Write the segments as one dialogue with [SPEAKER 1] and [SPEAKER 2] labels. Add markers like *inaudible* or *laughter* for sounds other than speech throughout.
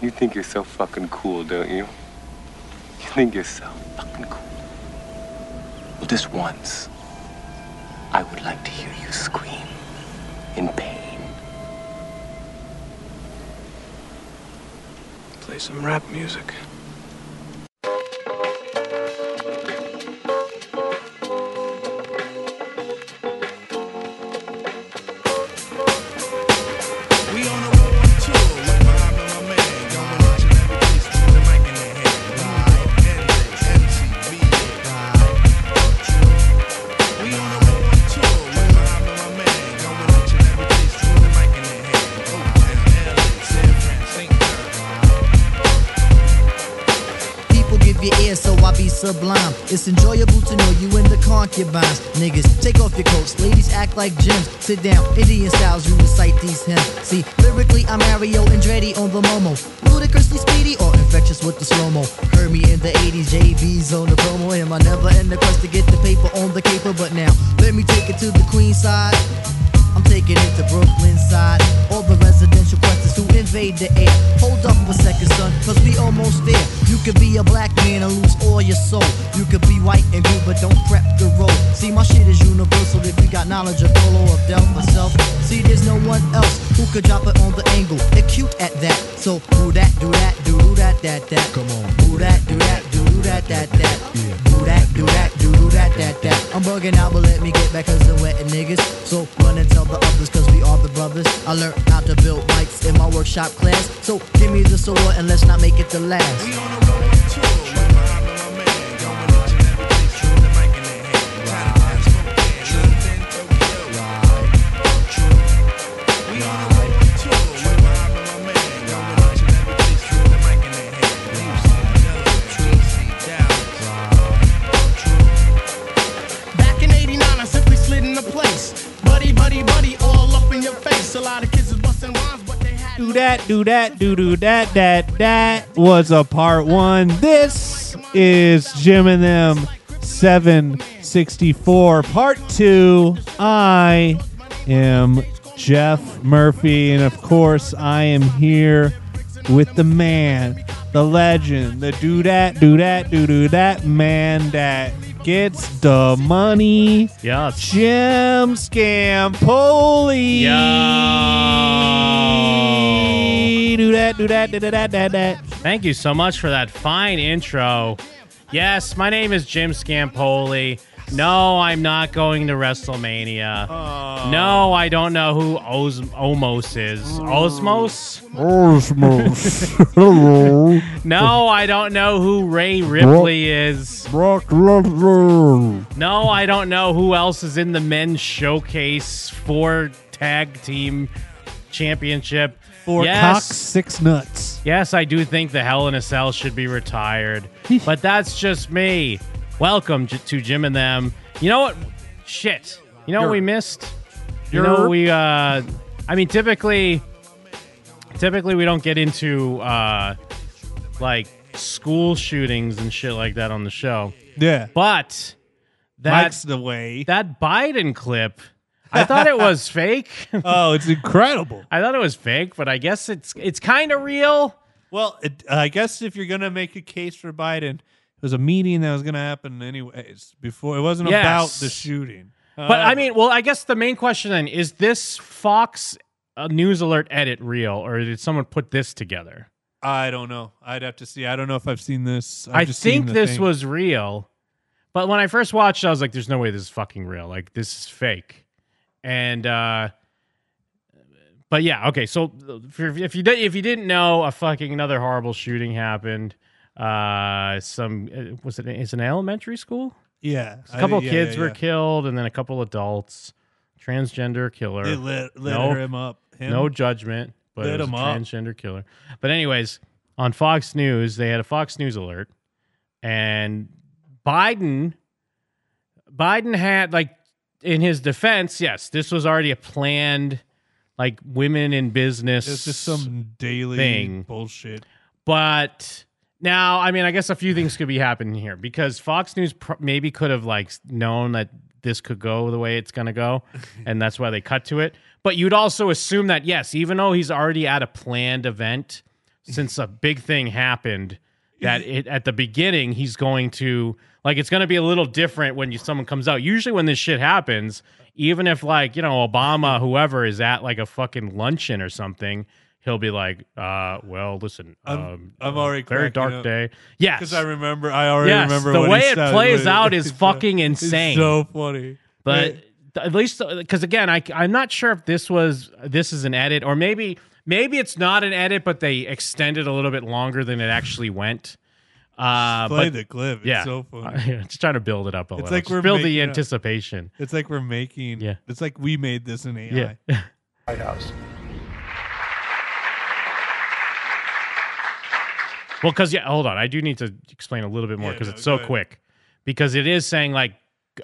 [SPEAKER 1] You think you're so fucking cool, don't you? You think you're so fucking cool. Well, just once, I would like to hear you scream in pain.
[SPEAKER 2] Play some rap music.
[SPEAKER 3] We on a rolling tour with my and my man. Going out to every place with the mic in their hand. Live, endings, MC, BA, live. We on a rolling tour with my and my man. Going out to every place with the mic in their hand. Oakland, LA, San Fran, St. John.
[SPEAKER 4] People give you ear, so I be sublime. It's enjoyable to know you in the concubines. Niggas, take off your coats. Ladies, act like gems. Sit down, Indian styles, you recite these hymns. See, lyrically, I'm Mario Andretti on the Momo. Ludicrously speedy or infectious with the slow mo. Heard me in the 80s, JV's on the promo. Am I never in the quest to get the paper on the caper? But now, let me take it to the Queen side. I'm taking it to Brooklyn side. All the residential questions who invade the air. Hold up a second, son, cause we almost there. You could be a black man and lose all your soul. You could be white and blue, but don't prep the road. See, my shit is universal if you got knowledge of Dolo or Del myself. See, there's no one else who could drop it on the angle. Acute at that. So, who that, do that, do that, that, that. Come on. Who that, do that, do that, that, that. Do that, do that, do that, that, that. I'm bugging out, but let me get back cause they're wet and niggas. So run and tell the others cause we are the brothers. I learned how to build mics in my workshop class. So give me the sword and let's not make it the last.
[SPEAKER 3] We on a rolling tour with my and my man. Going out to every place with the mic in their hand. Chinatown, Spokane, London, Tokyo. We on a rolling tour with my and my man. Going out to every place with the mic in their hand. Leipzig, Delaware, DC, Dallas.
[SPEAKER 5] Back in 89, I simply slid in the place. Buddy, buddy, buddy, all up in your face. A lot of kids was busting rhymes, but they had
[SPEAKER 6] do that, do that, do do that, that that was a part one. This is Jim and them seven sixty four part two. I am Jeff Murphy, and of course, I am here with the man, the legend, the do that, do that, do do that man that gets the money.
[SPEAKER 7] Yes.
[SPEAKER 6] Jim Scampoli.
[SPEAKER 7] Yo.
[SPEAKER 6] Do that, do that, do that, that, that.
[SPEAKER 7] Thank you so much for that fine intro. Yes, my name is Jim Scampoli. No, I'm not going to WrestleMania. No, I don't know who Os- Omos is. Osmos?
[SPEAKER 6] Hello,
[SPEAKER 7] No, I don't know who Ray Ripley is.
[SPEAKER 6] *laughs* Brock Lesnar.
[SPEAKER 7] No, I don't know who else is in the men's showcase for tag team championship.
[SPEAKER 6] Four
[SPEAKER 7] Yes.
[SPEAKER 6] cocks, six nuts.
[SPEAKER 7] Yes, I do think the Hell in a Cell should be
[SPEAKER 6] *laughs*
[SPEAKER 7] retired, but that's just me. Welcome j- to Jim and them. You know what? Shit. You know what we missed? You know what we. Uh, I mean, typically, typically we don't get into uh, like school shootings and shit like that on the show,
[SPEAKER 6] Yeah.
[SPEAKER 7] but
[SPEAKER 6] Mike's
[SPEAKER 7] that
[SPEAKER 6] the way.
[SPEAKER 7] that Biden clip, I thought it
[SPEAKER 6] *laughs*
[SPEAKER 7] was fake.
[SPEAKER 6] Oh, it's incredible.
[SPEAKER 7] *laughs* I thought it was fake, but I guess it's it's kind of real.
[SPEAKER 6] Well, it, I guess if you're going to make a case for Biden, it was a meeting that was going to happen anyways before. It wasn't
[SPEAKER 7] Yes.
[SPEAKER 6] about the shooting.
[SPEAKER 7] But
[SPEAKER 6] Uh,
[SPEAKER 7] I mean, well, I guess the main question then is this Fox uh, News Alert edit real, or did someone put this together?
[SPEAKER 6] I don't know. I'd have to see. I don't know if I've seen this. I've
[SPEAKER 7] i
[SPEAKER 6] just seen
[SPEAKER 7] think
[SPEAKER 6] the
[SPEAKER 7] this
[SPEAKER 6] thing.
[SPEAKER 7] was real, but when I first watched, it, I was like, "There's no way this is fucking real. Like this is fake." And uh, but yeah, okay. So if you if you, did, if you didn't know, a fucking another horrible shooting happened. Uh, some uh, was it? It's an elementary school.
[SPEAKER 6] Yeah,
[SPEAKER 7] A couple
[SPEAKER 6] I- yeah,
[SPEAKER 7] kids
[SPEAKER 6] yeah,
[SPEAKER 7] were
[SPEAKER 6] yeah.
[SPEAKER 7] killed, and then a couple adults. Transgender killer.
[SPEAKER 6] They lit, lit
[SPEAKER 7] No.
[SPEAKER 6] him up. Him?
[SPEAKER 7] No judgment, but it
[SPEAKER 6] Lit
[SPEAKER 7] was a
[SPEAKER 6] him up.
[SPEAKER 7] transgender killer. But anyways, on Fox News, they had a Fox News alert, and Biden, Biden had like in his defense, yes, this was already a planned, like women in business.
[SPEAKER 6] it's just some daily
[SPEAKER 7] Thing.
[SPEAKER 6] bullshit.
[SPEAKER 7] but now i mean i guess a few things could be happening here because fox news pr- maybe could have like s- known that this could go the way it's going to go and that's why they cut to it but you'd also assume that yes even though he's already at a planned event since a big thing happened that it, at the beginning he's going to like it's going to be a little different when you, someone comes out. Usually when this shit happens, even if like you know Obama whoever is at like a fucking luncheon or something, he'll be like, uh, well, listen,
[SPEAKER 6] I'm-
[SPEAKER 7] um,
[SPEAKER 6] I'm
[SPEAKER 7] uh,
[SPEAKER 6] already
[SPEAKER 7] very
[SPEAKER 6] cracking
[SPEAKER 7] dark
[SPEAKER 6] up.
[SPEAKER 7] day. Yes,
[SPEAKER 6] Because I remember, I already
[SPEAKER 7] Yes,
[SPEAKER 6] remember
[SPEAKER 7] the
[SPEAKER 6] what
[SPEAKER 7] way
[SPEAKER 6] he
[SPEAKER 7] it
[SPEAKER 6] said,
[SPEAKER 7] plays
[SPEAKER 6] but *laughs*
[SPEAKER 7] out is
[SPEAKER 6] it's
[SPEAKER 7] fucking
[SPEAKER 6] it's
[SPEAKER 7] insane.
[SPEAKER 6] so funny.
[SPEAKER 7] but at least because again I, i'm not sure if this was this is an edit or maybe maybe it's not an edit but they extended a little bit longer than it actually went uh
[SPEAKER 6] play
[SPEAKER 7] but
[SPEAKER 6] the clip. It's
[SPEAKER 7] yeah
[SPEAKER 6] so funny.
[SPEAKER 7] *laughs* just trying to build it up a little
[SPEAKER 6] like
[SPEAKER 7] Just
[SPEAKER 6] we're
[SPEAKER 7] build
[SPEAKER 6] making
[SPEAKER 7] the
[SPEAKER 6] a-
[SPEAKER 7] anticipation
[SPEAKER 6] It's like we're making.
[SPEAKER 7] Yeah.
[SPEAKER 6] It's like we made this in AI.
[SPEAKER 7] yeah *laughs*
[SPEAKER 8] White House.
[SPEAKER 7] well because yeah hold on i do need to explain a little bit more
[SPEAKER 6] Yeah,
[SPEAKER 7] because
[SPEAKER 6] no,
[SPEAKER 7] it's
[SPEAKER 6] go
[SPEAKER 7] so
[SPEAKER 6] ahead.
[SPEAKER 7] quick because it is saying like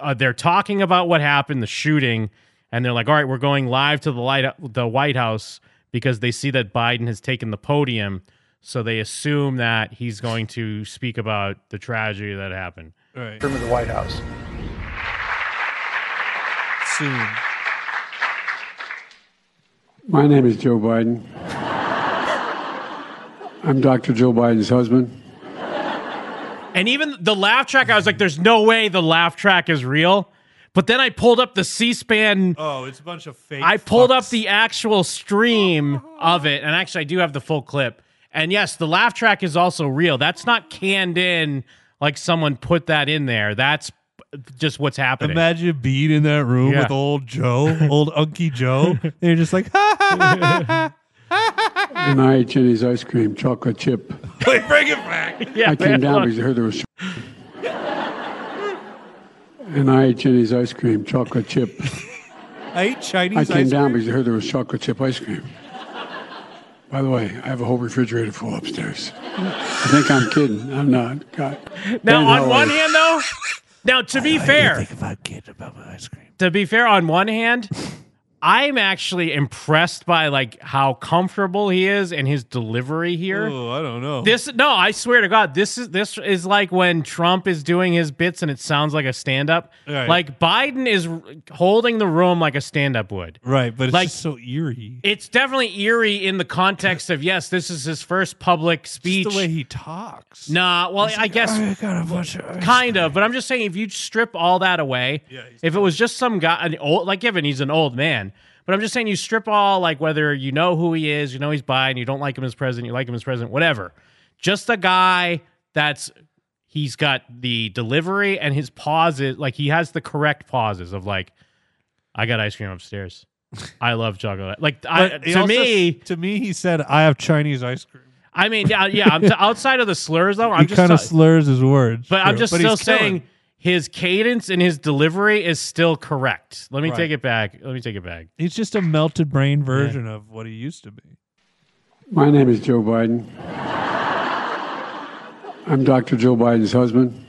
[SPEAKER 7] uh, they're talking about what happened the shooting and they're like all right we're going live to the light the white house because they see that biden has taken the podium so they assume that he's going to speak about the tragedy that happened
[SPEAKER 6] Right.
[SPEAKER 8] Room of the White House.
[SPEAKER 6] Soon.
[SPEAKER 2] My name is Joe Biden. I'm Dr. Joe Biden's husband.
[SPEAKER 7] And even the laugh track, I was like, there's no way the laugh track is real. But then I pulled up the C SPAN.
[SPEAKER 6] Oh, it's a bunch of fake.
[SPEAKER 7] I pulled up
[SPEAKER 6] fucks.
[SPEAKER 7] the actual stream of it. And actually, I do have the full clip. And yes, the laugh track is also real. That's not canned in like someone put that in there. That's just what's happening.
[SPEAKER 6] Imagine being in that room
[SPEAKER 7] Yeah.
[SPEAKER 6] with old Joe,
[SPEAKER 7] *laughs*
[SPEAKER 6] old Unky Joe. and you're just like, *laughs* ha ha ha ha. ha.
[SPEAKER 2] And I ate Jenny's ice cream, chocolate chip.
[SPEAKER 6] Wait, bring it back.
[SPEAKER 7] *laughs* yeah,
[SPEAKER 2] I came
[SPEAKER 7] man,
[SPEAKER 2] down
[SPEAKER 7] look.
[SPEAKER 2] because I heard there was. And I ate Jenny's ice cream, chocolate chip.
[SPEAKER 6] I ate
[SPEAKER 2] I
[SPEAKER 6] Chinese
[SPEAKER 2] came
[SPEAKER 6] ice
[SPEAKER 2] down
[SPEAKER 6] cream.
[SPEAKER 2] because I heard there was chocolate chip ice cream. By the way, I have a whole refrigerator full upstairs. I think I'm kidding. I'm not. God.
[SPEAKER 7] now,
[SPEAKER 2] Ben, how
[SPEAKER 7] on
[SPEAKER 2] are
[SPEAKER 7] one
[SPEAKER 2] you?
[SPEAKER 7] hand, though, now to be fair,
[SPEAKER 6] If I kid about my ice cream.
[SPEAKER 7] to be fair, on one hand, I'm actually impressed by like how comfortable he is and his delivery *laughs* here.
[SPEAKER 6] Oh, I don't know.
[SPEAKER 7] This no, I swear to God, this is this is like when Trump is doing his bits and it sounds like a stand up.
[SPEAKER 6] Right.
[SPEAKER 7] Like Biden is r- holding the room like a stand up would.
[SPEAKER 6] right, but it's
[SPEAKER 7] like-
[SPEAKER 6] just so eerie.
[SPEAKER 7] It's definitely eerie in the context of yes, this is his first public speech.
[SPEAKER 6] Just the way he talks.
[SPEAKER 7] nah, Uh, well, I guess
[SPEAKER 6] I got a bunch of.
[SPEAKER 7] kind of, but I'm just saying if you strip all that away,
[SPEAKER 6] Yeah, he's
[SPEAKER 7] if it was just some guy, an old, like given he's an old man, but I'm just saying you strip all like whether you know who he is, you know he's Biden, you don't like him as president, you like him as president, whatever. Just a guy that's he's got the delivery and his pauses, like he has the correct pauses of like, I got ice cream upstairs. I love chocolate. Like I,
[SPEAKER 6] But he
[SPEAKER 7] to
[SPEAKER 6] also-
[SPEAKER 7] me,
[SPEAKER 6] to me, he said, "I have Chinese ice cream."
[SPEAKER 7] I mean, yeah, yeah. I'm t- outside of the slurs though, I'm
[SPEAKER 6] he
[SPEAKER 7] just
[SPEAKER 6] kind of
[SPEAKER 7] ta-
[SPEAKER 6] slurs his words.
[SPEAKER 7] But I'm
[SPEAKER 6] True.
[SPEAKER 7] just
[SPEAKER 6] he's
[SPEAKER 7] still
[SPEAKER 6] killing.
[SPEAKER 7] saying his cadence and his delivery is still correct. Let me
[SPEAKER 6] Right.
[SPEAKER 7] take it back. Let me take it back.
[SPEAKER 6] he's just a melted brain version of what he used to be.
[SPEAKER 2] My name is Joe Biden. I'm Dr. Joe Biden's husband.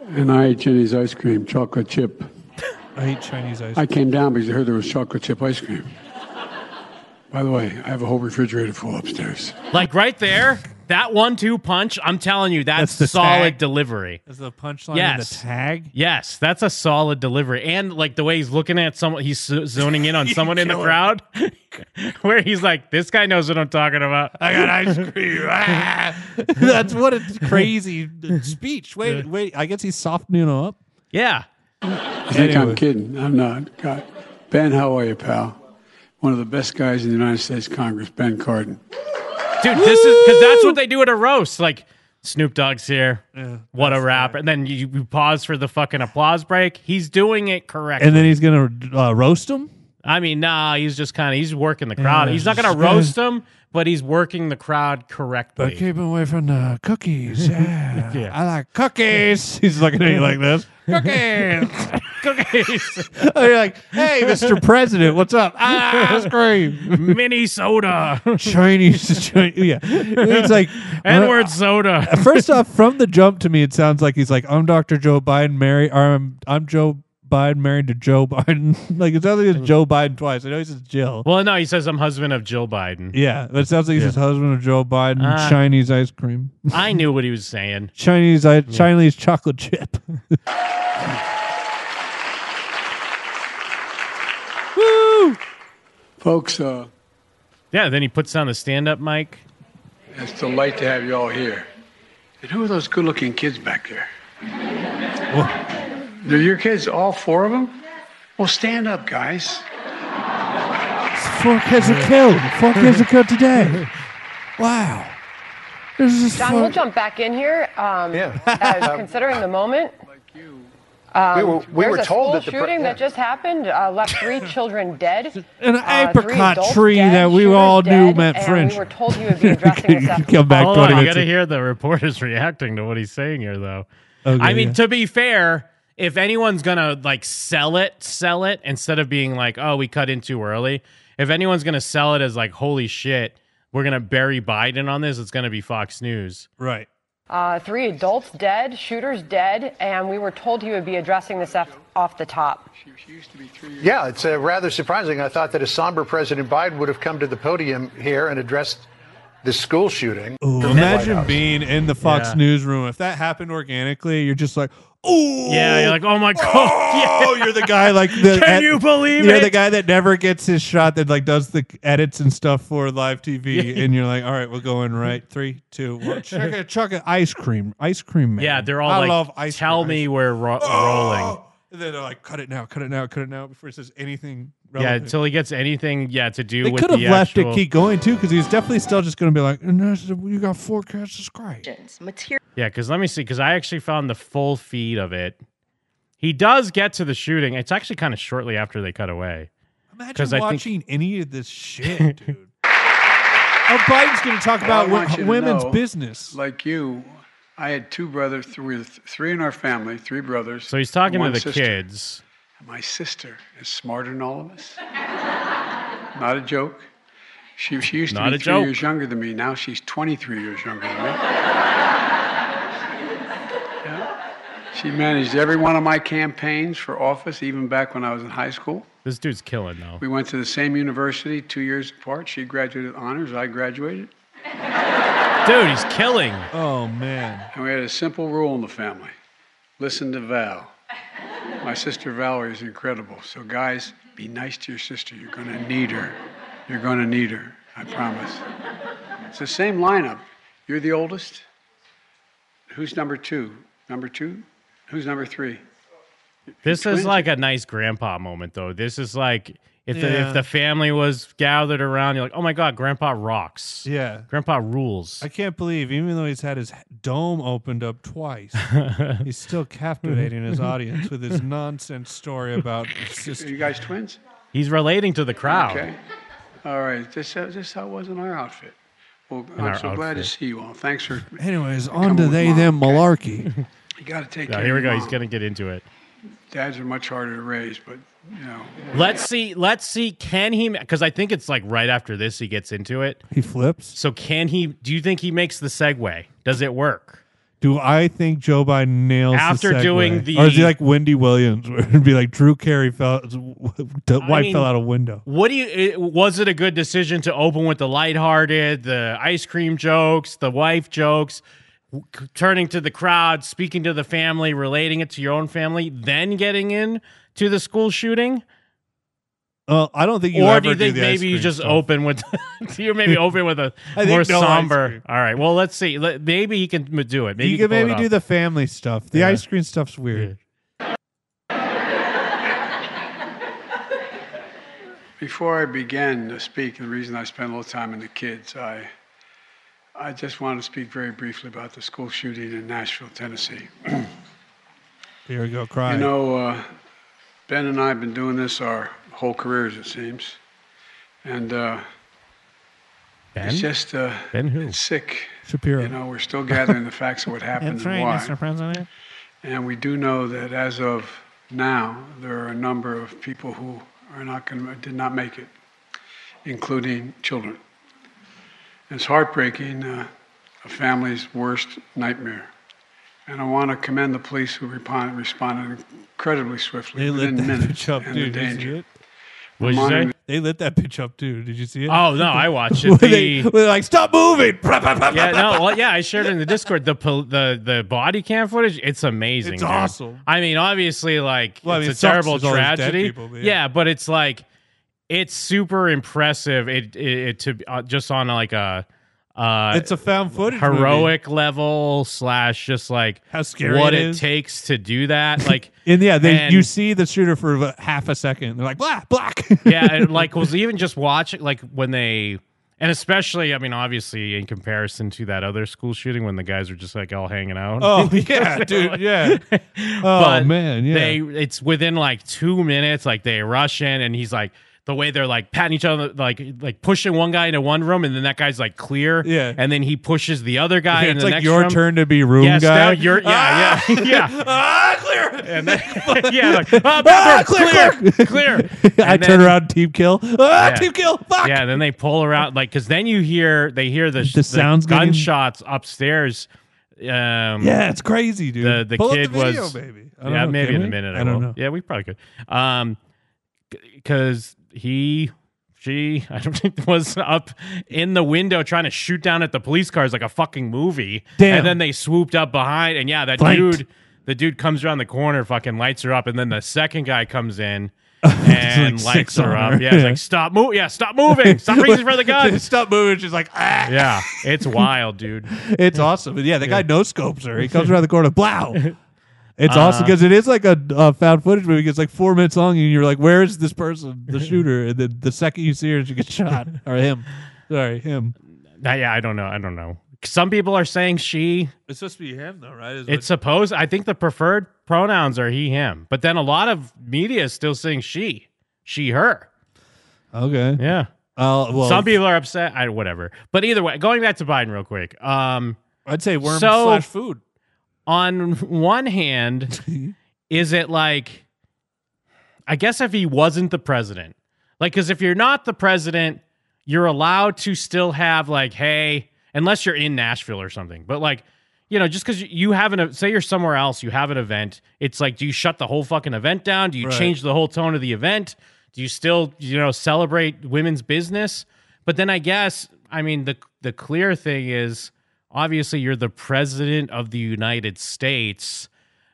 [SPEAKER 2] And I ate Jenny's ice cream, chocolate chip.
[SPEAKER 6] I hate Chinese ice
[SPEAKER 2] I
[SPEAKER 6] cream.
[SPEAKER 2] came down because I heard there was chocolate chip ice cream. By the way, I have a whole refrigerator full upstairs.
[SPEAKER 7] Like right there, that one two punch, I'm telling you, that's,
[SPEAKER 6] That's the
[SPEAKER 7] solid
[SPEAKER 6] tag.
[SPEAKER 7] delivery.
[SPEAKER 6] Is the punchline
[SPEAKER 7] Yes.
[SPEAKER 6] in the tag?
[SPEAKER 7] Yes, that's a solid delivery. And like the way he's looking at someone, he's zo- zoning
[SPEAKER 6] *laughs*
[SPEAKER 7] in on someone in the crowd *laughs* where he's like, this guy knows what I'm talking about. *laughs*
[SPEAKER 6] I got ice cream. *laughs* Ah! That's what a crazy speech. Wait, wait. I guess he's softening up.
[SPEAKER 7] Yeah.
[SPEAKER 2] I think
[SPEAKER 6] Anyway.
[SPEAKER 2] I'm kidding. I'm not. God. Ben, how are you, pal? One of the best guys in the United States Congress, Ben Cardin.
[SPEAKER 7] Dude, this is because that's what they do at a roast. Like, Snoop Dogg's here. what a rapper. And then you, you pause for the fucking applause break. He's doing it correctly.
[SPEAKER 6] And then he's gonna uh, roast him.
[SPEAKER 7] I mean, nah, he's just kind of he's working the crowd.
[SPEAKER 6] Yeah,
[SPEAKER 7] he's not gonna
[SPEAKER 6] just-
[SPEAKER 7] roast them, but he's working the crowd correctly.
[SPEAKER 6] him away from the *laughs* cookies. Yeah, I like cookies. *laughs* He's looking at you like this. *laughs* Cookies.
[SPEAKER 7] *laughs* Cookies,
[SPEAKER 6] And you're like, hey, Mr. President, what's *laughs* up? Ah, ice cream.
[SPEAKER 7] *laughs* Minnesota,
[SPEAKER 6] Chinese, *laughs* Chinese. Yeah.
[SPEAKER 7] *laughs*
[SPEAKER 6] It's like, uh,
[SPEAKER 7] Edward
[SPEAKER 6] *laughs*
[SPEAKER 7] Soda.
[SPEAKER 6] First off, from the jump to me, it sounds like he's like, I'm Dr. Joe Biden, married, or I'm, I'm Joe Biden, married to Joe Biden. *laughs* like, it sounds like it's Joe Biden twice. I know he says Jill.
[SPEAKER 7] Well, no, he says I'm husband of Jill Biden.
[SPEAKER 6] *laughs* yeah, but it sounds like he's his husband of Joe Biden,
[SPEAKER 7] Ah.
[SPEAKER 6] Chinese ice cream,
[SPEAKER 7] I knew what he was saying.
[SPEAKER 6] Chinese I- Chinese chocolate chip. *laughs*
[SPEAKER 2] Folks, uh,
[SPEAKER 7] Yeah, then he puts on the stand up mic.
[SPEAKER 2] It's a delight to have you all here. And who are those good looking kids back there? They're your kids, all four of them? Well, stand up, guys.
[SPEAKER 9] Four kids are killed. Four kids are killed today.
[SPEAKER 6] *laughs*
[SPEAKER 9] Wow. This is
[SPEAKER 8] John,
[SPEAKER 9] four-
[SPEAKER 8] we'll jump back in here. Um,
[SPEAKER 10] Yeah. *laughs*
[SPEAKER 8] uh, considering the moment, Um,
[SPEAKER 10] we were, we
[SPEAKER 8] there's
[SPEAKER 10] were
[SPEAKER 8] a
[SPEAKER 10] told
[SPEAKER 8] school
[SPEAKER 10] that the pre-
[SPEAKER 8] shooting
[SPEAKER 10] yeah.
[SPEAKER 8] that just happened, uh, left
[SPEAKER 10] *laughs*
[SPEAKER 8] three children dead.
[SPEAKER 9] An
[SPEAKER 8] uh, three
[SPEAKER 9] apricot
[SPEAKER 8] adults
[SPEAKER 9] tree
[SPEAKER 8] dead,
[SPEAKER 9] that we
[SPEAKER 8] shooters
[SPEAKER 9] all knew
[SPEAKER 8] dead,
[SPEAKER 9] meant
[SPEAKER 8] and
[SPEAKER 9] French.
[SPEAKER 8] We were told you would be
[SPEAKER 6] *laughs*
[SPEAKER 8] addressing this after
[SPEAKER 6] Come back
[SPEAKER 7] Hold
[SPEAKER 6] twenty
[SPEAKER 7] on, you got
[SPEAKER 6] minutes.
[SPEAKER 7] to hear the reporters reacting to what he's saying here, though.
[SPEAKER 6] Okay,
[SPEAKER 7] I mean,
[SPEAKER 6] Oh, yeah.
[SPEAKER 7] to be fair, if anyone's gonna like sell it, sell it instead of being like, "Oh, we cut in too early." If anyone's gonna sell it as like, "Holy shit, we're gonna bury Biden on this," it's gonna be Fox News.
[SPEAKER 6] right.
[SPEAKER 8] Uh, three adults dead, shooters dead, and we were told he would be addressing this off, off the top.
[SPEAKER 10] Yeah, it's uh, rather surprising. I thought that a somber President Biden would have come to the podium here and addressed this school shooting.
[SPEAKER 6] Ooh,
[SPEAKER 10] White
[SPEAKER 6] imagine
[SPEAKER 10] House.
[SPEAKER 6] being in the Fox
[SPEAKER 7] Yeah.
[SPEAKER 6] newsroom. If that happened organically, you're just like, ooh.
[SPEAKER 7] Yeah, you're like, "Oh my god, *laughs*
[SPEAKER 6] Oh,
[SPEAKER 7] yeah.
[SPEAKER 6] *laughs* you're the guy like the
[SPEAKER 7] Can you believe
[SPEAKER 6] you're
[SPEAKER 7] it?
[SPEAKER 6] the guy that never gets his shot that like does the edits and stuff for live TV, and you're like, all right, we'll go in right three, two, one. Chuck a chuck a *laughs* ice cream, ice cream man.
[SPEAKER 7] yeah." They're all
[SPEAKER 6] I
[SPEAKER 7] like,
[SPEAKER 6] love ice Oh,
[SPEAKER 7] "Tell
[SPEAKER 6] cream,
[SPEAKER 7] me
[SPEAKER 6] ice
[SPEAKER 7] we're ro- rolling."
[SPEAKER 6] And then they're like, cut it now, cut it now, cut it now before it says anything.
[SPEAKER 7] Yeah,
[SPEAKER 6] Relevant.
[SPEAKER 7] until he gets anything, yeah, to do
[SPEAKER 6] they
[SPEAKER 7] with
[SPEAKER 6] could
[SPEAKER 7] the
[SPEAKER 6] have left
[SPEAKER 7] actual.
[SPEAKER 6] it keep going too because he's definitely still just going to be like, no, you got four cats, it's great.
[SPEAKER 7] Yeah, because let me see, because I actually found the full feed of it. He does get to the shooting. It's actually kind of shortly after they cut away.
[SPEAKER 6] Imagine
[SPEAKER 7] 'Cause I think-
[SPEAKER 6] watching any of
[SPEAKER 7] *laughs*
[SPEAKER 6] this shit, dude. oh, Biden's going to talk about
[SPEAKER 2] I want
[SPEAKER 6] wo-
[SPEAKER 2] you to
[SPEAKER 6] women's
[SPEAKER 2] know-
[SPEAKER 6] business.
[SPEAKER 2] Like you, I had two brothers, th- we were th- three in our family, three brothers.
[SPEAKER 7] So he's talking to
[SPEAKER 2] one
[SPEAKER 7] the
[SPEAKER 2] sister.
[SPEAKER 7] kids.
[SPEAKER 2] My sister is smarter than all of us. Not a joke. She, she used to
[SPEAKER 7] Not
[SPEAKER 2] be
[SPEAKER 7] a
[SPEAKER 2] three
[SPEAKER 7] joke.
[SPEAKER 2] years younger than me. Now she's 23 years younger than me. yeah. She managed every one of my campaigns for office, even back when I was in high school.
[SPEAKER 7] This dude's killing though.
[SPEAKER 2] We went to the same university two years apart. She graduated with honors, I graduated.
[SPEAKER 7] Dude, he's killing.
[SPEAKER 6] Oh man,
[SPEAKER 2] And we had a simple rule in the family listen to Val. My sister Valerie is incredible. So, guys, be nice to your sister. You're going to need her. You're going to need her. I promise. It's the same lineup. You're the oldest. Who's number two? Number two? Who's number three?
[SPEAKER 7] This
[SPEAKER 2] twins
[SPEAKER 7] is like a nice grandpa moment though. This is like if the
[SPEAKER 6] Yeah.
[SPEAKER 7] if the family was gathered around, you're like, oh my god, grandpa rocks. *laughs*
[SPEAKER 6] yeah.
[SPEAKER 7] Grandpa rules.
[SPEAKER 6] I can't believe, even though he's had his dome opened up
[SPEAKER 7] *laughs*
[SPEAKER 6] twice, he's still captivating his audience with his nonsense story about his
[SPEAKER 2] *laughs* Are you
[SPEAKER 6] sister.
[SPEAKER 2] guys twins?
[SPEAKER 7] *laughs* He's relating to the crowd.
[SPEAKER 2] Okay. All right. This, uh, this how it was in our outfit. Well, I'm
[SPEAKER 7] our
[SPEAKER 2] so glad to
[SPEAKER 7] outfit.
[SPEAKER 2] see you all. Thanks for.
[SPEAKER 6] Anyways, on
[SPEAKER 2] Come
[SPEAKER 6] to
[SPEAKER 2] with
[SPEAKER 6] they
[SPEAKER 2] Mom,
[SPEAKER 6] them
[SPEAKER 2] okay?
[SPEAKER 7] *laughs*
[SPEAKER 6] malarkey.
[SPEAKER 2] You got to take
[SPEAKER 7] Now,
[SPEAKER 2] care
[SPEAKER 7] here we
[SPEAKER 2] of your
[SPEAKER 7] go. He's
[SPEAKER 2] mom.
[SPEAKER 7] gonna get into it.
[SPEAKER 2] Dads are much harder to raise, but you know.
[SPEAKER 7] Let's see. Let's see. Can he? Because I think it's like right after this he gets into it.
[SPEAKER 6] he flips.
[SPEAKER 7] So can he? Do you think he makes the segue? Does it work?
[SPEAKER 6] Do I think Joe Biden nails the
[SPEAKER 7] After
[SPEAKER 6] segue?
[SPEAKER 7] doing the-
[SPEAKER 6] or is he like Wendy Williams, *laughs* where it'd be like Drew Carey fell, *laughs* his wife
[SPEAKER 7] mean-
[SPEAKER 6] fell out a window.
[SPEAKER 7] What do you? It, was it a good decision to open with the lighthearted, the ice cream jokes, the wife jokes, w- c- turning to the crowd, speaking to the family, relating it to your own family, then getting in to the school shooting?
[SPEAKER 6] Well, I don't think you
[SPEAKER 7] or
[SPEAKER 6] ever
[SPEAKER 7] do you think
[SPEAKER 6] the ice
[SPEAKER 7] maybe you
[SPEAKER 6] cream
[SPEAKER 7] just
[SPEAKER 6] stuff.
[SPEAKER 7] open with? *laughs* do you maybe open with a
[SPEAKER 6] I think
[SPEAKER 7] more
[SPEAKER 6] no ice
[SPEAKER 7] somber?
[SPEAKER 6] cream.
[SPEAKER 7] All right. Well, let's see. Let- maybe he can m- do it. Maybe
[SPEAKER 6] you
[SPEAKER 7] he
[SPEAKER 6] can
[SPEAKER 7] pull it
[SPEAKER 6] maybe do
[SPEAKER 7] off.
[SPEAKER 6] the family stuff. The
[SPEAKER 7] Yeah.
[SPEAKER 6] ice cream stuff's weird.
[SPEAKER 2] Before I began to speak, the reason I spent a little time on the kids, I, I just want to speak very briefly about the school shooting in Nashville, Tennessee.
[SPEAKER 6] Here we go, cry.
[SPEAKER 2] You know, uh, Ben and I have been doing this our whole careers, it seems, and uh,
[SPEAKER 7] Ben?
[SPEAKER 2] it's just uh,
[SPEAKER 7] Ben who?
[SPEAKER 2] it's sick.
[SPEAKER 6] Shapiro.
[SPEAKER 2] You know, we're still gathering the facts of what happened and why.
[SPEAKER 9] President.
[SPEAKER 2] And we do know that as of now, there are a number of people who are not going to, did not make it, including children. It's heartbreaking, uh, a family's worst nightmare. And I want to commend the police who respond, responded incredibly swiftly
[SPEAKER 6] they lit
[SPEAKER 2] within
[SPEAKER 6] that *laughs*
[SPEAKER 2] minutes
[SPEAKER 6] bitch up,
[SPEAKER 2] and
[SPEAKER 6] dude.
[SPEAKER 2] the
[SPEAKER 6] Did you see
[SPEAKER 2] danger.
[SPEAKER 6] it?
[SPEAKER 7] What'd you say?
[SPEAKER 2] Mine-
[SPEAKER 6] They lit that bitch up, too. Did you see it?
[SPEAKER 7] Oh no,
[SPEAKER 6] *laughs*
[SPEAKER 7] I watched
[SPEAKER 6] Where
[SPEAKER 7] it.
[SPEAKER 6] they,
[SPEAKER 7] The,
[SPEAKER 6] where they're like, stop moving.
[SPEAKER 7] yeah, no, well, yeah, I shared it in the Discord the pol- the the body cam footage. It's amazing.
[SPEAKER 6] It's
[SPEAKER 7] dude.
[SPEAKER 6] awesome.
[SPEAKER 7] I mean, obviously, like
[SPEAKER 6] Well, I
[SPEAKER 7] it's
[SPEAKER 6] mean, it
[SPEAKER 7] a
[SPEAKER 6] sucks
[SPEAKER 7] terrible
[SPEAKER 6] there's all these dead
[SPEAKER 7] tragedy.
[SPEAKER 6] people, but
[SPEAKER 7] yeah.
[SPEAKER 6] yeah.
[SPEAKER 7] but it's like it's super impressive. It it, it to uh, just on like a uh,
[SPEAKER 6] it's a found footage movie.
[SPEAKER 7] heroic level slash just like
[SPEAKER 6] How scary
[SPEAKER 7] what
[SPEAKER 6] it
[SPEAKER 7] it,
[SPEAKER 6] is.
[SPEAKER 7] takes to do that.
[SPEAKER 6] *laughs*
[SPEAKER 7] Like
[SPEAKER 6] And yeah, they
[SPEAKER 7] and-
[SPEAKER 6] you see the shooter for about half a second. They're like black, *laughs* black.
[SPEAKER 7] yeah, and like was even just watching like when they and especially I mean obviously in comparison to that other school shooting when the guys were just like all hanging out. *laughs*
[SPEAKER 6] oh yeah, dude. Yeah. Oh
[SPEAKER 7] But
[SPEAKER 6] man. Yeah.
[SPEAKER 7] They it's within like two minutes, like they rush in and he's like the way they're like patting each other, like like pushing one guy into one room, and then that guy's like clear,
[SPEAKER 6] Yeah.
[SPEAKER 7] and then he pushes the other guy. in
[SPEAKER 6] it's
[SPEAKER 7] the
[SPEAKER 6] like
[SPEAKER 7] next
[SPEAKER 6] your
[SPEAKER 7] room.
[SPEAKER 6] turn to be room
[SPEAKER 7] yes,
[SPEAKER 6] guy. *laughs*
[SPEAKER 7] now you're yeah, yeah, yeah,
[SPEAKER 6] ah, *laughs* clear.
[SPEAKER 7] and then *laughs* yeah, like
[SPEAKER 6] *laughs*
[SPEAKER 7] ah, bathroom,
[SPEAKER 6] uh, clear,
[SPEAKER 7] clear, clear.
[SPEAKER 6] I
[SPEAKER 7] And then-
[SPEAKER 6] turn around, team kill. Ah,
[SPEAKER 7] Yeah.
[SPEAKER 6] team kill. Fuck.
[SPEAKER 7] Yeah, then they pull around like because then you hear they hear the, the
[SPEAKER 6] sounds getting-
[SPEAKER 7] gunshots upstairs. Um,
[SPEAKER 6] Yeah, it's crazy, dude.
[SPEAKER 7] The- the
[SPEAKER 6] Pull up
[SPEAKER 7] kid
[SPEAKER 6] the video,
[SPEAKER 7] was-
[SPEAKER 6] maybe. I don't
[SPEAKER 7] Yeah,
[SPEAKER 6] know,
[SPEAKER 7] maybe
[SPEAKER 6] can
[SPEAKER 7] in a
[SPEAKER 6] we?
[SPEAKER 7] minute. I,
[SPEAKER 6] I, don't
[SPEAKER 7] will.
[SPEAKER 6] know.
[SPEAKER 7] Yeah, we probably could. Um, because he, she, *laughs* I don't think was up in the window trying to shoot down at the police cars like a fucking movie.
[SPEAKER 6] Damn.
[SPEAKER 7] And then they swooped up behind, and yeah, that
[SPEAKER 6] Flanked.
[SPEAKER 7] dude, the dude comes around the corner, fucking lights her up, and then the second guy comes in. And
[SPEAKER 6] like
[SPEAKER 7] lights
[SPEAKER 6] six
[SPEAKER 7] her up.
[SPEAKER 6] on her.
[SPEAKER 7] Yeah, it's
[SPEAKER 6] Yeah.
[SPEAKER 7] like stop move. Yeah, stop moving.
[SPEAKER 6] *laughs*
[SPEAKER 7] Stop reaching for the gun.
[SPEAKER 6] Stop moving. She's like, ah.
[SPEAKER 7] Yeah, it's wild, dude.
[SPEAKER 6] *laughs* It's awesome. And yeah, the guy no scopes her.
[SPEAKER 7] *laughs*
[SPEAKER 6] He comes around the corner, blow. It's awesome
[SPEAKER 7] Uh,
[SPEAKER 6] because it is like a, a found footage movie. It's like four minutes long, and you're like, "Where is this person,
[SPEAKER 7] *laughs*
[SPEAKER 6] the shooter?" And then the second you see her, she gets shot, or him. Sorry, him.
[SPEAKER 7] I, yeah, I don't know. I don't know. Some people are saying she.
[SPEAKER 6] It's supposed to be him, though, right?
[SPEAKER 7] It's supposed. I think the preferred pronouns are he, him. But then a lot of media is still saying she, she, her.
[SPEAKER 6] okay.
[SPEAKER 7] Yeah.
[SPEAKER 6] Uh, well,
[SPEAKER 7] Some people are upset. I whatever. But either way, going back to Biden real quick. Um,
[SPEAKER 6] I'd say worm
[SPEAKER 7] So-
[SPEAKER 6] slash food.
[SPEAKER 7] on one hand, is it like, I guess if he wasn't the president, like, because if you're not the president, you're allowed to still have, like, hey, unless you're in Nashville or something, but like, you know, just because you have an, say you're somewhere else, you have an event, it's like, do you shut the whole fucking event down? Do you
[SPEAKER 6] Right.
[SPEAKER 7] change the whole tone of the event? Do you still, you know, celebrate women's business? But then I guess, I mean, the the clear thing is obviously you're the president of the United States.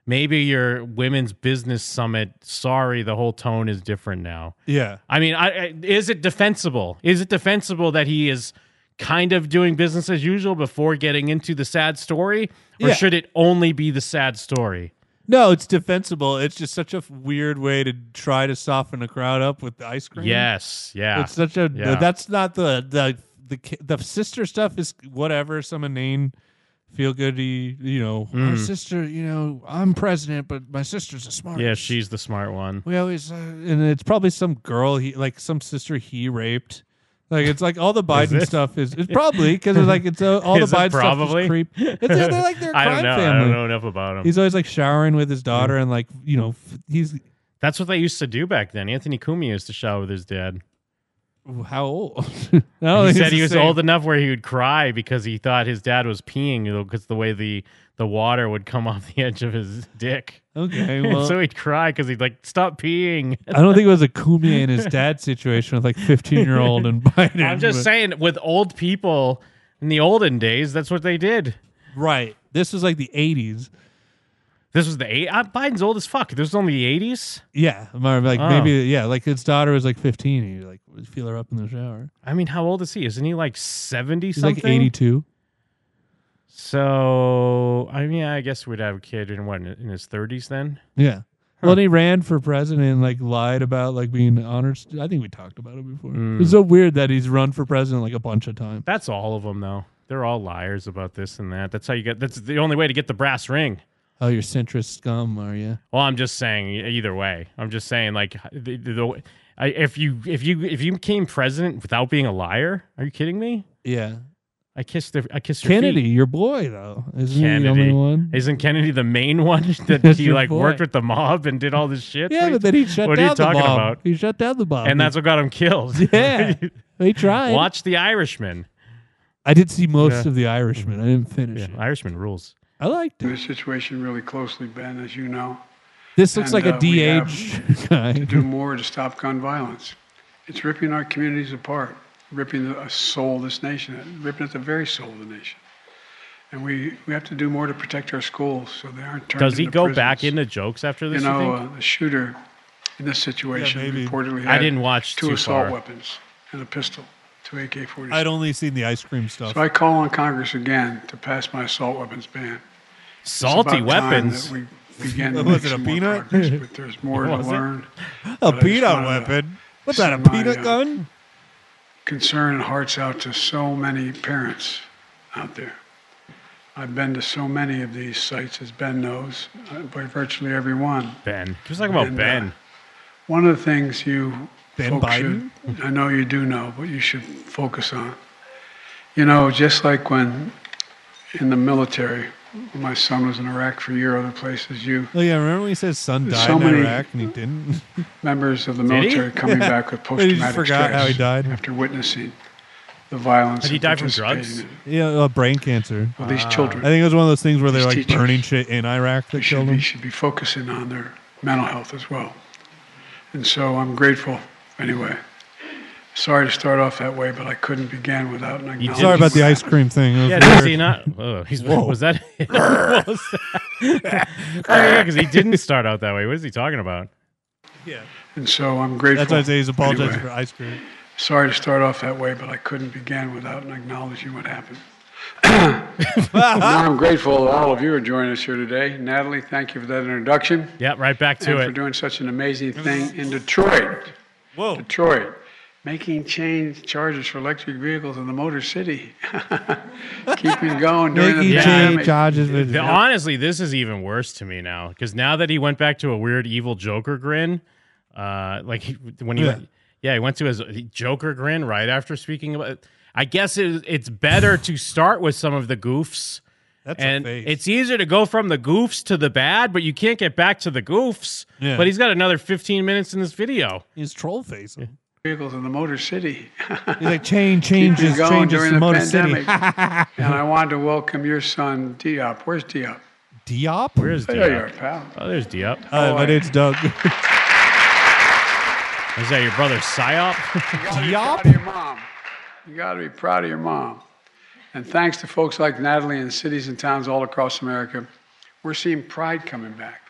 [SPEAKER 7] Maybe your women's business summit. Sorry, the whole tone is different now.
[SPEAKER 6] Yeah.
[SPEAKER 7] I mean, I, I, is it defensible? Is it defensible that he is kind of doing business as usual before getting into the sad story, or
[SPEAKER 6] Yeah.
[SPEAKER 7] should it only be the sad story?
[SPEAKER 6] No, it's defensible. It's just such a f- weird way to try to soften a crowd up with the ice cream.
[SPEAKER 7] Yes, yeah,
[SPEAKER 6] It's such a
[SPEAKER 7] Yeah.
[SPEAKER 6] that's not the the the ki- the sister stuff is whatever some inane feel goody you know
[SPEAKER 7] Mm.
[SPEAKER 6] our sister you know I'm president but my sister's a smart
[SPEAKER 7] yeah. She's the smart one.
[SPEAKER 6] we always uh, and it's probably some girl he like some sister he raped like it's like all the Biden stuff is it's probably because it's like it's uh,
[SPEAKER 7] *laughs*
[SPEAKER 6] all
[SPEAKER 7] Is
[SPEAKER 6] the
[SPEAKER 7] it
[SPEAKER 6] Biden stuff
[SPEAKER 7] probably?
[SPEAKER 6] is creep it's they're like their
[SPEAKER 7] *laughs* I don't
[SPEAKER 6] crime
[SPEAKER 7] know.
[SPEAKER 6] family
[SPEAKER 7] I don't know enough about Mm. him.
[SPEAKER 6] he's always like showering with his daughter and like you know f- he's
[SPEAKER 7] That's what they used to do back then. Anthony Cumia used to shower with his dad.
[SPEAKER 6] how old *laughs* no
[SPEAKER 7] he said he was old
[SPEAKER 6] older.
[SPEAKER 7] enough where he would cry because he thought his dad was peeing, you know, because the way the the water would come *laughs* off the edge of his dick.
[SPEAKER 6] okay
[SPEAKER 7] *laughs* And
[SPEAKER 6] well
[SPEAKER 7] so he'd cry because he'd like stop peeing.
[SPEAKER 6] I don't think it was a Kumi and his dad situation with like 15 year old and Biden.
[SPEAKER 7] *laughs* I'm just
[SPEAKER 6] but-
[SPEAKER 7] saying, with old people in the olden days, that's what they did.
[SPEAKER 6] Right. This was like the 80s.
[SPEAKER 7] This was the eight. Uh, Biden's old as fuck. This was only the 80s.
[SPEAKER 6] Yeah. am I- Like
[SPEAKER 7] Oh.
[SPEAKER 6] maybe, yeah. Like his daughter was like 15 and you like would feel her up in the shower.
[SPEAKER 7] I mean, how old is he? Isn't he like 70
[SPEAKER 6] He's
[SPEAKER 7] something?
[SPEAKER 6] like 82.
[SPEAKER 7] So, I mean, I guess we'd have a kid in what in his 30s then.
[SPEAKER 6] Yeah. Well, then he ran for president and like lied about like being honored. st- I think we talked about it before. It's so weird that he's run for president like a bunch of
[SPEAKER 7] Hmm.
[SPEAKER 6] times.
[SPEAKER 7] That's all of them, though. They're all liars about this and that. That's how you get. That's the only way to get the brass ring.
[SPEAKER 6] Oh, you're centrist scum, are you?
[SPEAKER 7] Well, I'm just saying. e- Either way, I'm just saying. Like, the, the, the, I, if you if you if you became president without being a liar, are you kidding me?
[SPEAKER 6] Yeah.
[SPEAKER 7] I kissed. The, I kissed your feet.
[SPEAKER 6] Kennedy, your boy though, isn't he the
[SPEAKER 7] Kennedy.
[SPEAKER 6] only one?
[SPEAKER 7] Isn't Kennedy the main
[SPEAKER 6] *laughs*
[SPEAKER 7] one *laughs* that
[SPEAKER 6] That's
[SPEAKER 7] he
[SPEAKER 6] your
[SPEAKER 7] like
[SPEAKER 6] boy.
[SPEAKER 7] worked with the mob and did all this shit?
[SPEAKER 6] Yeah,
[SPEAKER 7] Like,
[SPEAKER 6] but then he shut
[SPEAKER 7] what are
[SPEAKER 6] down
[SPEAKER 7] you
[SPEAKER 6] the
[SPEAKER 7] talking
[SPEAKER 6] bomb.
[SPEAKER 7] about?
[SPEAKER 6] He shut down the bomb.
[SPEAKER 7] and that's what got him killed.
[SPEAKER 6] *laughs* Yeah, they tried.
[SPEAKER 7] *laughs* Watch The Irishman.
[SPEAKER 6] I did see most
[SPEAKER 7] Yeah.
[SPEAKER 6] of The Irishman. I didn't finish
[SPEAKER 7] Yeah,
[SPEAKER 6] it.
[SPEAKER 7] Irishman rules.
[SPEAKER 6] I liked
[SPEAKER 2] in
[SPEAKER 6] it.
[SPEAKER 2] this situation really closely, Ben, as you know,
[SPEAKER 6] This looks
[SPEAKER 2] And,
[SPEAKER 6] like a
[SPEAKER 2] uh, we have *laughs*
[SPEAKER 6] DH guy.
[SPEAKER 2] to do more to stop gun violence. It's ripping our communities apart, ripping the soul of this nation, ripping at the very soul of the nation. And we, we have to do more to protect our schools so they aren't turned
[SPEAKER 7] Does he
[SPEAKER 2] into
[SPEAKER 7] go back
[SPEAKER 2] prisons.
[SPEAKER 7] into jokes after this?
[SPEAKER 2] You
[SPEAKER 7] you
[SPEAKER 2] know,
[SPEAKER 7] think?
[SPEAKER 2] uh, the shooter in this situation.
[SPEAKER 6] maybe.
[SPEAKER 2] Reportedly,
[SPEAKER 7] I
[SPEAKER 2] had
[SPEAKER 7] didn't watch
[SPEAKER 2] two
[SPEAKER 7] too
[SPEAKER 2] assault
[SPEAKER 7] far.
[SPEAKER 2] weapons and a pistol, two AK-47.
[SPEAKER 6] I'd only seen the ice cream stuff.
[SPEAKER 2] So I call on Congress again to pass my assault weapons ban.
[SPEAKER 7] Salty
[SPEAKER 2] It's about time
[SPEAKER 7] weapens.
[SPEAKER 2] that we begin to
[SPEAKER 6] *laughs* Was
[SPEAKER 2] make
[SPEAKER 6] it a
[SPEAKER 2] some more
[SPEAKER 6] peanut?
[SPEAKER 2] progress, but there's more
[SPEAKER 6] *laughs*
[SPEAKER 2] to
[SPEAKER 7] Was it?
[SPEAKER 2] learn.
[SPEAKER 6] a
[SPEAKER 2] but I just
[SPEAKER 6] peanut
[SPEAKER 2] wanted to
[SPEAKER 6] weapon. What's that? A
[SPEAKER 2] send my,
[SPEAKER 6] peanut
[SPEAKER 2] uh,
[SPEAKER 6] gun?
[SPEAKER 2] Concern and hearts out to so many parents out there. I've been to so many of these sites, as Ben knows, uh, by virtually every one.
[SPEAKER 7] Ben. Just talking about
[SPEAKER 2] And, uh,
[SPEAKER 7] Ben.
[SPEAKER 2] One of the things you
[SPEAKER 6] Ben
[SPEAKER 2] folks
[SPEAKER 6] Biden?
[SPEAKER 2] should, I know you do know, but you should focus on. You know, just like when in the military, when my son was in Iraq for a year, other places, you
[SPEAKER 6] Oh yeah, remember when he said son died
[SPEAKER 2] so
[SPEAKER 6] in
[SPEAKER 2] many-
[SPEAKER 6] Iraq and he didn't?
[SPEAKER 2] *laughs* members of the
[SPEAKER 7] Did he?
[SPEAKER 2] military
[SPEAKER 6] *laughs*
[SPEAKER 2] coming back with
[SPEAKER 6] But
[SPEAKER 2] post-traumatic
[SPEAKER 6] he just forgot
[SPEAKER 2] stress
[SPEAKER 6] how he died.
[SPEAKER 2] after witnessing the violence.
[SPEAKER 7] Did he
[SPEAKER 2] and
[SPEAKER 7] die from
[SPEAKER 2] participating
[SPEAKER 7] drugs?
[SPEAKER 2] in it.
[SPEAKER 6] yeah, uh, brain cancer.
[SPEAKER 2] Well, these
[SPEAKER 6] I
[SPEAKER 2] children
[SPEAKER 6] think it was one of those things where they're
[SPEAKER 2] These
[SPEAKER 6] like
[SPEAKER 2] teachers.
[SPEAKER 6] burning shit in Iraq that
[SPEAKER 2] we should
[SPEAKER 6] killed
[SPEAKER 2] be,
[SPEAKER 6] him.
[SPEAKER 2] should be focusing on their mental health as well. And so I'm grateful anyway. Sorry to start off that way, but I couldn't begin without an acknowledgement.
[SPEAKER 6] Sorry about the ice cream thing. It was
[SPEAKER 7] Yeah,
[SPEAKER 6] weird.
[SPEAKER 7] does he not? Oh, he's *laughs* was
[SPEAKER 6] *laughs*
[SPEAKER 7] that? what was that? *laughs* Oh, Because he didn't start out that way. What is he talking about?
[SPEAKER 2] And so I'm grateful.
[SPEAKER 6] That's why I say he's apologizing
[SPEAKER 2] Anyway,
[SPEAKER 6] for ice cream.
[SPEAKER 2] Sorry to start off that way, but I couldn't begin without acknowledging what
[SPEAKER 6] *laughs*
[SPEAKER 2] happened. now I'm grateful that all of you are joining us here today. Natalie, thank you for that introduction
[SPEAKER 7] Yeah, right back to
[SPEAKER 2] and
[SPEAKER 7] it.
[SPEAKER 2] for doing such an amazing thing in Detroit.
[SPEAKER 6] Whoa.
[SPEAKER 2] Detroit, making change charges for electric vehicles in the Motor City. *laughs* Keeping going during
[SPEAKER 6] Mickey
[SPEAKER 2] the
[SPEAKER 6] E J.
[SPEAKER 2] pandemic.
[SPEAKER 6] charges with
[SPEAKER 7] The- Honestly, this is even worse to me now because now that he went back to a weird evil Joker grin, uh, like he, when he,
[SPEAKER 6] Yeah.
[SPEAKER 7] yeah. he went to his Joker grin right after speaking about. I guess it, it's better to start with some of the goofs,
[SPEAKER 6] That's
[SPEAKER 7] and
[SPEAKER 6] a face.
[SPEAKER 7] it's easier to go from the goofs to the bad, but you can't get back to the goofs.
[SPEAKER 6] Yeah.
[SPEAKER 7] But he's got another 15 minutes in this video.
[SPEAKER 6] his troll face. him.
[SPEAKER 2] Vehicles in the Motor City.
[SPEAKER 6] He's like
[SPEAKER 2] *laughs*
[SPEAKER 6] chain
[SPEAKER 2] Keeping
[SPEAKER 6] changes,
[SPEAKER 2] going
[SPEAKER 6] changes
[SPEAKER 2] during
[SPEAKER 6] to
[SPEAKER 2] the
[SPEAKER 6] Motor City.
[SPEAKER 2] pandemic.
[SPEAKER 6] *laughs*
[SPEAKER 2] and I wanted to welcome your son, Diop. Where's Diop?
[SPEAKER 6] Diop.
[SPEAKER 7] Where's
[SPEAKER 2] There you are,
[SPEAKER 7] Diop?
[SPEAKER 2] pal.
[SPEAKER 7] Oh, there's Diop.
[SPEAKER 6] Hi, my
[SPEAKER 2] boy.
[SPEAKER 6] name's Doug.
[SPEAKER 7] *laughs* Is that your brother Psyop?
[SPEAKER 2] You gotta be proud of
[SPEAKER 6] Yup.
[SPEAKER 2] your mom. You gotta be proud of your mom. And thanks to folks like Natalie in cities and towns all across America, we're seeing pride coming back.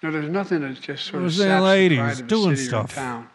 [SPEAKER 2] You know, there's nothing that just sort of
[SPEAKER 6] Those
[SPEAKER 2] saps
[SPEAKER 6] ladies
[SPEAKER 2] the pride of a
[SPEAKER 6] doing
[SPEAKER 2] city
[SPEAKER 6] stuff.
[SPEAKER 2] or a town.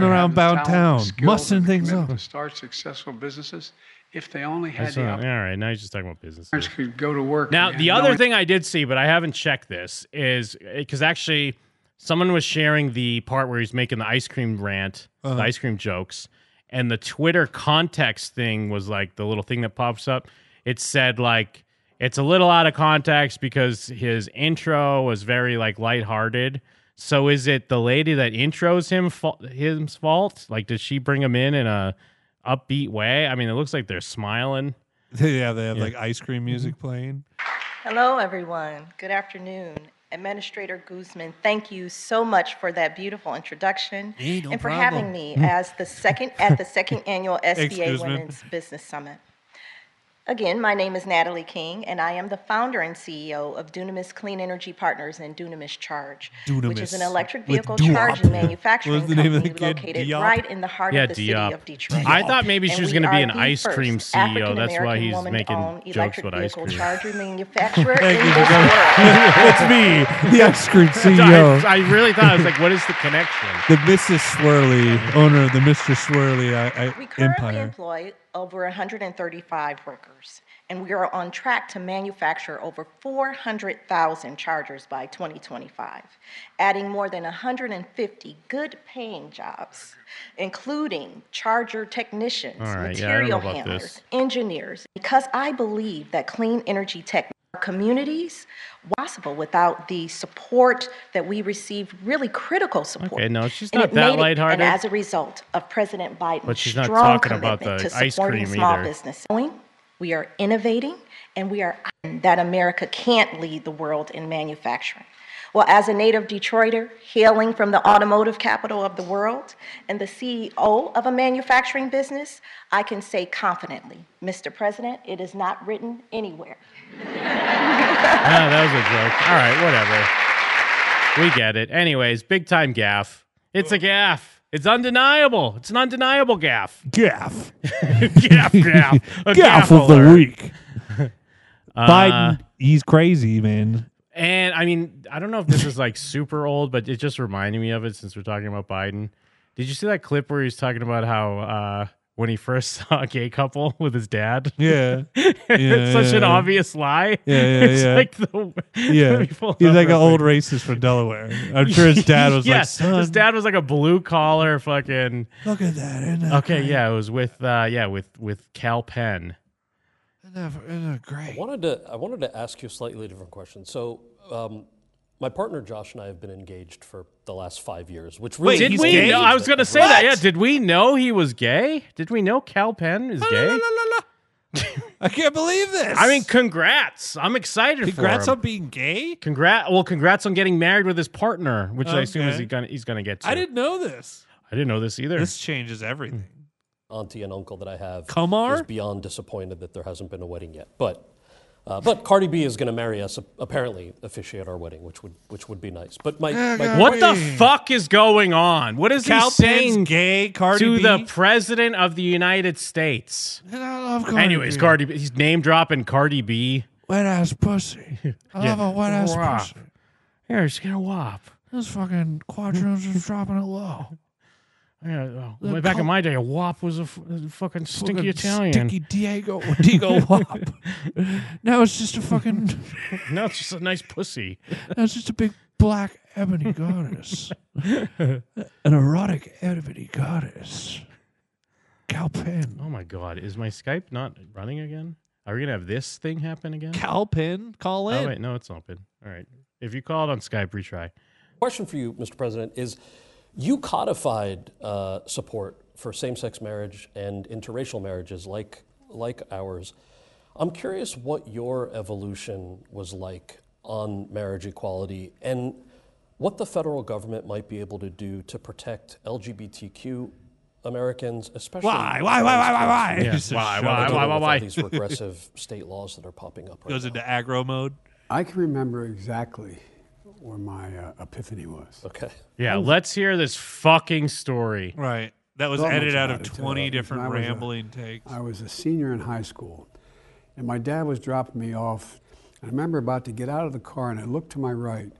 [SPEAKER 2] There have
[SPEAKER 6] around
[SPEAKER 2] the
[SPEAKER 6] bound town,
[SPEAKER 2] talent, the skills, and the
[SPEAKER 6] mussing things
[SPEAKER 2] commitment
[SPEAKER 6] up.
[SPEAKER 2] To start successful businesses, if they only had
[SPEAKER 7] That's
[SPEAKER 2] the
[SPEAKER 7] not- all
[SPEAKER 2] opportunity,
[SPEAKER 7] right, now he's just talking about business.
[SPEAKER 2] parents could go to work.
[SPEAKER 7] Now,
[SPEAKER 2] and
[SPEAKER 7] the other
[SPEAKER 2] knowing-
[SPEAKER 7] thing I did see, but I haven't checked this, is because actually someone was sharing the part where he's making the ice cream rant,
[SPEAKER 6] Uh-huh.
[SPEAKER 7] the ice cream jokes, and the Twitter context thing was like the little thing that pops up. It said like it's a little out of context because his intro was very like lighthearted. So is it the lady that intros him fa- his fault? Like, did she bring him in in a upbeat way? I mean, it looks like they're smiling.
[SPEAKER 6] *laughs* yeah, they have like ice cream music playing.
[SPEAKER 11] Hello, everyone. Good afternoon. Administrator Guzman, thank you so much for that beautiful introduction
[SPEAKER 6] Hey, no
[SPEAKER 11] and for
[SPEAKER 6] problem.
[SPEAKER 11] having
[SPEAKER 6] *laughs*
[SPEAKER 11] me as the second at the second annual SBA
[SPEAKER 6] Guzman.
[SPEAKER 11] Women's Business Summit. Again, my name is Natalie King, and I am the founder and CEO of Dunamis Clean Energy Partners and Dunamis Charge, which is an
[SPEAKER 6] Dunamis.
[SPEAKER 11] electric
[SPEAKER 6] With
[SPEAKER 11] vehicle
[SPEAKER 6] Duop.
[SPEAKER 11] charge and
[SPEAKER 6] *laughs* What
[SPEAKER 11] manufacturing
[SPEAKER 6] was the name of the
[SPEAKER 11] company
[SPEAKER 6] kid?
[SPEAKER 11] located
[SPEAKER 6] Diop?
[SPEAKER 11] right in the heart
[SPEAKER 7] Yeah,
[SPEAKER 11] of the city
[SPEAKER 7] Diop.
[SPEAKER 11] of Detroit.
[SPEAKER 7] I thought maybe she
[SPEAKER 11] And we
[SPEAKER 7] was going to
[SPEAKER 11] are
[SPEAKER 7] be an
[SPEAKER 11] the
[SPEAKER 7] ice
[SPEAKER 11] first
[SPEAKER 7] cream CEO. That's why
[SPEAKER 11] African-American
[SPEAKER 7] he's making
[SPEAKER 11] woman-owned
[SPEAKER 7] jokes
[SPEAKER 11] electric
[SPEAKER 7] about ice
[SPEAKER 11] vehicle
[SPEAKER 7] cream. *laughs*
[SPEAKER 11] Charger manufacturer
[SPEAKER 6] Thank
[SPEAKER 11] in
[SPEAKER 6] you
[SPEAKER 11] the
[SPEAKER 6] for
[SPEAKER 11] world.
[SPEAKER 6] *laughs* it's me, the
[SPEAKER 7] *laughs*
[SPEAKER 6] ice cream E
[SPEAKER 7] I,
[SPEAKER 6] CEO,
[SPEAKER 7] I really thought I was like, what is the
[SPEAKER 11] *laughs*
[SPEAKER 7] connection?
[SPEAKER 6] the Mrs. Swirly, owner of the Mr. Swirly I,
[SPEAKER 11] We
[SPEAKER 6] I,
[SPEAKER 11] currently
[SPEAKER 6] Empire.
[SPEAKER 11] employ over 135 workers, and we are on track to manufacture over 400,000 chargers by 2025, adding more than 150 good-paying jobs, including charger technicians,
[SPEAKER 7] All right, yeah, I don't
[SPEAKER 11] material
[SPEAKER 7] know about
[SPEAKER 11] handlers,
[SPEAKER 7] this.
[SPEAKER 11] engineers, because I believe that clean energy tech our communities possible without the support that we receive, really critical support.
[SPEAKER 7] Okay, no, she's
[SPEAKER 11] And
[SPEAKER 7] not
[SPEAKER 11] it
[SPEAKER 7] that
[SPEAKER 11] made it-
[SPEAKER 7] lighthearted.
[SPEAKER 11] And as a result of President Biden's
[SPEAKER 7] But she's not
[SPEAKER 11] strong
[SPEAKER 7] talking about
[SPEAKER 11] commitment
[SPEAKER 7] the
[SPEAKER 11] to
[SPEAKER 7] ice
[SPEAKER 11] supporting
[SPEAKER 7] cream
[SPEAKER 11] small
[SPEAKER 7] either.
[SPEAKER 11] business, we are innovating, and we are that America can't lead the world in manufacturing. Well, as a native Detroiter, hailing from the automotive capital of the world and the CEO of a manufacturing business, I can say confidently, Mr. President, it is not written anywhere.
[SPEAKER 7] Ah, that was a joke. All right, whatever. We get it. Anyways, big time gaff. It's a gaff. It's undeniable. It's an undeniable gaff.
[SPEAKER 6] Gaff,
[SPEAKER 7] *laughs*
[SPEAKER 6] *laughs*
[SPEAKER 7] gaff, gaff. A
[SPEAKER 6] gaff of
[SPEAKER 7] *laughs*
[SPEAKER 6] the
[SPEAKER 7] alert. Uh, *laughs*
[SPEAKER 6] week. Biden, he's crazy, man.
[SPEAKER 7] And I mean, I don't know if this is like super old, but it just reminded me of it since we're talking about Biden. Did you see that clip where he's talking about how uh, when he first *laughs* saw a gay couple with his dad?
[SPEAKER 6] Yeah.
[SPEAKER 7] *laughs* it's such an
[SPEAKER 6] Yeah.
[SPEAKER 7] obvious lie.
[SPEAKER 6] Yeah, yeah,
[SPEAKER 7] *laughs* it's
[SPEAKER 6] yeah.
[SPEAKER 7] like the
[SPEAKER 6] Yeah,
[SPEAKER 7] Let me pull it
[SPEAKER 6] he's
[SPEAKER 7] up
[SPEAKER 6] like an
[SPEAKER 7] real
[SPEAKER 6] old racist from Delaware. *laughs* I'm
[SPEAKER 7] *laughs*
[SPEAKER 6] sure his dad was like,
[SPEAKER 7] yes,
[SPEAKER 6] "Son,
[SPEAKER 7] his dad was like a blue collar fucking.
[SPEAKER 6] Look at that, isn't that
[SPEAKER 7] okay,
[SPEAKER 6] great?
[SPEAKER 7] yeah, it was with uh, yeah with with Cal Penn.
[SPEAKER 12] I
[SPEAKER 6] great.
[SPEAKER 12] wanted to I wanted to ask you a slightly different question. So, um, my partner Josh and I have been engaged for the last five years, which really
[SPEAKER 7] did we? Know, I was gonna say that. Yeah, did we know he was gay? Did we know Cal Penn is gay?
[SPEAKER 6] I can't believe this.
[SPEAKER 7] I mean, congrats! I'm excited.
[SPEAKER 6] Congrats
[SPEAKER 7] for him.
[SPEAKER 6] on being gay.
[SPEAKER 7] Congrats! Well, congrats on getting married with his partner, which I assume is
[SPEAKER 6] Okay.
[SPEAKER 7] he gonna he's gonna get to.
[SPEAKER 6] I didn't know this.
[SPEAKER 7] I didn't know this either.
[SPEAKER 6] This changes everything.
[SPEAKER 12] auntie and uncle that I have
[SPEAKER 6] Komar?
[SPEAKER 12] is beyond disappointed that there hasn't been a wedding yet. But uh, but Cardi B is going to marry us, apparently officiate our wedding, which would which would be nice. But my, my
[SPEAKER 7] Oh, What the fuck is going on? What is
[SPEAKER 12] Cal
[SPEAKER 7] he
[SPEAKER 12] Penn's
[SPEAKER 7] saying?
[SPEAKER 6] Gay Cardi
[SPEAKER 7] to
[SPEAKER 6] B?
[SPEAKER 7] the president of the United States.
[SPEAKER 6] And I love Cardi
[SPEAKER 7] Anyways,
[SPEAKER 6] B.
[SPEAKER 7] Cardi B, he's name dropping Cardi B.
[SPEAKER 6] Wet ass
[SPEAKER 7] *laughs*
[SPEAKER 6] pussy. I
[SPEAKER 7] Yeah.
[SPEAKER 6] love a wet ass
[SPEAKER 7] Wop.
[SPEAKER 6] pussy.
[SPEAKER 7] Here, just gonna wop.
[SPEAKER 6] This fucking quadroons
[SPEAKER 7] *laughs*
[SPEAKER 6] is dropping it low.
[SPEAKER 7] Yeah, oh,
[SPEAKER 6] The
[SPEAKER 7] way back
[SPEAKER 6] col-
[SPEAKER 7] in my day, a wop was a, f- a fucking stinky
[SPEAKER 6] Fucking
[SPEAKER 7] Italian.
[SPEAKER 6] Stinky Diego.
[SPEAKER 7] *laughs*
[SPEAKER 6] Diego Wop. now it's just a fucking.
[SPEAKER 7] No, it's just a nice pussy.
[SPEAKER 6] Now it's just a big black
[SPEAKER 7] *laughs*
[SPEAKER 6] ebony goddess. An erotic ebony goddess. Cal Penn.
[SPEAKER 7] Oh my god, is my Skype not running again? Are we gonna have this thing happen again?
[SPEAKER 6] Cal Penn, call
[SPEAKER 7] oh wait, no, it's open. All right, if you call it on Skype, retry.
[SPEAKER 12] question for you, Mr. President, is you codified uh, support for same-sex marriage and interracial marriages like like ours. I'm curious what your evolution was like on marriage equality and what the federal government might be able to do to protect LGBTQ Americans, especially
[SPEAKER 6] Why? Why? Why? Why? Why? Why?
[SPEAKER 12] Yeah.
[SPEAKER 6] Just
[SPEAKER 7] Why?
[SPEAKER 6] shove
[SPEAKER 7] Why?
[SPEAKER 6] it
[SPEAKER 12] Dealing
[SPEAKER 7] Why?
[SPEAKER 12] with
[SPEAKER 7] Why?
[SPEAKER 12] all
[SPEAKER 7] Why?
[SPEAKER 12] These regressive state laws that are popping up right
[SPEAKER 6] Goes into aggro mode.
[SPEAKER 13] I can remember exactly where my uh, epiphany was.
[SPEAKER 12] Okay.
[SPEAKER 7] Yeah,
[SPEAKER 2] Oh,
[SPEAKER 7] let's hear this fucking story.
[SPEAKER 6] Oh. Right. That was
[SPEAKER 13] Thought much
[SPEAKER 6] edited out
[SPEAKER 13] about
[SPEAKER 6] of
[SPEAKER 13] it, too.
[SPEAKER 6] 20
[SPEAKER 13] Uh,
[SPEAKER 6] different
[SPEAKER 13] I was a-
[SPEAKER 6] rambling takes.
[SPEAKER 13] I was a senior in high school, and my dad was dropping me off. I remember about to get out of the car, and I looked to my right,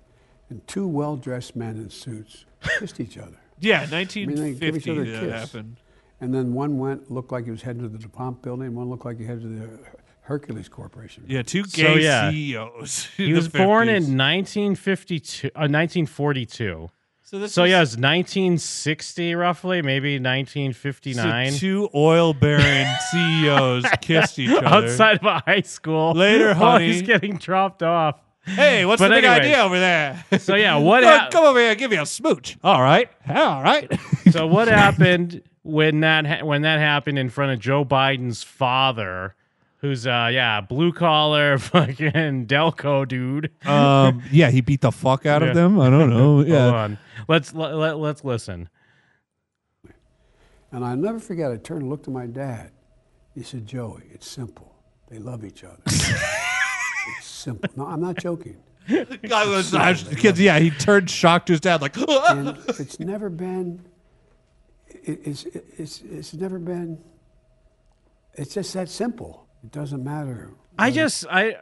[SPEAKER 13] and two well dressed men in suits kissed each other.
[SPEAKER 6] *laughs* Yeah,
[SPEAKER 13] I mean, they gave each
[SPEAKER 6] 1950
[SPEAKER 13] other a
[SPEAKER 6] that
[SPEAKER 13] kiss.
[SPEAKER 6] happened.
[SPEAKER 13] And then one went, looked like he was headed to the DuPont building, and one looked like he headed to the Hercules Corporation.
[SPEAKER 6] Yeah, two
[SPEAKER 7] So,
[SPEAKER 6] gay
[SPEAKER 7] yeah.
[SPEAKER 6] CEOs. *laughs* in
[SPEAKER 7] He
[SPEAKER 6] the
[SPEAKER 7] was born
[SPEAKER 6] 50s.
[SPEAKER 7] in 1952, uh, 1942.
[SPEAKER 6] So this
[SPEAKER 7] so
[SPEAKER 6] was-
[SPEAKER 7] yeah, it's 1960 roughly, maybe 1959.
[SPEAKER 6] So two oil baron
[SPEAKER 7] *laughs*
[SPEAKER 6] CEOs E kissed each other.
[SPEAKER 7] outside of a high school. *laughs*
[SPEAKER 6] Later,
[SPEAKER 7] while he's
[SPEAKER 6] honey.
[SPEAKER 7] getting dropped off.
[SPEAKER 6] Hey, what's
[SPEAKER 7] But
[SPEAKER 6] the big
[SPEAKER 7] anyways,
[SPEAKER 6] idea over there?
[SPEAKER 7] So yeah, what
[SPEAKER 6] Look,
[SPEAKER 7] hap-
[SPEAKER 6] come over here, give me a smooch. All right, all right.
[SPEAKER 7] so
[SPEAKER 6] *laughs*
[SPEAKER 7] what happened when that ha- when that happened in front of Joe Biden's father, who's uh yeah blue collar *laughs* fucking Delco dude.
[SPEAKER 6] um,
[SPEAKER 7] *laughs*
[SPEAKER 6] yeah, he beat the fuck out
[SPEAKER 7] Yeah.
[SPEAKER 6] of them. I don't
[SPEAKER 7] *laughs*
[SPEAKER 6] know.
[SPEAKER 7] Hold
[SPEAKER 6] Yeah,
[SPEAKER 7] on, let's let, let, let's listen.
[SPEAKER 13] And I never forget, I turned and looked at my dad. He said, Joey, it's simple. They love each
[SPEAKER 6] *laughs*
[SPEAKER 13] other. it's simple. No, I'm not joking.
[SPEAKER 6] I was, I was- kids. Yeah, he turned shocked to his dad, like, *laughs*
[SPEAKER 13] And it's never been, it, it's, it's, it's never been, it's just that simple. It doesn't matter.
[SPEAKER 7] I just I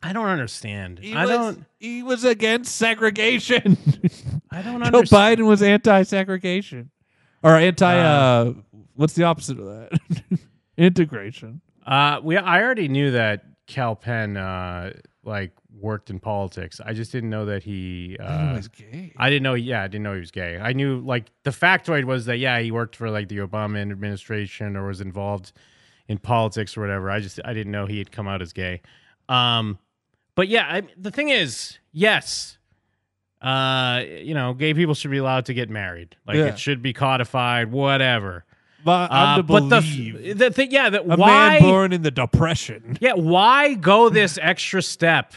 [SPEAKER 7] I don't understand.
[SPEAKER 6] He
[SPEAKER 7] I
[SPEAKER 6] was-
[SPEAKER 7] don't
[SPEAKER 6] He was against segregation.
[SPEAKER 7] I don't
[SPEAKER 6] *laughs* Joe
[SPEAKER 7] understand.
[SPEAKER 6] Biden was anti-segregation, or anti. Uh, what's the opposite of that? *laughs* Integration.
[SPEAKER 7] Uh, we I already knew that Cal Penn uh, like worked in politics. I just didn't know that he. Uh, I
[SPEAKER 6] didn't know he was gay.
[SPEAKER 7] I didn't know. Yeah, I didn't know he was gay. I knew like the factoid was that yeah he worked for like the Obama administration or was involved in politics or whatever. I just I didn't know he had come out as gay. Um, but yeah, I, the thing is, yes, uh, you know, gay people should be allowed to get married. Like
[SPEAKER 6] Yeah.
[SPEAKER 7] it should be codified, whatever.
[SPEAKER 6] But I'm
[SPEAKER 7] Uh,
[SPEAKER 6] to
[SPEAKER 7] but the,
[SPEAKER 6] believe
[SPEAKER 7] f- the thing, yeah, that
[SPEAKER 6] a
[SPEAKER 7] why
[SPEAKER 6] man born in the depression.
[SPEAKER 7] yeah, why go this extra step?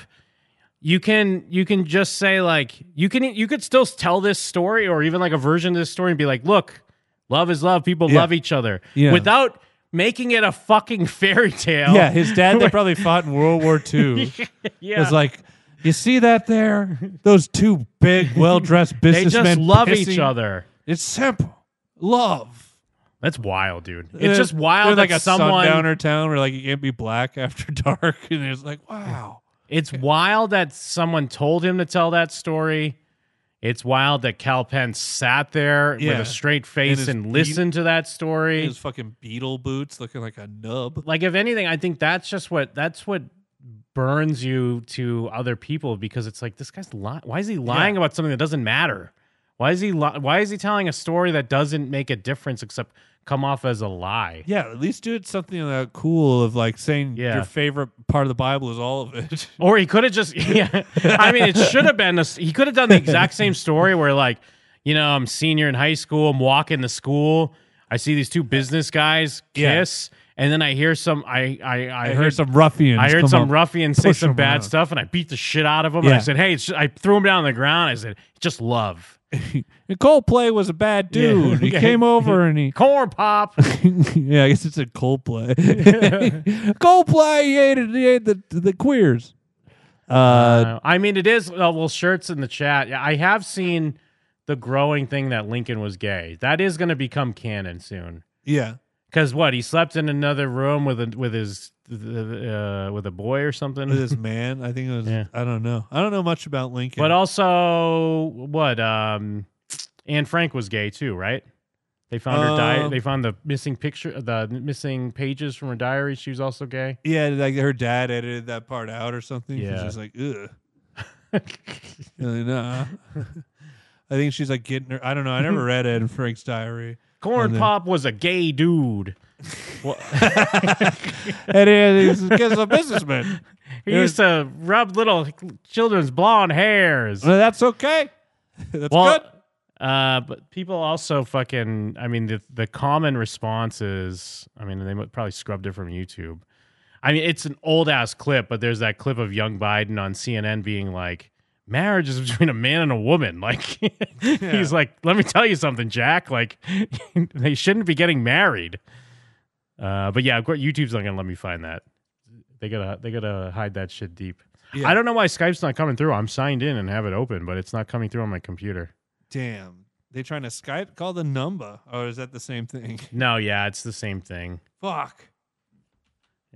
[SPEAKER 7] You can you can just say like you can you could still tell this story or even like a version of this story and be like, look, love is love. People
[SPEAKER 6] Yeah.
[SPEAKER 7] love each other
[SPEAKER 6] Yeah.
[SPEAKER 7] without making it a fucking fairy tale.
[SPEAKER 6] Yeah, his
[SPEAKER 7] *laughs*
[SPEAKER 6] dad that probably fought in World War II
[SPEAKER 7] yeah.
[SPEAKER 6] was like, you see that there? Those two big, well-dressed
[SPEAKER 7] *laughs* they
[SPEAKER 6] businessmen
[SPEAKER 7] just love each
[SPEAKER 6] pissing?
[SPEAKER 7] other.
[SPEAKER 6] It's simple love.
[SPEAKER 7] That's wild, dude. It's
[SPEAKER 6] Uh,
[SPEAKER 7] just wild
[SPEAKER 6] they're
[SPEAKER 7] that
[SPEAKER 6] like a
[SPEAKER 7] someone
[SPEAKER 6] *laughs* sundowner town where like you can't be black after dark, and it's like, wow,
[SPEAKER 7] It's wild that someone told him to tell that story. It's wild that Cal Penn sat there with
[SPEAKER 6] Yeah.
[SPEAKER 7] a straight face
[SPEAKER 6] his
[SPEAKER 7] and,
[SPEAKER 6] beat-
[SPEAKER 7] listened to that story.
[SPEAKER 6] His fucking beetle boots looking like a nub.
[SPEAKER 7] like if anything, I think that's just what that's what burns you to other people because it's like this guy's lying. Why is he lying about something that doesn't matter? Why is he li- Why is he telling a story that doesn't make a difference except come off as a lie?
[SPEAKER 6] Yeah, at least do it something that cool of like saying
[SPEAKER 7] Yeah.
[SPEAKER 6] your favorite part of the Bible is all of it. *laughs*
[SPEAKER 7] Or he could have just, *laughs* yeah. I mean, it should have been, a, he could have done the exact same story where, like, you know, I'm senior in high school, I'm walking to school, I see these two business guys
[SPEAKER 6] Yeah.
[SPEAKER 7] kiss, and then I hear some, I, I, I,
[SPEAKER 6] I
[SPEAKER 7] heard
[SPEAKER 6] hear some ruffians
[SPEAKER 7] I heard
[SPEAKER 6] come
[SPEAKER 7] some
[SPEAKER 6] up,
[SPEAKER 7] ruffians say
[SPEAKER 6] push
[SPEAKER 7] some
[SPEAKER 6] them
[SPEAKER 7] bad
[SPEAKER 6] around.
[SPEAKER 7] stuff, and I beat the shit out of them. And I
[SPEAKER 6] Yeah.
[SPEAKER 7] said, hey, it's just, I threw him down on the ground. I said, just love.
[SPEAKER 6] And Coldplay was a bad dude.
[SPEAKER 7] *laughs*
[SPEAKER 6] He
[SPEAKER 7] Okay.
[SPEAKER 6] came over and
[SPEAKER 7] *laughs*
[SPEAKER 6] he
[SPEAKER 7] corn pop.
[SPEAKER 6] *laughs* yeah, I guess it's a
[SPEAKER 7] *laughs*
[SPEAKER 6] Coldplay. *laughs* Coldplay, he ate, it- he ate the the queers. Uh,
[SPEAKER 7] Uh, I mean, it is. Uh, well, shirts in the chat. Yeah, I have seen the growing thing that Lincoln was gay. That is going to become canon soon.
[SPEAKER 6] Yeah.
[SPEAKER 7] Because what he slept in another room with a with his uh, with a boy or something.
[SPEAKER 6] with his man, I think it was. I don't know. I don't know much about Lincoln.
[SPEAKER 7] But also, what? Um, Anne Frank was gay too, right? They found her diary.
[SPEAKER 6] Um,
[SPEAKER 7] They found the missing picture, the missing pages from her diary. She was also gay.
[SPEAKER 6] yeah, like her dad edited that part out or something. 'cause
[SPEAKER 7] Yeah.
[SPEAKER 6] she's like,
[SPEAKER 7] *laughs*
[SPEAKER 6] ugh. Really, nah. *laughs* I think she's like getting her. I don't know. I never read Ed Frank's diary.
[SPEAKER 7] Corn
[SPEAKER 6] And then-
[SPEAKER 7] Pop was a gay dude. *laughs*
[SPEAKER 6] *laughs*
[SPEAKER 7] What-
[SPEAKER 6] And he's a businessman.
[SPEAKER 7] *laughs* He used to rub little children's blonde hairs.
[SPEAKER 6] Well, that's okay. *laughs* That's
[SPEAKER 7] well, good. Uh, but people also fucking. I mean, the the common response is. I mean, they would probably scrubbed it from YouTube. I mean, it's an old ass clip, but there's that clip of young Biden on CNN being like, "Marriage is between a man and a woman." *laughs*
[SPEAKER 6] *laughs*
[SPEAKER 7] Like, he's like, "Let me tell you something, Jack. Like, *laughs* they shouldn't be getting married." Uh, but yeah, of course, YouTube's not gonna let me find that. They gotta they gotta hide that shit deep. I don't know why Skype's not coming through. I'm signed in and have it open, but it's not coming through on my computer.
[SPEAKER 6] Damn. They trying to Skype call the number, or is that the same thing? *laughs*
[SPEAKER 7] No, yeah, it's the same thing.
[SPEAKER 6] Fuck.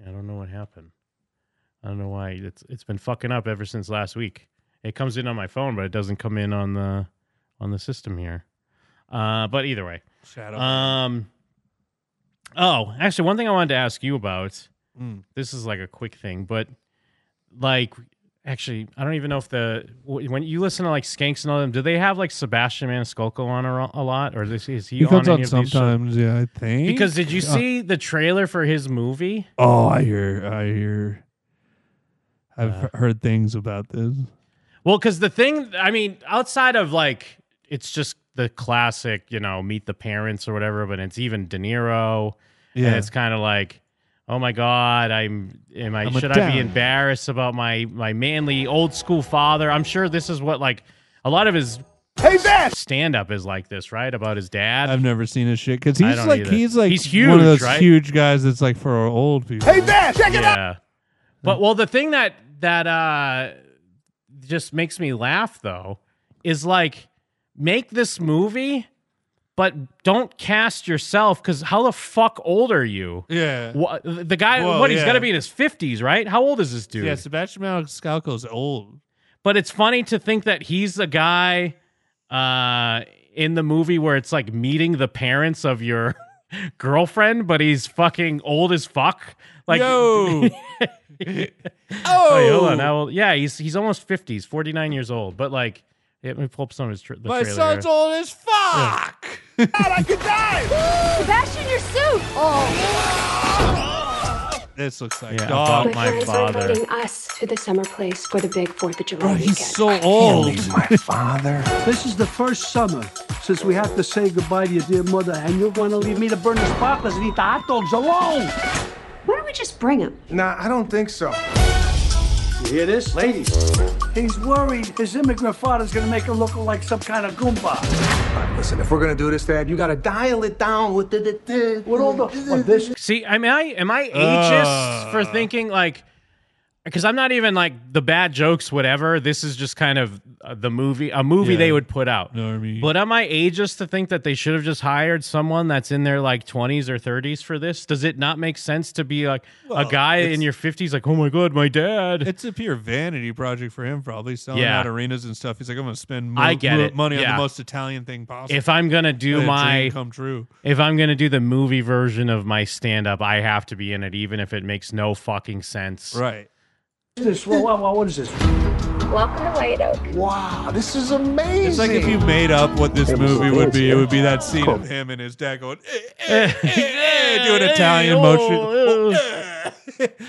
[SPEAKER 7] I don't know what happened. I don't know why it's it's been fucking up ever since last week. It comes in on my phone, but it doesn't come in on the on the system here. Uh, but either way,
[SPEAKER 6] Shadow.
[SPEAKER 7] Um. Oh, actually, one thing I wanted to ask you about.
[SPEAKER 6] Mm.
[SPEAKER 7] This is like a quick thing, but like, actually, I don't even know if the w- when you listen to like Skanks and all them, do they have like Sebastian Maniscalco on a, ro- a lot, or is, this- is he,
[SPEAKER 6] He comes
[SPEAKER 7] on,
[SPEAKER 6] on
[SPEAKER 7] any of these shows?
[SPEAKER 6] sometimes. Yeah, I think.
[SPEAKER 7] Because did you
[SPEAKER 6] Uh,
[SPEAKER 7] see the trailer for his movie?
[SPEAKER 6] Oh, I hear. I hear. I've
[SPEAKER 7] Uh,
[SPEAKER 6] he- heard things about this.
[SPEAKER 7] Well, because the thing, I mean, outside of like, it's just the classic, you know, meet the parents or whatever, but it's even De Niro.
[SPEAKER 6] Yeah.
[SPEAKER 7] And it's kind of like, oh my God, I'm, am I,
[SPEAKER 6] I'm a
[SPEAKER 7] should I be
[SPEAKER 6] down.
[SPEAKER 7] embarrassed about my, my manly old school father? I'm sure this is what like a lot of his stand up is like this, right? About his dad.
[SPEAKER 6] I've never seen his shit because
[SPEAKER 7] I
[SPEAKER 6] he's
[SPEAKER 7] don't
[SPEAKER 6] like
[SPEAKER 7] either.
[SPEAKER 6] he's like
[SPEAKER 7] He's
[SPEAKER 6] one
[SPEAKER 7] huge,
[SPEAKER 6] of those
[SPEAKER 7] right?
[SPEAKER 6] huge guys that's like for old people.
[SPEAKER 7] check it out. But well, the thing that that uh just makes me laugh though is like make this movie, but don't cast yourself because how the fuck old are you?
[SPEAKER 6] Yeah.
[SPEAKER 7] Wha- the guy,
[SPEAKER 6] Whoa,
[SPEAKER 7] what he's got
[SPEAKER 6] yeah.
[SPEAKER 7] to be in his fifties, right? How old is this dude?
[SPEAKER 6] Yeah, Sebastian Maniscalco's old.
[SPEAKER 7] But it's funny to think that he's the guy uh, in the movie where it's like meeting the parents of your *laughs* girlfriend, but he's fucking old as fuck. Like, *laughs* Oh,
[SPEAKER 6] Yo.
[SPEAKER 7] wait, hold on.
[SPEAKER 6] Oh.
[SPEAKER 7] How old- yeah, he's he's almost fifty. He's forty nine years old. But like, yeah, let me pull up some of his tra- the
[SPEAKER 6] My
[SPEAKER 7] trailer
[SPEAKER 6] son's
[SPEAKER 7] here.
[SPEAKER 6] old as fuck.
[SPEAKER 7] *laughs*
[SPEAKER 3] I could die! Sebastian, your suit! Oh.
[SPEAKER 6] This looks like
[SPEAKER 7] Yeah,
[SPEAKER 6] dog.
[SPEAKER 7] about my father.
[SPEAKER 14] us to the summer place for the big Fourth of July
[SPEAKER 6] He's so old.
[SPEAKER 13] *laughs* my father. This is the first summer since we have to say goodbye to your dear mother, and you're going to leave me to burn the sparklers and eat the hot dogs alone.
[SPEAKER 14] Why don't we just bring him?
[SPEAKER 13] Nah, I don't think so. You hear this, ladies? He's worried his immigrant father's going to make him look like some kind of goomba.
[SPEAKER 5] Listen, if we're gonna do this, Dad, you gotta dial it down with the. the, the with all the.
[SPEAKER 7] See, I mean, I am I ageist
[SPEAKER 5] Uh.
[SPEAKER 7] for thinking like because I'm not even like the bad jokes, whatever. This is just kind of uh, the movie, a movie
[SPEAKER 6] Yeah.
[SPEAKER 7] they would put out.
[SPEAKER 6] No, I mean-
[SPEAKER 7] But am I ageist to think that they should have just hired someone that's in their like 20s or 30s for this? Does it not make sense to be like a
[SPEAKER 6] Well,
[SPEAKER 7] guy in your 50s, like, oh my god, my dad?
[SPEAKER 6] It's a pure vanity project for him, probably selling
[SPEAKER 7] Yeah.
[SPEAKER 6] out arenas and stuff. He's like, I'm going to spend mo-
[SPEAKER 7] I get
[SPEAKER 6] mo-
[SPEAKER 7] it.
[SPEAKER 6] money on
[SPEAKER 7] Yeah.
[SPEAKER 6] the most Italian thing possible.
[SPEAKER 7] if I'm gonna do
[SPEAKER 6] Let a
[SPEAKER 7] my
[SPEAKER 6] dream come true,
[SPEAKER 7] if I'm gonna do the movie version of my stand up, I have to be in it, even if it makes no fucking sense.
[SPEAKER 6] Right.
[SPEAKER 5] This, what, what, what is this?
[SPEAKER 14] Welcome to White Oak.
[SPEAKER 5] Wow, this is amazing.
[SPEAKER 6] it's like if you made up what this
[SPEAKER 5] It was
[SPEAKER 6] movie would be, it would be that scene
[SPEAKER 5] cool.
[SPEAKER 6] of him and his dad going, eh, eh, eh, eh, doing Italian motion.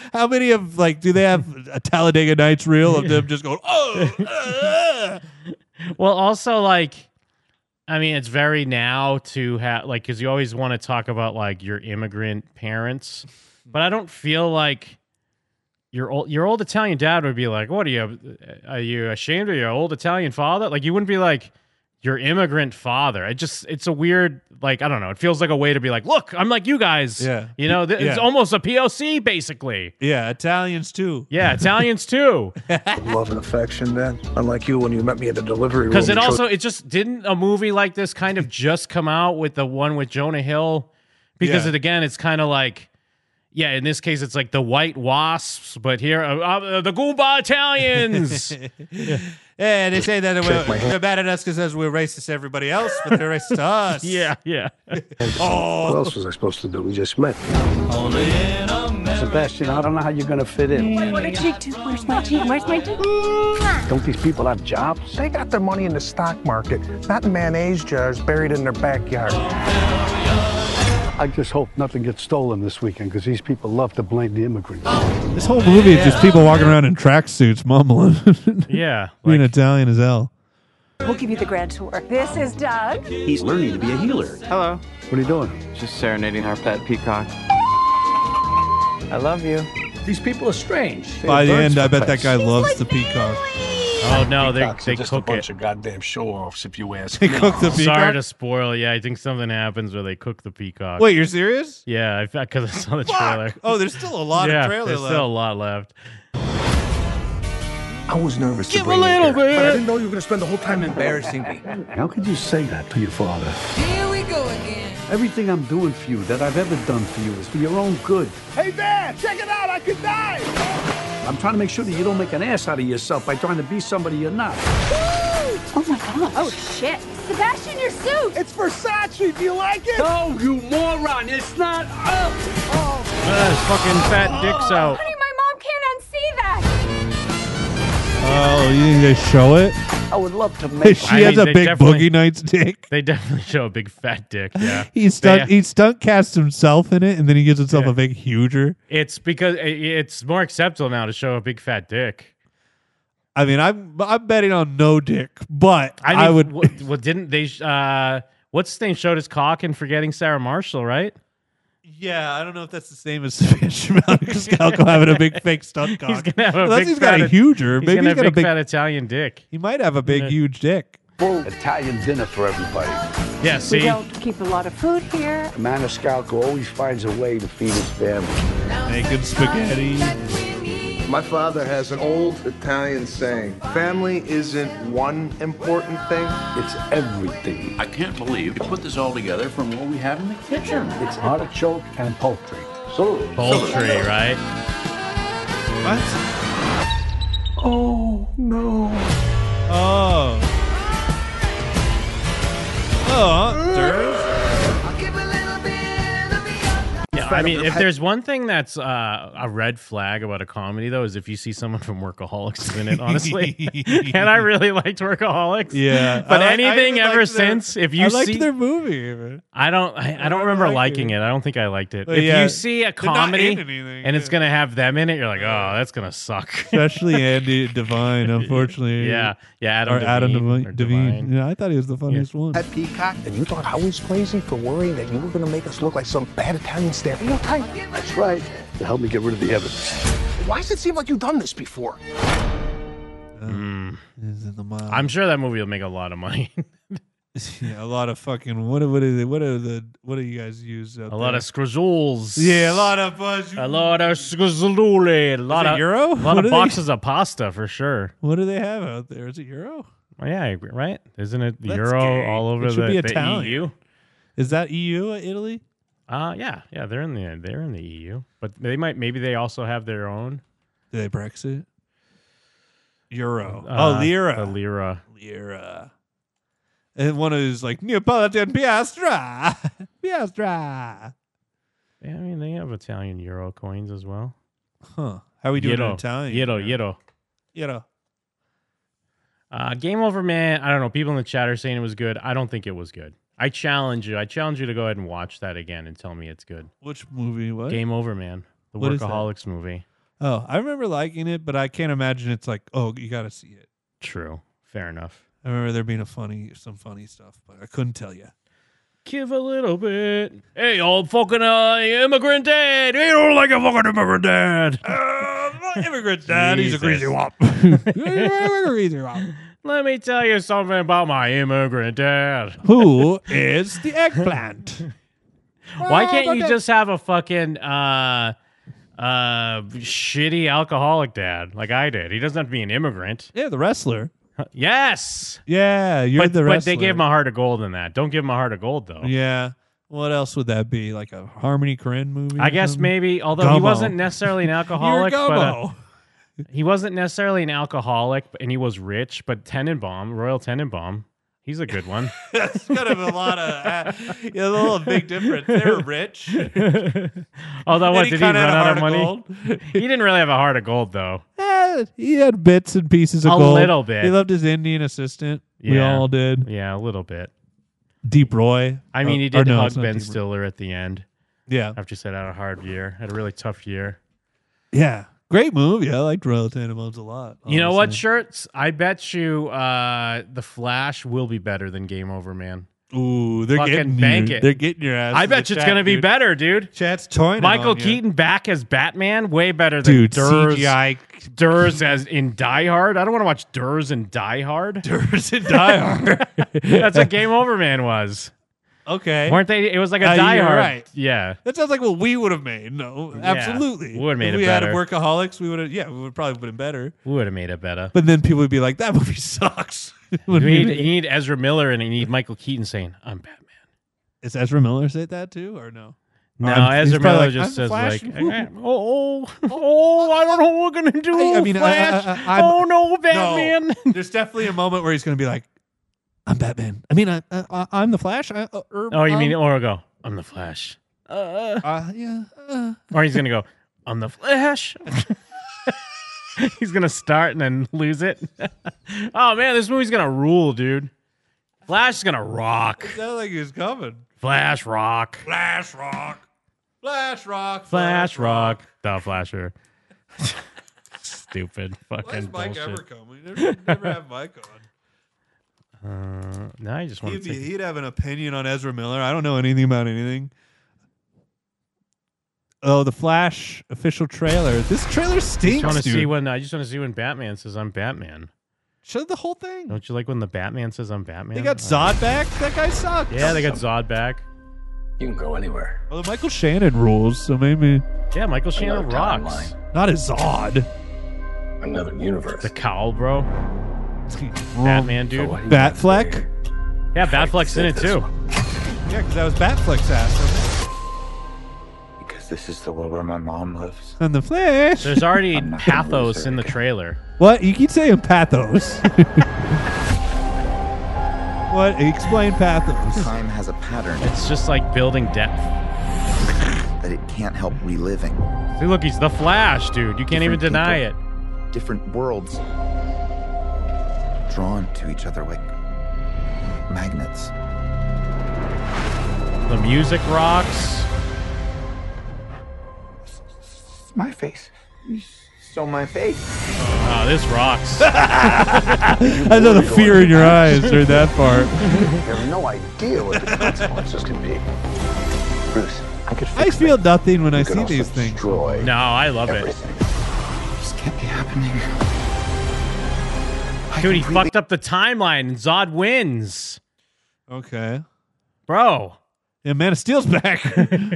[SPEAKER 6] *laughs* How many of like do they have a Talladega Nights reel
[SPEAKER 7] *laughs*
[SPEAKER 6] of them just going, oh,
[SPEAKER 7] Well, also like, I mean, it's very now to have like because you always want to talk about like your immigrant parents, but I don't feel like your old your old Italian dad would be like, "What are you? Are you ashamed of your old Italian father?" Like you wouldn't be like your immigrant father. It just it's a weird like I don't know. It feels like a way to be like, "Look, I'm like you guys."
[SPEAKER 6] Yeah.
[SPEAKER 7] you know, th- it's
[SPEAKER 6] Yeah.
[SPEAKER 7] almost a POC basically.
[SPEAKER 6] yeah, Italians too.
[SPEAKER 7] Yeah, Italians too.
[SPEAKER 5] *laughs* Love and affection, then. Unlike you when you met me at the delivery room.
[SPEAKER 7] Because it
[SPEAKER 5] you chose-
[SPEAKER 7] also it just didn't a movie like this kind of just come out with the one with Jonah Hill because
[SPEAKER 6] Yeah.
[SPEAKER 7] it again it's kind of like yeah in this case it's like the white wasps but here uh, uh, the Goomba
[SPEAKER 6] *laughs*
[SPEAKER 7] Italians
[SPEAKER 6] Yeah, they say that
[SPEAKER 7] Shake my
[SPEAKER 6] we're,
[SPEAKER 7] hand.
[SPEAKER 6] they're mad at us because we're racist to everybody else, but they're racist to
[SPEAKER 7] *laughs*
[SPEAKER 6] us. Oh,
[SPEAKER 7] yeah
[SPEAKER 6] *laughs*
[SPEAKER 7] yeah
[SPEAKER 5] What else was I supposed to do? We just met.
[SPEAKER 13] Sebastian, I don't know how you're going to fit in.
[SPEAKER 14] What did you do? Where's my team? Where's my team?
[SPEAKER 13] Don't these people have jobs?
[SPEAKER 5] They got their money in the stock market, not in mayonnaise jars buried in their backyard.
[SPEAKER 13] I just hope nothing gets stolen this weekend because these people love to blame the immigrants.
[SPEAKER 6] This whole movie is just people walking around in tracksuits mumbling.
[SPEAKER 7] *laughs* Yeah,
[SPEAKER 6] *laughs* being Italian as hell.
[SPEAKER 14] We'll give you the grand tour. This is Doug.
[SPEAKER 15] He's learning to be a healer. Hello. What are you doing? Just serenading our pet peacock. I love you.
[SPEAKER 5] These people are strange. They
[SPEAKER 6] By
[SPEAKER 5] are
[SPEAKER 6] the
[SPEAKER 5] birds
[SPEAKER 6] end, I
[SPEAKER 5] for
[SPEAKER 6] bet that
[SPEAKER 5] pets.
[SPEAKER 6] guy loves the peacock.
[SPEAKER 7] oh no they
[SPEAKER 5] Peacocks are
[SPEAKER 7] they
[SPEAKER 5] just
[SPEAKER 7] cook
[SPEAKER 5] a bunch
[SPEAKER 7] it
[SPEAKER 5] of goddamn show-offs, if you ask
[SPEAKER 6] They
[SPEAKER 5] me.
[SPEAKER 6] cook the
[SPEAKER 7] sorry
[SPEAKER 6] peacock?
[SPEAKER 7] to spoil yeah I think something happens where they cook the peacock
[SPEAKER 6] Wait, you're serious?
[SPEAKER 7] yeah because I saw the
[SPEAKER 6] Fuck!
[SPEAKER 7] trailer
[SPEAKER 6] Oh, there's still a lot of
[SPEAKER 7] Yeah,
[SPEAKER 6] trailer
[SPEAKER 7] there's
[SPEAKER 6] left.
[SPEAKER 7] still a lot left
[SPEAKER 5] I was nervous
[SPEAKER 7] Give
[SPEAKER 5] to bring
[SPEAKER 7] a
[SPEAKER 5] you
[SPEAKER 7] little
[SPEAKER 5] here, but I
[SPEAKER 7] bit.
[SPEAKER 5] didn't know you were going to spend the whole time embarrassing me.
[SPEAKER 13] How could you say that to your father?
[SPEAKER 3] Here we go again.
[SPEAKER 13] Everything I'm doing for you that I've ever done for you is for your own good.
[SPEAKER 5] Hey, Dad, check it out. I could die.
[SPEAKER 13] I'm trying to make sure that you don't make an ass out of yourself by trying to be somebody you're not.
[SPEAKER 14] Oh my god. Oh shit. Sebastian, your suit. It's Versace. Do you like it?
[SPEAKER 13] No, you moron. It's not up.
[SPEAKER 7] Ah, his fucking fat dicks out
[SPEAKER 14] Honey, my mom can't unsee that.
[SPEAKER 6] Oh, you think they show it?
[SPEAKER 5] I would love
[SPEAKER 6] *laughs*
[SPEAKER 5] to
[SPEAKER 6] make- She has a
[SPEAKER 7] they
[SPEAKER 6] big
[SPEAKER 7] definitely-
[SPEAKER 6] Boogie Nights dick.
[SPEAKER 7] they definitely show a big fat dick
[SPEAKER 6] *laughs*
[SPEAKER 7] yeah
[SPEAKER 6] He
[SPEAKER 7] They-
[SPEAKER 6] stunt he stunt casts himself in it, and then he gives himself a big huger.
[SPEAKER 7] It's because i- it's more acceptable now to show a big fat dick.
[SPEAKER 6] I mean, I'm I'm betting on no dick, but I,
[SPEAKER 7] mean,
[SPEAKER 6] would.
[SPEAKER 7] What, what didn't they? sh- Uh, what's his name showed his cock in forgetting Sarah Marshall, right?
[SPEAKER 6] yeah, I don't know if that's the same *laughs* as Sebastian Maniscalco having a big fake stunt cock.
[SPEAKER 7] *laughs* He's gonna have a
[SPEAKER 6] Unless
[SPEAKER 7] big
[SPEAKER 6] he's got
[SPEAKER 7] fat,
[SPEAKER 6] a huger,
[SPEAKER 7] He's
[SPEAKER 6] maybe
[SPEAKER 7] gonna
[SPEAKER 6] he's
[SPEAKER 7] have
[SPEAKER 6] got a
[SPEAKER 7] big,
[SPEAKER 6] big.
[SPEAKER 7] fat *laughs* Italian dick.
[SPEAKER 6] He might have a big
[SPEAKER 7] Yeah.
[SPEAKER 6] huge dick.
[SPEAKER 13] Italian dinner for everybody.
[SPEAKER 7] Yeah,
[SPEAKER 14] We don't keep a lot of food here.
[SPEAKER 13] Maniscalco always finds a way to feed his family.
[SPEAKER 6] Naked spaghetti.
[SPEAKER 16] My father has an old Italian saying family isn't one important thing, it's everything.
[SPEAKER 17] I can't believe you put this all together from what we have in the kitchen.
[SPEAKER 13] It's artichoke and poultry. So
[SPEAKER 7] Poultry, right?
[SPEAKER 6] What?
[SPEAKER 5] Oh, no.
[SPEAKER 6] Oh. Oh, Thursday.
[SPEAKER 7] Yeah, I mean, if *laughs* there's one thing that's uh, a red flag about a comedy, though, is if you see someone from Workaholics in it, honestly. *laughs* and I really liked Workaholics.
[SPEAKER 6] *laughs* Yeah,
[SPEAKER 7] But
[SPEAKER 6] I like- I
[SPEAKER 7] anything
[SPEAKER 6] even
[SPEAKER 7] ever
[SPEAKER 6] liked their-
[SPEAKER 7] since, if you
[SPEAKER 6] I liked
[SPEAKER 7] see.
[SPEAKER 6] their movie, man.
[SPEAKER 7] I don't. I, I don't remember liking it. I don't think I liked it.
[SPEAKER 6] But
[SPEAKER 7] if
[SPEAKER 6] yeah,
[SPEAKER 7] you see a
[SPEAKER 6] they're not
[SPEAKER 7] comedy
[SPEAKER 6] in anything,
[SPEAKER 7] and it's gonna have them in it, you're like, oh, that's gonna suck.
[SPEAKER 6] especially
[SPEAKER 7] *laughs*
[SPEAKER 6] Andy Devine. Unfortunately,
[SPEAKER 7] Yeah. Yeah, Adam
[SPEAKER 6] or Adam
[SPEAKER 7] Devine
[SPEAKER 6] Devine.
[SPEAKER 7] or
[SPEAKER 6] Devine. Yeah, I thought he was the funniest one. *laughs*
[SPEAKER 5] That peacock. And you thought I was crazy for worrying that you were going to make us look like some bad Italian stereotype? That's right.
[SPEAKER 13] To help me get rid of the evidence.
[SPEAKER 5] Why does it seem like you've done this before?
[SPEAKER 7] Hmm. Mm. I'm sure that movie will make a lot of money. *laughs*
[SPEAKER 6] yeah, a lot of fucking what? What are the? What are the? What do you guys use?
[SPEAKER 7] A lot of scrizzles.
[SPEAKER 6] Yeah, a lot of fuzz.
[SPEAKER 7] A lot of scrizzle. A lot
[SPEAKER 6] it
[SPEAKER 7] of
[SPEAKER 6] Euro?
[SPEAKER 7] A lot
[SPEAKER 6] What
[SPEAKER 7] of
[SPEAKER 6] do they-
[SPEAKER 7] boxes of pasta for sure.
[SPEAKER 6] What do they have out there? Is it euro?
[SPEAKER 7] Oh, yeah, I agree, right? Isn't it the
[SPEAKER 6] That's
[SPEAKER 7] euro
[SPEAKER 6] gay.
[SPEAKER 7] all over
[SPEAKER 6] It should
[SPEAKER 7] the,
[SPEAKER 6] be
[SPEAKER 7] the
[SPEAKER 6] Italian.
[SPEAKER 7] EU?
[SPEAKER 6] Is that EU uh, Italy?
[SPEAKER 7] Uh yeah, yeah, they're in the they're in the EU, but they might maybe they also have their own.
[SPEAKER 6] Do they Brexit? Euro.
[SPEAKER 7] Uh,
[SPEAKER 6] oh, lira.
[SPEAKER 7] the lira.
[SPEAKER 6] Lira. Uh, And one of those like Neapolitan piastra. *laughs* piastra.
[SPEAKER 7] Yeah, I mean they have Italian euro coins as well.
[SPEAKER 6] Huh. How we doing in
[SPEAKER 7] Euro.
[SPEAKER 6] Italian?
[SPEAKER 7] Euro, euro.
[SPEAKER 6] Euro.
[SPEAKER 7] Uh, Game Over Man, I don't know. People in the chat are saying it was good. I don't think it was good. I challenge you. I challenge you to go ahead and watch that again and tell me it's good.
[SPEAKER 6] Which movie? What?
[SPEAKER 7] Game Over Man, the
[SPEAKER 6] What is that?
[SPEAKER 7] Workaholics movie.
[SPEAKER 6] Oh, I remember liking it, but I can't imagine it's like, oh, you got to see it.
[SPEAKER 7] True. Fair enough.
[SPEAKER 6] I remember there being a funny, some funny stuff, but I couldn't tell you.
[SPEAKER 7] Give a little bit. Hey, old fucking uh, immigrant dad. You don't like a fucking immigrant dad. *laughs*
[SPEAKER 6] immigrant
[SPEAKER 7] dad,
[SPEAKER 6] he's a greasy wop. greasy wop.
[SPEAKER 7] Let me tell you something about my immigrant dad. *laughs*
[SPEAKER 6] Who is the eggplant?
[SPEAKER 7] *laughs* Why can't you
[SPEAKER 6] Okay.
[SPEAKER 7] just have a fucking uh, uh, shitty alcoholic dad like I did? He doesn't have to be an immigrant.
[SPEAKER 6] Yeah, the wrestler.
[SPEAKER 7] Yes.
[SPEAKER 6] Yeah, you're
[SPEAKER 7] but,
[SPEAKER 6] the
[SPEAKER 7] but
[SPEAKER 6] wrestler.
[SPEAKER 7] they gave him a heart of gold in that. Don't give him a heart of gold though.
[SPEAKER 6] Yeah. What else would that be? Like a Harmony Korine movie?
[SPEAKER 7] I
[SPEAKER 6] or
[SPEAKER 7] guess
[SPEAKER 6] something?
[SPEAKER 7] maybe, although he
[SPEAKER 6] Gummo.
[SPEAKER 7] wasn't
[SPEAKER 6] *laughs*
[SPEAKER 7] necessarily an alcoholic, but uh,
[SPEAKER 6] Gummo.
[SPEAKER 7] he wasn't necessarily an alcoholic, but- and he was rich. But Tenenbaum, Royal Tenenbaum, he's a good one.
[SPEAKER 6] *laughs* That's kind of a lot of uh, yeah, a little big difference. They were rich.
[SPEAKER 7] *laughs* although,
[SPEAKER 6] And
[SPEAKER 7] what
[SPEAKER 6] he
[SPEAKER 7] did he run
[SPEAKER 6] kinda had a
[SPEAKER 7] out of money?
[SPEAKER 6] heart
[SPEAKER 7] *laughs* he didn't really have a heart of gold though.
[SPEAKER 6] Eh, he had bits and pieces of
[SPEAKER 7] A
[SPEAKER 6] gold.
[SPEAKER 7] little bit.
[SPEAKER 6] He loved his Indian assistant. We
[SPEAKER 7] Yeah.
[SPEAKER 6] all did.
[SPEAKER 7] Yeah, a little bit.
[SPEAKER 6] Deep Roy.
[SPEAKER 7] I mean,
[SPEAKER 6] Uh,
[SPEAKER 7] he
[SPEAKER 6] or
[SPEAKER 7] did
[SPEAKER 6] no,
[SPEAKER 7] hug
[SPEAKER 6] it's not
[SPEAKER 7] Ben
[SPEAKER 6] Deep Roy.
[SPEAKER 7] Stiller at the end.
[SPEAKER 6] Yeah.
[SPEAKER 7] I've just had a hard year, had a really tough year.
[SPEAKER 6] Yeah, great movie. I liked Royal Tenenbaums a lot.
[SPEAKER 7] You know what,
[SPEAKER 6] honestly.
[SPEAKER 7] shirts? I bet you uh, the Flash will be better than Game Over, man.
[SPEAKER 6] Ooh, they're
[SPEAKER 7] Fucking
[SPEAKER 6] getting
[SPEAKER 7] bank
[SPEAKER 6] you.
[SPEAKER 7] it.
[SPEAKER 6] They're getting your ass.
[SPEAKER 7] I
[SPEAKER 6] in the
[SPEAKER 7] bet you it's
[SPEAKER 6] chat,
[SPEAKER 7] gonna be
[SPEAKER 6] dude.
[SPEAKER 7] better, dude.
[SPEAKER 6] Chat's toying.
[SPEAKER 7] Michael
[SPEAKER 6] on you.
[SPEAKER 7] Keaton back as Batman, way better than
[SPEAKER 6] Dude,
[SPEAKER 7] Durs.
[SPEAKER 6] CGI.
[SPEAKER 7] Durs as in Die Hard. I don't want to watch Durs and Die Hard. *laughs*
[SPEAKER 6] Durs and Die Hard.
[SPEAKER 7] That's what Game Over Man was.
[SPEAKER 6] Okay.
[SPEAKER 7] Weren't they? It was like a
[SPEAKER 6] Uh,
[SPEAKER 7] Die
[SPEAKER 6] you're
[SPEAKER 7] Hard.
[SPEAKER 6] right.
[SPEAKER 7] Yeah.
[SPEAKER 6] That sounds like what we would have made. No, absolutely.
[SPEAKER 7] Would have made
[SPEAKER 6] if
[SPEAKER 7] it
[SPEAKER 6] we
[SPEAKER 7] better.
[SPEAKER 6] had workaholics, we would have. Yeah, we would probably been better.
[SPEAKER 7] Would have made it better.
[SPEAKER 6] But then people would be like, "That movie sucks." *laughs*
[SPEAKER 7] You
[SPEAKER 6] When
[SPEAKER 7] need,
[SPEAKER 6] we-
[SPEAKER 7] you need Ezra Miller and you need Michael Keaton saying, "I'm Batman."
[SPEAKER 6] Is Ezra Miller say that too, or no?
[SPEAKER 7] No,
[SPEAKER 6] I'm- he's
[SPEAKER 7] Ezra Miller
[SPEAKER 6] probably
[SPEAKER 7] just says
[SPEAKER 6] "I'm the Flash."
[SPEAKER 7] like,
[SPEAKER 6] Woo.
[SPEAKER 7] "Eh, *laughs* oh, oh, oh, I don't know what we're gonna do.
[SPEAKER 6] I
[SPEAKER 5] uh,
[SPEAKER 6] mean, I-
[SPEAKER 7] Flash.
[SPEAKER 6] I- I- I'm-
[SPEAKER 7] oh no, Batman. *laughs*
[SPEAKER 6] There's definitely a moment where he's going to be like, "I'm Batman." I mean, I, I, I'm the Flash. I, uh, er,
[SPEAKER 7] Oh, you
[SPEAKER 6] um,
[SPEAKER 7] mean
[SPEAKER 6] *laughs*
[SPEAKER 7] or go? I'm the Flash. Uh,
[SPEAKER 6] uh, yeah. Uh.
[SPEAKER 7] Or he's gonna go, I'm the Flash. *laughs* he's gonna start and then lose it. *laughs* oh man, this movie's gonna rule, dude. Flash is gonna rock.
[SPEAKER 6] It sounded like he was coming.
[SPEAKER 7] Flash rock.
[SPEAKER 6] Flash rock. Flash rock.
[SPEAKER 7] Flash rock. The Flasher. *laughs* Stupid fucking
[SPEAKER 6] Mike
[SPEAKER 7] bullshit.
[SPEAKER 6] ever coming? Never, never have Mike on.
[SPEAKER 7] Uh, now I *laughs* just want
[SPEAKER 6] He'd,
[SPEAKER 7] to.
[SPEAKER 6] be,
[SPEAKER 7] Take-
[SPEAKER 6] he'd have an opinion on Ezra Miller. I don't know anything about anything. Oh, the Flash official trailer. This trailer
[SPEAKER 7] I just
[SPEAKER 6] stinks,
[SPEAKER 7] want to
[SPEAKER 6] dude.
[SPEAKER 7] see when I just want to see when Batman says I'm Batman.
[SPEAKER 6] Show the whole thing.
[SPEAKER 7] Don't you like when the Batman says I'm Batman?
[SPEAKER 6] They got Zod back. That guy sucks.
[SPEAKER 7] Yeah, they got Zod back.
[SPEAKER 17] You can go anywhere.
[SPEAKER 6] Well, the Michael Shannon rules, so maybe
[SPEAKER 7] Yeah, Michael Shannon
[SPEAKER 17] Another
[SPEAKER 7] rocks.
[SPEAKER 6] not as odd.
[SPEAKER 17] Another universe. Oh,
[SPEAKER 7] The cowl,
[SPEAKER 6] *laughs*
[SPEAKER 7] bro. Batman, dude.
[SPEAKER 6] Batfleck.
[SPEAKER 7] Yeah, Batfleck's in it too.
[SPEAKER 6] Yeah, because that was Batfleck's ass.
[SPEAKER 15] Because this is the world where my mom lives.
[SPEAKER 6] On the Flash.
[SPEAKER 7] There's already pathos in the trailer.
[SPEAKER 6] What? You keep saying
[SPEAKER 7] *laughs*
[SPEAKER 6] pathos. what? Explain pathos.
[SPEAKER 15] Time has a pattern
[SPEAKER 7] It's just like building depth.
[SPEAKER 15] that it can't help reliving.
[SPEAKER 7] See, look, he's the Flash, dude. You can't even
[SPEAKER 15] Different
[SPEAKER 7] deny it.
[SPEAKER 15] people, Different worlds drawn to each other like magnets.
[SPEAKER 7] The music rocks.
[SPEAKER 15] It's my face. So my
[SPEAKER 7] *laughs*
[SPEAKER 15] face.
[SPEAKER 7] Oh,
[SPEAKER 15] *laughs*
[SPEAKER 7] this rocks.
[SPEAKER 6] I saw the fear in your eyes during that part.
[SPEAKER 5] *laughs* You have no idea what the consequences can be. Bruce, I could
[SPEAKER 6] I feel nothing when I
[SPEAKER 5] You can
[SPEAKER 6] see
[SPEAKER 5] also
[SPEAKER 6] these things.
[SPEAKER 5] destroy.
[SPEAKER 7] no, I love it.
[SPEAKER 15] This can't be happening.
[SPEAKER 7] Dude, he fucked up the timeline and Zod wins.
[SPEAKER 6] Okay.
[SPEAKER 7] Bro.
[SPEAKER 6] Yeah, Man of Steel's back.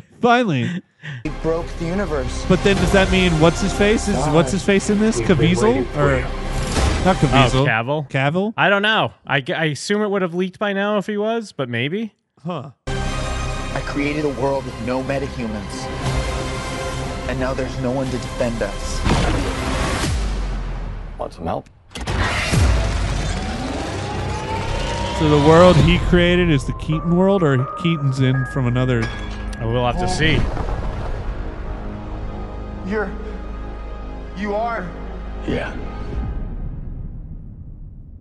[SPEAKER 7] *laughs*
[SPEAKER 6] Finally.
[SPEAKER 18] He broke the universe.
[SPEAKER 6] But then does that mean what's his face? Is what's his face in this?
[SPEAKER 18] We've been
[SPEAKER 6] Caviezel?
[SPEAKER 18] waiting for
[SPEAKER 6] Or
[SPEAKER 18] you.
[SPEAKER 6] not *laughs* Caviezel.
[SPEAKER 7] Oh, Cavill.
[SPEAKER 6] Cavill?
[SPEAKER 7] I don't know. I, g- I assume it would have leaked by now if he was, but maybe.
[SPEAKER 6] Huh.
[SPEAKER 18] I created a world with no metahumans. And now there's no one to defend us.
[SPEAKER 15] Want some help?
[SPEAKER 6] So the world he created is the Keaton world or Keaton's in from another
[SPEAKER 7] Oh, We'll have to see.
[SPEAKER 16] You're. You are.
[SPEAKER 15] Yeah.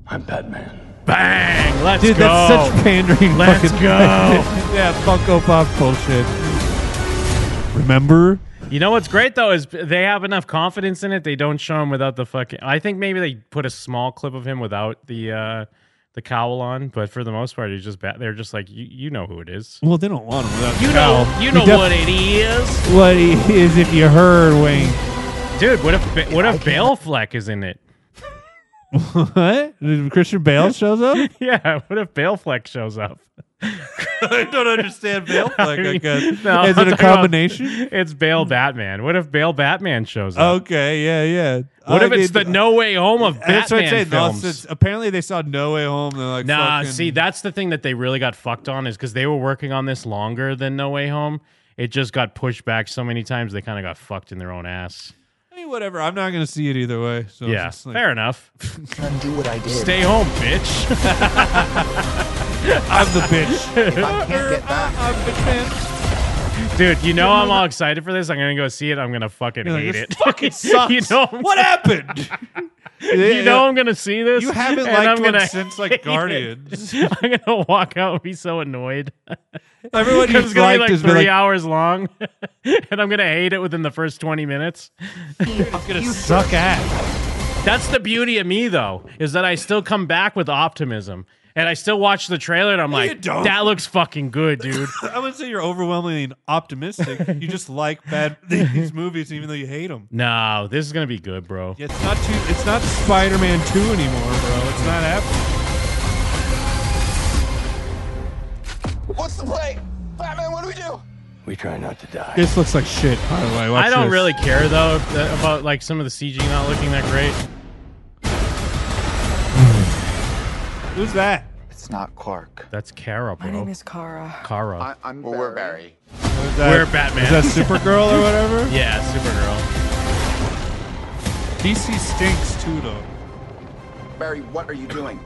[SPEAKER 15] I'm Batman.
[SPEAKER 7] Bang! Let's
[SPEAKER 6] Dude, that's
[SPEAKER 7] go.
[SPEAKER 6] such pandering.
[SPEAKER 7] Let's
[SPEAKER 6] fucking- *laughs*
[SPEAKER 7] go.
[SPEAKER 6] yeah, Funko Pop bullshit. Remember?
[SPEAKER 7] You know what's great though is they have enough confidence in it. They don't show him without the fucking. I think maybe they put a small clip of him without the uh, the cowl on, but for the most part, he's just bad. They're just like you. You know who it is.
[SPEAKER 6] Well, they don't want him without
[SPEAKER 7] You
[SPEAKER 6] the
[SPEAKER 7] know-
[SPEAKER 6] cowl.
[SPEAKER 7] you
[SPEAKER 6] He
[SPEAKER 7] know what it is.
[SPEAKER 6] What it is if you heard Wayne. *laughs*
[SPEAKER 7] Dude, what if Ba- what if Bale Fleck is in it?
[SPEAKER 6] What? Christian Bale
[SPEAKER 7] *laughs*
[SPEAKER 6] shows up?
[SPEAKER 7] Yeah, what if Bale Fleck shows up?
[SPEAKER 6] *laughs* I don't understand
[SPEAKER 7] *laughs*
[SPEAKER 6] Bale Fleck, I guess.
[SPEAKER 7] no,
[SPEAKER 6] Is
[SPEAKER 7] I'm
[SPEAKER 6] it a
[SPEAKER 7] talking about-
[SPEAKER 6] combination?
[SPEAKER 7] it's Bale Batman. What if Bale Batman shows up?
[SPEAKER 6] Okay, yeah, yeah.
[SPEAKER 7] What
[SPEAKER 6] I
[SPEAKER 7] if it's the
[SPEAKER 6] did-
[SPEAKER 7] No Way Home of
[SPEAKER 6] That's what I'm
[SPEAKER 7] Batman
[SPEAKER 6] saying. No, it's-
[SPEAKER 7] films?
[SPEAKER 6] it's- apparently, they saw No Way Home. They're like,
[SPEAKER 7] Nah,
[SPEAKER 6] fucking-
[SPEAKER 7] see, that's the thing that they really got fucked on is because they were working on this longer than No Way Home. It just got pushed back so many times they kind of got fucked in their own ass.
[SPEAKER 6] I mean, whatever. I'm not going to see it either way. So it's
[SPEAKER 7] yeah,
[SPEAKER 6] just like-
[SPEAKER 7] fair enough.
[SPEAKER 18] Undo what I did.
[SPEAKER 7] Stay home,
[SPEAKER 18] *laughs*
[SPEAKER 7] bitch.
[SPEAKER 6] *laughs* I'm the bitch.
[SPEAKER 18] If I can't get back,
[SPEAKER 6] *laughs* I'm the bitch.
[SPEAKER 7] Dude, you know I'm all excited for this. I'm gonna go see it. I'm gonna fucking
[SPEAKER 6] You're like,
[SPEAKER 7] hate
[SPEAKER 6] "This
[SPEAKER 7] it. *laughs*
[SPEAKER 6] fucking
[SPEAKER 7] you
[SPEAKER 6] sucks.
[SPEAKER 7] know I'm-
[SPEAKER 6] What happened?
[SPEAKER 7] *laughs* you know I'm gonna see this.
[SPEAKER 6] You haven't
[SPEAKER 7] and
[SPEAKER 6] liked
[SPEAKER 7] I'm
[SPEAKER 6] one
[SPEAKER 7] gonna
[SPEAKER 6] since,
[SPEAKER 7] hate
[SPEAKER 6] like,
[SPEAKER 7] it. *laughs*
[SPEAKER 6] Guardians.
[SPEAKER 7] I'm gonna walk out and be so annoyed.
[SPEAKER 6] *laughs* Everyone
[SPEAKER 7] *laughs* 'Cause
[SPEAKER 6] you've
[SPEAKER 7] it's gonna be
[SPEAKER 6] liked
[SPEAKER 7] like
[SPEAKER 6] has been
[SPEAKER 7] three
[SPEAKER 6] like-
[SPEAKER 7] hours long, *laughs* and I'm gonna hate it within the first 20 minutes. I'm gonna
[SPEAKER 6] suck ass.
[SPEAKER 7] That's the beauty of me, though, is that I still come back with optimism, and I still watch the trailer, and I'm like,
[SPEAKER 6] don't.
[SPEAKER 7] that looks fucking good,
[SPEAKER 6] *laughs*
[SPEAKER 7] dude.
[SPEAKER 6] I wouldn't say you're overwhelmingly optimistic. *laughs* you just like *laughs* bad these movies, even though you hate them.
[SPEAKER 7] no, this is gonna be good, bro.
[SPEAKER 6] It's not too. It's not Spider-Man Two anymore, bro. It's not happening.
[SPEAKER 18] What's the play? Batman, what do we do?
[SPEAKER 15] We try not to die.
[SPEAKER 6] This looks like shit. By the way, watch
[SPEAKER 7] I don't
[SPEAKER 6] this.
[SPEAKER 7] really care though if the- about like some of the CG not looking that great.
[SPEAKER 6] Who's that?
[SPEAKER 18] It's not Clark.
[SPEAKER 7] That's Kara, bro.
[SPEAKER 18] Kara.
[SPEAKER 7] Kara.
[SPEAKER 18] I'm well, we're Barry.
[SPEAKER 6] that-
[SPEAKER 7] We're Batman.
[SPEAKER 6] is that Supergirl or *laughs* whatever?
[SPEAKER 7] yeah, Supergirl.
[SPEAKER 6] DC stinks too, though.
[SPEAKER 17] Barry, what are you doing?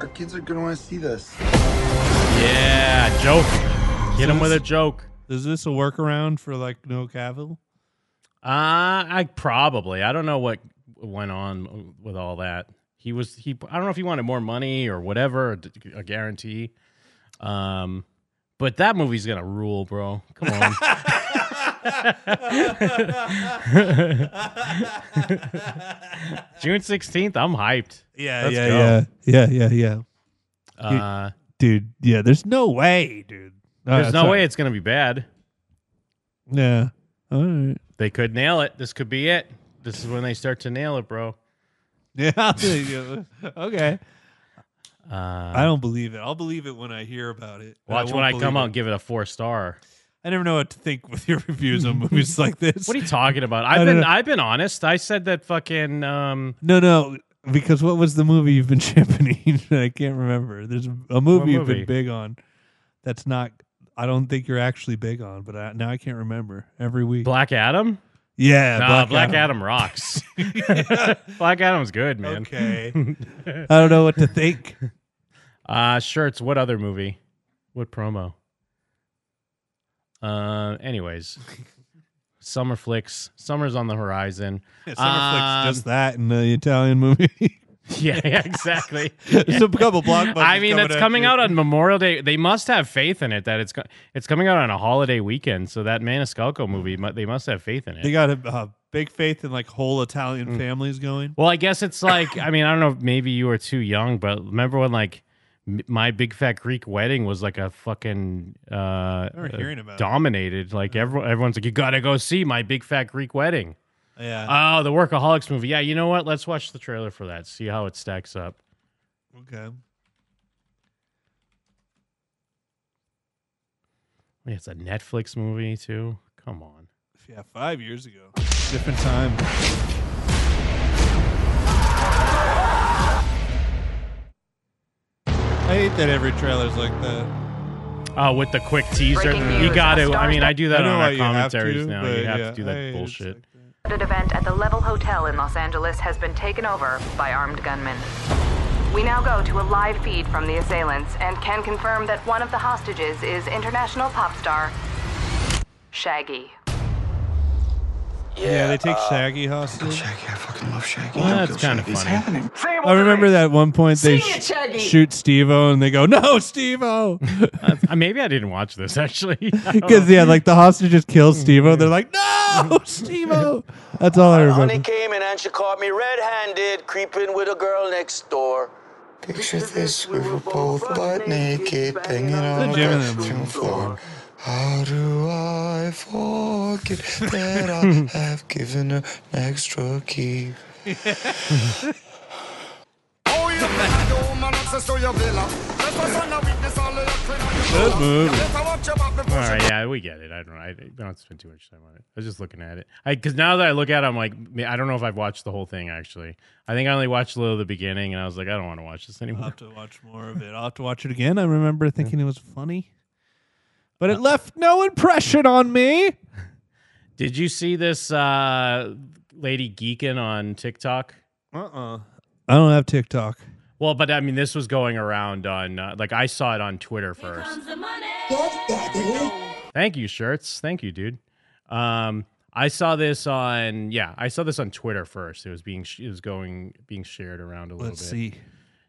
[SPEAKER 17] Our kids are gonna want to see this.
[SPEAKER 6] Oh,
[SPEAKER 7] Yeah, joke. Get
[SPEAKER 6] So
[SPEAKER 7] him with a
[SPEAKER 6] this-
[SPEAKER 7] joke.
[SPEAKER 6] Is this a workaround for like no Cavill?
[SPEAKER 7] Uh, I probably. I don't know what went on with all that. He was he. I don't know if he wanted more money or whatever, or d- a guarantee. Um, but that movie's gonna rule, bro. Come on. *laughs* June sixteenth. I'm hyped.
[SPEAKER 6] Yeah,
[SPEAKER 7] Let's
[SPEAKER 6] yeah,
[SPEAKER 7] go.
[SPEAKER 6] yeah, yeah, yeah, yeah.
[SPEAKER 7] Uh,
[SPEAKER 6] dude, yeah. There's no way, dude. All
[SPEAKER 7] There's
[SPEAKER 6] right,
[SPEAKER 7] no
[SPEAKER 6] sorry.
[SPEAKER 7] way it's gonna be bad.
[SPEAKER 6] Yeah. All right.
[SPEAKER 7] They could nail it. This could be it. This is when they start to nail it, bro.
[SPEAKER 6] *laughs* Yeah. I'll tell you. *laughs* okay.
[SPEAKER 7] Uh,
[SPEAKER 6] I don't believe it. I'll believe it when I hear about it. but
[SPEAKER 7] watch
[SPEAKER 6] won't
[SPEAKER 7] when I
[SPEAKER 6] believe
[SPEAKER 7] come
[SPEAKER 6] it.
[SPEAKER 7] out and give it a four star.
[SPEAKER 6] I never know what to think with your *laughs* reviews
[SPEAKER 7] *laughs*
[SPEAKER 6] on movies like this.
[SPEAKER 7] What are you talking about?
[SPEAKER 6] I
[SPEAKER 7] I've
[SPEAKER 6] don't
[SPEAKER 7] been
[SPEAKER 6] know.
[SPEAKER 7] I've been honest. I said that fucking um
[SPEAKER 6] No, no. Because what was the movie you've been *laughs* championing? I can't remember. There's a- a movie you've
[SPEAKER 7] movie?
[SPEAKER 6] been big on. That's not. I don't think you're actually big on, but I, now I can't remember every week.
[SPEAKER 7] Black Adam.
[SPEAKER 6] Yeah,
[SPEAKER 7] nah,
[SPEAKER 6] Black
[SPEAKER 7] Black, Adam.
[SPEAKER 6] *laughs*
[SPEAKER 7] rocks. *laughs* Black Adam's good, man. *laughs*
[SPEAKER 6] Okay. I don't know what to think.
[SPEAKER 7] Uh shirts. What other movie? What promo? Uh,
[SPEAKER 6] *laughs*
[SPEAKER 7] anyways, summer flicks. Summer's on the horizon.
[SPEAKER 6] Yeah, Summer
[SPEAKER 7] Um,
[SPEAKER 6] flicks just that and the Italian movie.
[SPEAKER 7] *laughs* Yeah, yeah, exactly.
[SPEAKER 6] *laughs* There's a couple
[SPEAKER 7] *laughs*
[SPEAKER 6] blockbusters
[SPEAKER 7] I mean,
[SPEAKER 6] coming
[SPEAKER 7] that's
[SPEAKER 6] after
[SPEAKER 7] coming
[SPEAKER 6] you.
[SPEAKER 7] out on Memorial Day. They must have faith in it that it's co- it's coming out on a holiday weekend. So that Maniscalco movie, mu- they must have faith in it.
[SPEAKER 6] they got a, a big faith in like whole Italian
[SPEAKER 7] Mm.
[SPEAKER 6] families going.
[SPEAKER 7] Well, I guess it's like I mean I don't know. if Maybe you were too young, but remember when like m- my big fat Greek wedding was like a fucking uh, uh,
[SPEAKER 6] hearing about it.
[SPEAKER 7] dominated. Like everyone, everyone's like, you gotta go see my big fat Greek wedding.
[SPEAKER 6] Yeah.
[SPEAKER 7] Oh, the workaholics movie. Yeah, you know what? Let's watch the trailer for that. See how it stacks up.
[SPEAKER 6] Okay.
[SPEAKER 7] It's a Netflix movie too. Come on.
[SPEAKER 6] Yeah, five
[SPEAKER 7] *laughs*
[SPEAKER 6] years ago. Different time. I hate that every trailer's like that.
[SPEAKER 7] Oh, with the quick teaser,
[SPEAKER 6] Breaking news.
[SPEAKER 7] you got to. I mean, I do that
[SPEAKER 6] I know
[SPEAKER 7] on
[SPEAKER 6] why
[SPEAKER 7] our
[SPEAKER 6] you have
[SPEAKER 7] commentaries
[SPEAKER 6] to,
[SPEAKER 7] now.
[SPEAKER 6] but
[SPEAKER 7] You have
[SPEAKER 6] yeah,
[SPEAKER 7] to do that
[SPEAKER 6] I- it's
[SPEAKER 7] bullshit.
[SPEAKER 19] An event at the Level Hotel in Los Angeles has been taken over by armed gunmen. We now go to a live feed from the assailants and can confirm that one of the hostages is international pop star Shaggy.
[SPEAKER 6] Yeah, they take Shaggy hostage. Shaggy,
[SPEAKER 17] I fucking love Shaggy.
[SPEAKER 6] Well,
[SPEAKER 17] Don't
[SPEAKER 6] that's
[SPEAKER 17] kill
[SPEAKER 6] kind of
[SPEAKER 17] Shaggy. It's
[SPEAKER 6] funny.
[SPEAKER 17] happening.
[SPEAKER 6] I remember that one point they
[SPEAKER 17] Sing it,
[SPEAKER 6] sh-
[SPEAKER 17] Shaggy.
[SPEAKER 6] shoot Steve-O and they go, *laughs* "No, Steve-O,"
[SPEAKER 7] Uh, maybe I didn't watch this actually. *laughs*
[SPEAKER 6] because yeah, like the hostage just
[SPEAKER 7] Oh,
[SPEAKER 6] kills Steve-O. They're like, "No, Steve-O." That's all I remember.
[SPEAKER 20] came in and she caught me red-handed creeping with a girl next door.
[SPEAKER 17] Picture this, we were both butt naked, banging
[SPEAKER 6] on
[SPEAKER 17] on
[SPEAKER 6] the
[SPEAKER 17] the
[SPEAKER 6] Gemini
[SPEAKER 17] bedroom floor. How do I forget that I have given her an extra
[SPEAKER 5] *laughs*
[SPEAKER 17] key?
[SPEAKER 5] Oh,
[SPEAKER 7] Good
[SPEAKER 6] movie.
[SPEAKER 7] All right, yeah, we get it. I don't know. I don't have to spend too much time on it. I was just looking at it. I because now that I look at it, I'm like, ma- I don't know if I've watched the whole thing actually. I think I only watched a little of the beginning, and I was like, I don't want to watch this anymore.
[SPEAKER 6] I'll have to watch more of it. I'll have to watch it again. I remember thinking it was funny, but
[SPEAKER 7] Uh,
[SPEAKER 6] it left no impression on me.
[SPEAKER 7] Did you see this uh, lady geeking on TikTok?
[SPEAKER 6] Uh uh I don't have TikTok.
[SPEAKER 7] Well, but I mean, this was going around on uh, like I saw it on Twitter first. Thank you, shirts. Thank you, dude. Um, I saw this on yeah, I saw this on Twitter first. It was being it was going being shared around a little
[SPEAKER 6] Let's
[SPEAKER 7] bit.
[SPEAKER 6] see.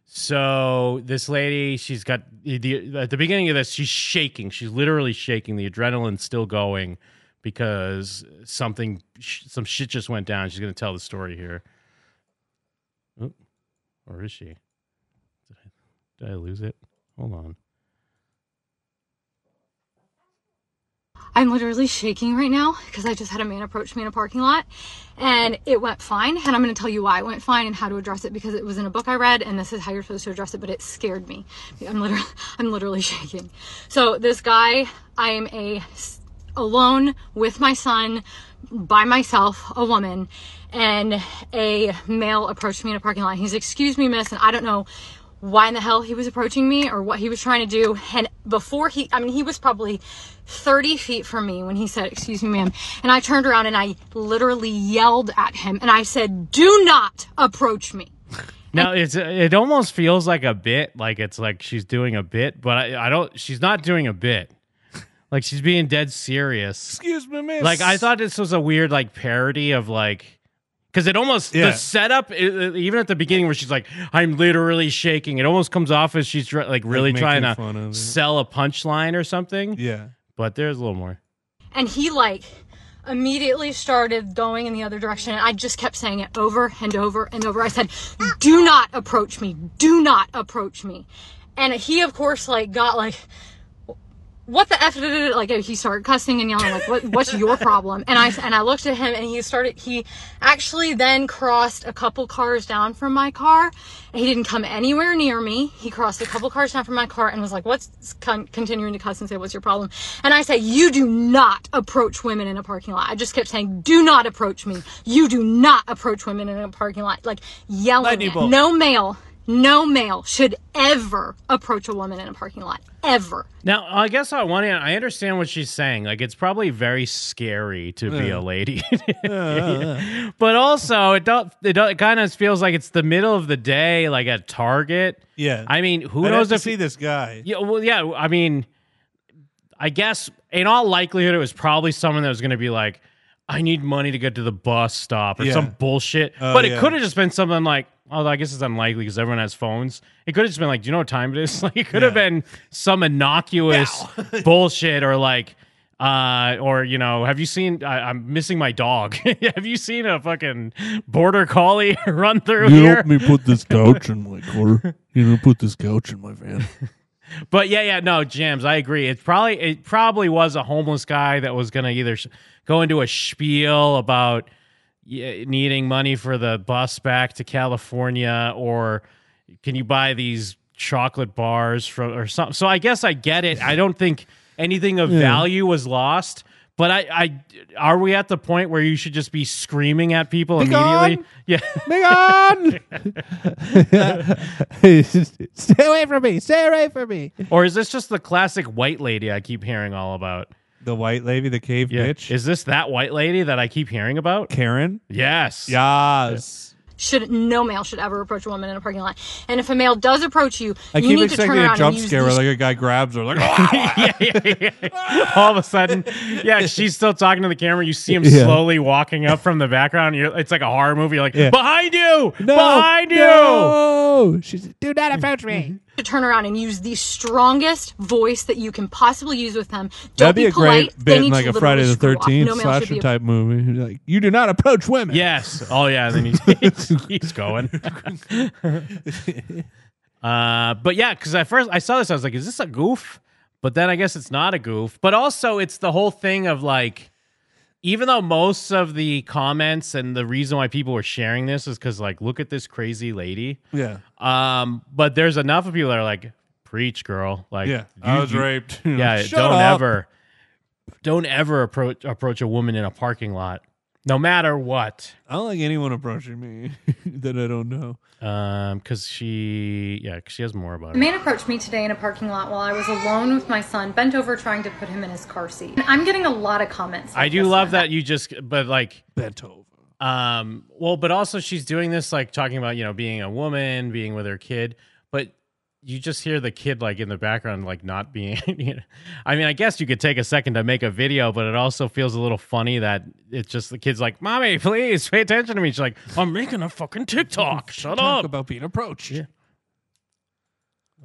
[SPEAKER 7] So this lady, she's got the at the beginning of this, she's shaking. She's literally shaking. The adrenaline's still going because something sh- some shit just went down. She's gonna tell the story here. Oh, or is she? Did I, did I lose it? Hold on.
[SPEAKER 21] I'm literally shaking right now because I just had a man approach me in a parking lot and it went fine. And I'm going to tell you why it went fine and how to address it because it was in a book I read and this is how you're supposed to address it, but it scared me. I'm literally, *laughs* I'm literally shaking. So this guy, I am a s- alone with my son by myself, a woman, and a male approached me in a parking lot. He's, excuse me, miss. And I don't know why in the hell he was approaching me or what he was trying to do. And before he, I mean, he was probably 30 feet from me when he said, Excuse me, ma'am. And I turned around and I literally yelled at him and I said, Do not approach me.
[SPEAKER 7] Now it's it almost feels like a bit, like it's like she's doing a bit, but I, I don't. She's not doing a bit. Like she's being dead serious.
[SPEAKER 6] Excuse me, miss.
[SPEAKER 7] Like I thought this was a weird like parody of like because it almost
[SPEAKER 6] Yeah.
[SPEAKER 7] the setup i- i- even at the beginning where she's like I'm literally shaking. It almost comes off as she's dr- like really
[SPEAKER 6] making
[SPEAKER 7] trying
[SPEAKER 6] fun of
[SPEAKER 7] to
[SPEAKER 6] it.
[SPEAKER 7] sell a punchline or something.
[SPEAKER 6] Yeah,
[SPEAKER 7] but there's a little more.
[SPEAKER 21] And he like immediately started going in the other direction. And I just kept saying it over and over and over. I said, Do not approach me. Do not approach me. And he, of course, like got like, what the f? did it-" Like he started cussing and yelling, like, what, "What's your problem?" And I and I looked at him, and he started. He actually then crossed a couple cars down from my car. He didn't come anywhere near me. He crossed a couple cars down from my car and was like, "What's con- continuing to cuss and say, what's your problem?" And I say, "You do not approach women in a parking lot." I just kept saying, "Do not approach me. You do not approach women in a parking lot." Like yelling,
[SPEAKER 22] Lightning
[SPEAKER 21] at-
[SPEAKER 22] bolt.
[SPEAKER 21] no male. No male should ever approach a woman in a parking lot. Ever.
[SPEAKER 7] Now, I guess on one hand, I understand what she's saying. Like, it's probably very scary to be a
[SPEAKER 6] Yeah.
[SPEAKER 7] lady, *laughs*
[SPEAKER 6] yeah,
[SPEAKER 7] but also it don't, it, don't, it kind of feels like it's the middle of the day, like at Target.
[SPEAKER 6] Yeah.
[SPEAKER 7] I mean, who
[SPEAKER 6] I'd
[SPEAKER 7] knows
[SPEAKER 6] have to
[SPEAKER 7] if
[SPEAKER 6] see this guy?
[SPEAKER 7] Yeah, well, yeah. I mean, I guess in all likelihood, it was probably someone that was going to be like, "I need money to get to the bus stop" or
[SPEAKER 6] Yeah.
[SPEAKER 7] some bullshit.
[SPEAKER 6] Oh,
[SPEAKER 7] but it
[SPEAKER 6] yeah.
[SPEAKER 7] could have just been something like, although I guess it's unlikely because everyone has phones. It could have just been like, "Do you know what time it is?" *laughs* Like, it could have been some innocuous
[SPEAKER 6] *laughs*
[SPEAKER 7] bullshit or like. Uh, or you know, have you seen? I, I'm missing my dog. *laughs* have you seen a fucking border collie *laughs* run through
[SPEAKER 6] You
[SPEAKER 7] here?
[SPEAKER 6] helped me
[SPEAKER 21] *laughs*
[SPEAKER 6] put this couch in my car. You know, put this couch in my van.
[SPEAKER 7] But yeah, yeah, no, Jams, I agree. It's probably it probably was a homeless guy that was gonna either sh- go into a spiel about y- needing money for the bus back to California, or can you buy these chocolate bars from or something. So I guess I get it. I don't think anything of
[SPEAKER 9] Yeah.
[SPEAKER 7] value was lost. But I, I, are we at the point where you should just be screaming at people
[SPEAKER 9] Be
[SPEAKER 7] immediately?
[SPEAKER 9] gone.
[SPEAKER 7] Yeah,
[SPEAKER 9] Be gone. *laughs* Stay away from me. Stay away from me.
[SPEAKER 7] or is this just the classic white lady I keep hearing all about?
[SPEAKER 6] The white lady, the cave bitch.
[SPEAKER 7] Is this that white lady that I keep hearing about?
[SPEAKER 6] Karen?
[SPEAKER 7] Yes.
[SPEAKER 6] Yes.
[SPEAKER 21] should no male should ever approach a woman in a parking lot. And if a male does approach you,
[SPEAKER 6] I
[SPEAKER 21] you
[SPEAKER 6] keep
[SPEAKER 21] need to turn
[SPEAKER 6] expecting a
[SPEAKER 21] around
[SPEAKER 6] jump
[SPEAKER 21] and use
[SPEAKER 6] scare where
[SPEAKER 21] these-
[SPEAKER 6] like a guy grabs her like "Ah!"
[SPEAKER 7] *laughs* all of a sudden, yeah, she's still talking to the camera. You see him
[SPEAKER 6] Yeah.
[SPEAKER 7] slowly walking up from the background. You're, it's like a horror movie. You're like
[SPEAKER 6] Yeah.
[SPEAKER 7] behind you,
[SPEAKER 6] No,
[SPEAKER 7] behind you.
[SPEAKER 6] no. She's
[SPEAKER 9] Do not approach me.
[SPEAKER 6] Mm-hmm.
[SPEAKER 21] to turn around and use the strongest voice that you can possibly use with them. Don't
[SPEAKER 6] That'd
[SPEAKER 21] be,
[SPEAKER 6] be, a
[SPEAKER 21] polite.
[SPEAKER 6] great
[SPEAKER 21] They
[SPEAKER 6] bit in
[SPEAKER 21] need
[SPEAKER 6] like
[SPEAKER 21] to
[SPEAKER 6] a
[SPEAKER 21] literally
[SPEAKER 6] Friday the
[SPEAKER 21] screw off.
[SPEAKER 6] Thirteenth
[SPEAKER 21] No male should
[SPEAKER 6] slasher
[SPEAKER 21] be
[SPEAKER 6] type movie. Like you do not approach women.
[SPEAKER 7] Yes. Oh yeah. Then he's
[SPEAKER 6] *laughs*
[SPEAKER 7] he's, he's going. *laughs* uh, but yeah, because at first I saw this, I was like, "Is this a goof?" But then I guess it's not a goof. But also, it's the whole thing of like, even though most of the comments and the reason why people were sharing this is because like, look at this crazy lady.
[SPEAKER 6] Yeah.
[SPEAKER 7] Um, but there's enough of people that are like, "Preach, girl!" Like,
[SPEAKER 6] Yeah, I was raped. *laughs*
[SPEAKER 7] Yeah.
[SPEAKER 6] Shut
[SPEAKER 7] don't
[SPEAKER 6] up.
[SPEAKER 7] ever, don't ever approach approach a woman in a parking lot, no matter what.
[SPEAKER 6] I don't like anyone approaching me *laughs* that I don't know.
[SPEAKER 7] Um, because she, yeah, 'cause she has more about
[SPEAKER 21] A
[SPEAKER 7] it.
[SPEAKER 21] man approached me today in a parking lot while I was alone with my son, bent over trying to put him in his car seat. And I'm getting a lot of comments.
[SPEAKER 7] I do love that you just, but like
[SPEAKER 6] Beethoven.
[SPEAKER 7] Um, well, but also she's doing this like talking about you know being a woman, being with her kid, but you just hear the kid like in the background like not being. *laughs* You know. I mean, I guess you could take a second to make a video, but it also feels a little funny that it's just the kid's like, "Mommy, please pay attention to me." She's like, "I'm making a fucking TikTok. Shut
[SPEAKER 6] Talk
[SPEAKER 7] up."
[SPEAKER 6] about being approached.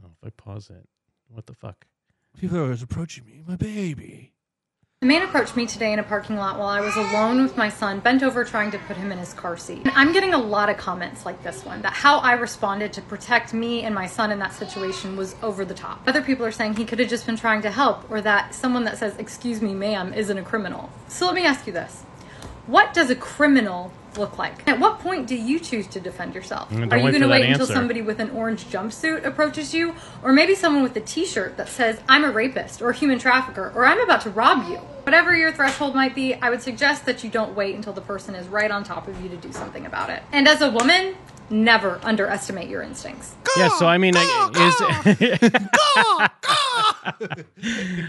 [SPEAKER 7] Oh, if I pause it, what the fuck?
[SPEAKER 6] People are always approaching me, my baby.
[SPEAKER 21] A man approached me today in a parking lot while I was alone with my son, bent over trying to put him in his car seat. And I'm getting a lot of comments like this one that how I responded to protect me and my son in that situation was over the top. Other people are saying he could have just been trying to help, or that someone that says, Excuse me, ma'am, isn't a criminal. So let me ask you this What does a criminal look like? At what point do you choose to defend yourself?
[SPEAKER 7] Mm, don't
[SPEAKER 21] Are you
[SPEAKER 7] wait
[SPEAKER 21] going to
[SPEAKER 7] for that
[SPEAKER 21] wait until
[SPEAKER 7] answer.
[SPEAKER 21] somebody with an orange jumpsuit approaches you? Or maybe someone with a t shirt that says, I'm a rapist or a human trafficker or I'm about to rob you? Whatever your threshold might be, I would suggest that you don't wait until the person is right on top of you to do something about it. And as a woman, never underestimate your instincts.
[SPEAKER 7] Yeah, so I mean, I, is